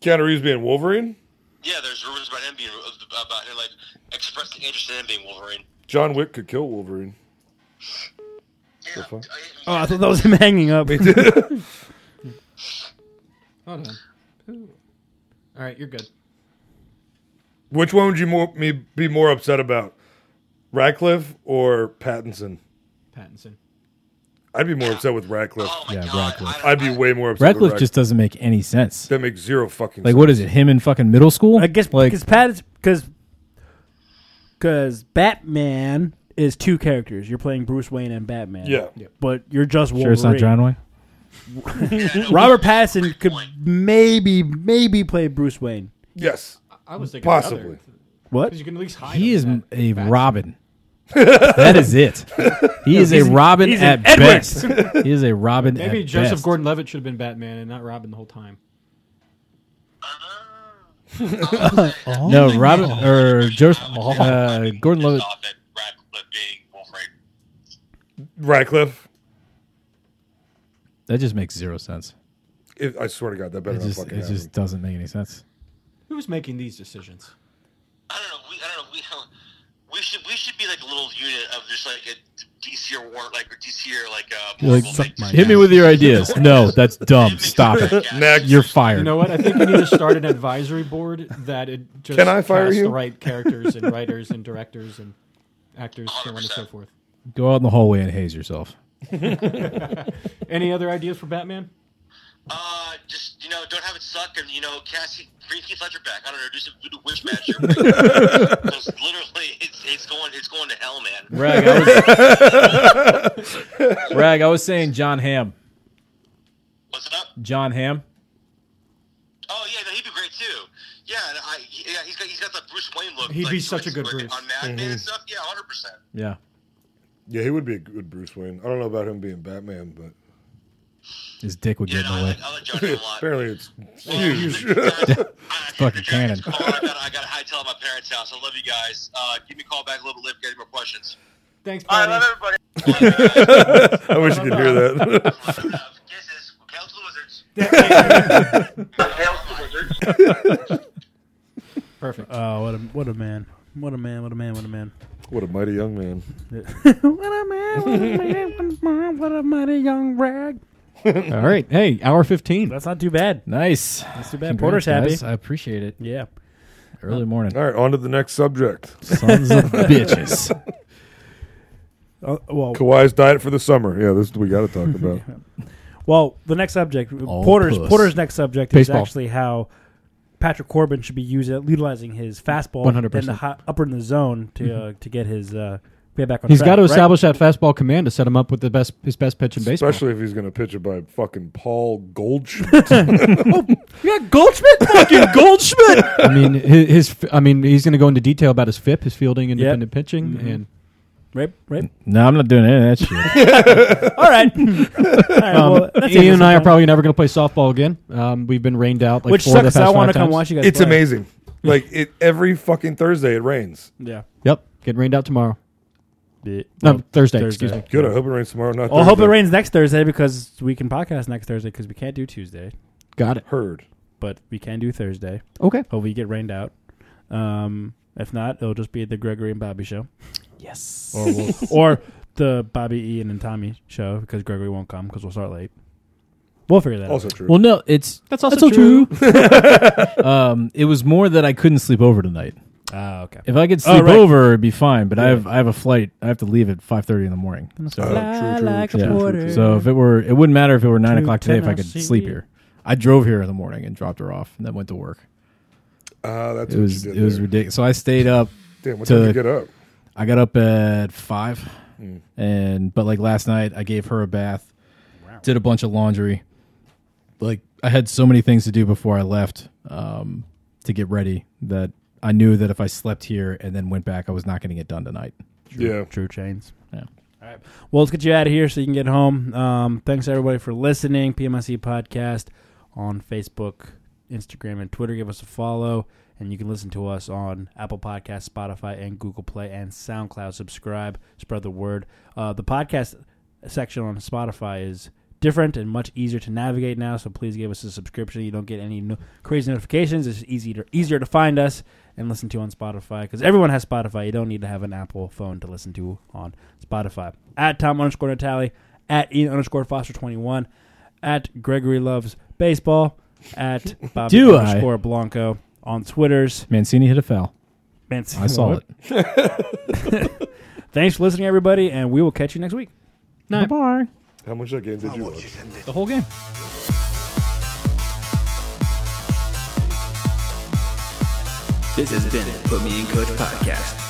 Speaker 4: Keanu Reeves being Wolverine.
Speaker 10: Yeah, there's rumors about him being about him like expressing interest in him being Wolverine.
Speaker 4: John Wick could kill Wolverine.
Speaker 10: Yeah.
Speaker 4: fuck?
Speaker 3: oh, I thought that was him hanging up.
Speaker 5: Hold on. All right, you're good.
Speaker 4: Which one would you more, me be more upset about, Radcliffe or Pattinson?
Speaker 5: Pattinson.
Speaker 4: I'd be more upset with Radcliffe.
Speaker 10: Oh my
Speaker 9: Yeah,
Speaker 10: god.
Speaker 9: Radcliffe.
Speaker 10: I don't-
Speaker 4: I'd be way more upset.
Speaker 9: Radcliffe
Speaker 4: with
Speaker 9: just doesn't make any sense.
Speaker 4: that makes zero fucking.
Speaker 9: Like,
Speaker 4: sense.
Speaker 9: what is it? Him in fucking middle school?
Speaker 3: I guess
Speaker 9: like
Speaker 3: because Pat because because Batman is two characters. You're playing Bruce Wayne and Batman.
Speaker 4: Yeah. Yeah.
Speaker 3: but you're just Wolverine.
Speaker 9: sure it's not John Wayne.
Speaker 3: Robert Pattinson could maybe maybe play Bruce Wayne.
Speaker 4: Yes,
Speaker 5: I was thinking
Speaker 4: possibly.
Speaker 3: What?
Speaker 5: Because you can at least hide.
Speaker 9: He
Speaker 5: him
Speaker 9: is
Speaker 5: in
Speaker 9: m-
Speaker 5: that
Speaker 9: a
Speaker 5: fact.
Speaker 9: Robin. that is it. He is a Robin
Speaker 3: he's
Speaker 9: at
Speaker 3: an Edward.
Speaker 9: best. He is a Robin
Speaker 5: Maybe
Speaker 9: at
Speaker 5: Joseph
Speaker 9: best.
Speaker 5: Gordon-Levitt should have been Batman and not Robin the whole time.
Speaker 9: No, Robin or Joseph uh, Gordon-Levitt.
Speaker 10: Thought that Radcliffe being Wolverine.
Speaker 4: Radcliffe.
Speaker 9: That just makes zero sense.
Speaker 4: If, I swear to God, that better
Speaker 9: It
Speaker 4: not
Speaker 9: just
Speaker 4: fucking
Speaker 9: it
Speaker 4: happen.
Speaker 9: just doesn't make any sense.
Speaker 5: Who's making these decisions?
Speaker 10: I don't know. We, I don't know. We, we should we should be like a little unit of just like a DC or war, like or DC or like uh,
Speaker 9: Like,
Speaker 10: Marvel,
Speaker 9: hit me with your ideas. No, that's dumb. Stop it.
Speaker 4: Next.
Speaker 9: You're fired.
Speaker 5: You know what? I think we need to start an advisory board that it just
Speaker 4: Can I fire
Speaker 5: casts
Speaker 4: you?
Speaker 5: the right characters and writers and directors and actors, so on and so
Speaker 10: 100%.
Speaker 5: forth.
Speaker 9: Go out in the hallway and haze yourself.
Speaker 5: Any other ideas for Batman?
Speaker 10: Uh, just you know, don't have it suck, and you know, Cassie, bring Keith Ledger back. I don't know, do some do the witch match. or- Because literally, it's it's going it's going to hell, man.
Speaker 9: Rag, I was, Rag, I was saying John Ham.
Speaker 10: What's up?
Speaker 9: John Ham.
Speaker 10: Oh yeah, no, he'd be great too. Yeah, and I he- yeah, he's got he's got the Bruce Wayne look.
Speaker 5: He'd
Speaker 10: like,
Speaker 5: be such a good
Speaker 10: like,
Speaker 5: Bruce.
Speaker 10: on Mad Men and stuff. Yeah, hundred percent.
Speaker 9: Yeah.
Speaker 4: yeah, he would be a good Bruce Wayne. I don't know about him being Batman, but
Speaker 9: His dick would
Speaker 10: Yeah,
Speaker 9: get in
Speaker 10: no,
Speaker 9: the
Speaker 10: I
Speaker 9: way.
Speaker 10: like I like John Hamm a lot.
Speaker 4: apparently it's
Speaker 10: Huge.
Speaker 9: fucking
Speaker 10: fucking
Speaker 9: cannon.
Speaker 10: I got I got a high tail at my parents' house. I love you guys. Uh, give me a call back a little bit. Get more questions.
Speaker 5: Thanks, Patty.
Speaker 10: everybody. Love you
Speaker 4: I wish you could hear that.
Speaker 10: guys. Love. Uh, Kisses. Hail to the wizards. Hail to the wizards.
Speaker 5: Perfect.
Speaker 3: Oh, what a what a man! What a man! What a man! What a man!
Speaker 4: what a mighty young man.
Speaker 3: What a man! What a man! What a man! What a mighty young rag.
Speaker 9: All right. Hey, hour 15.
Speaker 3: That's not too bad.
Speaker 9: Nice. That's
Speaker 3: too bad. Porter's happy.
Speaker 9: I appreciate it.
Speaker 3: Yeah.
Speaker 9: Early morning.
Speaker 4: All right, on to the next subject.
Speaker 9: Sons of bitches.
Speaker 3: Uh, well,
Speaker 4: Kawhi's diet for the summer. Yeah, this we got to talk about.
Speaker 3: well, the next subject,
Speaker 9: All
Speaker 3: Porter's
Speaker 9: puss.
Speaker 3: Porter's next subject
Speaker 9: Baseball.
Speaker 3: is actually how Patrick Corbin should be using utilizing his fastball
Speaker 5: 100%.
Speaker 3: and the high, upper in the zone to uh, to get his uh, get back on.
Speaker 5: Mm-hmm. He's
Speaker 3: track,
Speaker 5: got to
Speaker 3: right?
Speaker 5: establish that fastball command to set him up with the best his best pitch in baseball.
Speaker 4: Especially if he's going to pitch it by fucking Paul Goldschmidt. I
Speaker 3: You got Goldschmidt, fucking Goldschmidt.
Speaker 5: I mean, his, his I mean, he's going to go into detail about his FIP, his fielding, independent pitching,
Speaker 9: Mm-hmm.
Speaker 3: Mhm.
Speaker 5: and
Speaker 3: Right, right.
Speaker 6: No, I'm not doing any of that shit.
Speaker 3: All right. All right
Speaker 5: Um,
Speaker 3: well, that's it.
Speaker 5: Ian and I are probably never going to play softball again. Um, we've been rained out like
Speaker 3: Which
Speaker 5: four of the
Speaker 3: sucks, 'cause I
Speaker 5: past
Speaker 3: wanna
Speaker 5: five
Speaker 3: come
Speaker 5: times.
Speaker 3: watch you guys
Speaker 4: it's
Speaker 3: play.
Speaker 4: amazing. Like it every fucking Thursday it rains.
Speaker 3: Yeah.
Speaker 5: Yep, getting rained out tomorrow.
Speaker 3: Yeah.
Speaker 5: No, Thursday, excuse me.
Speaker 4: Good. I hope it rains tomorrow. Not.
Speaker 3: Well, Oh, I hope it
Speaker 4: Thursday.
Speaker 3: rains next Thursday because we can podcast next Thursday because we can't do Tuesday,
Speaker 5: Got it.
Speaker 4: Heard.
Speaker 3: but we can do Thursday.
Speaker 5: Okay.
Speaker 3: Hopefully, you get rained out. Um, if not, it'll just be the Gregory and Bobby show.
Speaker 5: Yes.
Speaker 3: Or we'll, or the Bobby, Ian, and Tommy show because Gregory won't come because we'll start late. We'll figure that
Speaker 4: Also
Speaker 3: out.
Speaker 4: true.
Speaker 6: Well, no, it's
Speaker 5: That's also
Speaker 6: um, it was more that I couldn't sleep over tonight.
Speaker 3: Ah, okay.
Speaker 6: If I could
Speaker 3: Oh,
Speaker 6: sleep
Speaker 3: right.
Speaker 6: over, it'd be fine. But I have I have a flight. I have to leave at five thirty in the morning. So,
Speaker 4: true, true,
Speaker 3: like
Speaker 4: true,
Speaker 6: yeah.
Speaker 4: true, true, true.
Speaker 6: so if it were, it wouldn't matter if it were nine
Speaker 3: To
Speaker 6: o'clock today. If I could
Speaker 3: Tennessee.
Speaker 6: sleep here, I drove here in the morning and dropped her off, and then went to work.
Speaker 4: Ah, that's
Speaker 6: It
Speaker 4: what
Speaker 6: was
Speaker 4: you
Speaker 6: it
Speaker 4: did
Speaker 6: was
Speaker 4: there.
Speaker 6: ridiculous. So I stayed up.
Speaker 4: Damn, what
Speaker 6: to-
Speaker 4: time did you get up?
Speaker 6: I got up at five, and but like last night, I gave her a bath, did a bunch of laundry. Like I had so many things to do before I left um, to get ready that I knew that if I slept here and then went back, I was not going to get done tonight.
Speaker 4: Yeah.
Speaker 3: True chains.
Speaker 6: Yeah.
Speaker 3: All right. Well, let's get you out of here so you can get home. Um, thanks everybody for listening. PMIC podcast on Facebook, Instagram, and Twitter. Give us a follow, and you can listen to us on Apple Podcasts, Spotify, and Google Play and SoundCloud. Subscribe, spread the word. Uh, the podcast section on Spotify is different and much easier to navigate now. So please give us a subscription. You don't get any no- crazy notifications. It's easy to, easier to find us and listen to on Spotify because everyone has Spotify. You don't need to have an Apple phone to listen to on Spotify. At Tom underscore Natali, at Ian underscore Foster twenty one, at Gregory loves baseball, at Bobby
Speaker 6: Do I?
Speaker 3: underscore Blanco on Twitters.
Speaker 6: Mancini hit a foul.
Speaker 3: Man,
Speaker 6: I saw it.
Speaker 3: Thanks for listening, everybody, and we will catch you next week.
Speaker 6: Bye.
Speaker 4: How much of that game did you watch?
Speaker 5: The whole game.
Speaker 11: This has been a Put Me in Coach podcast.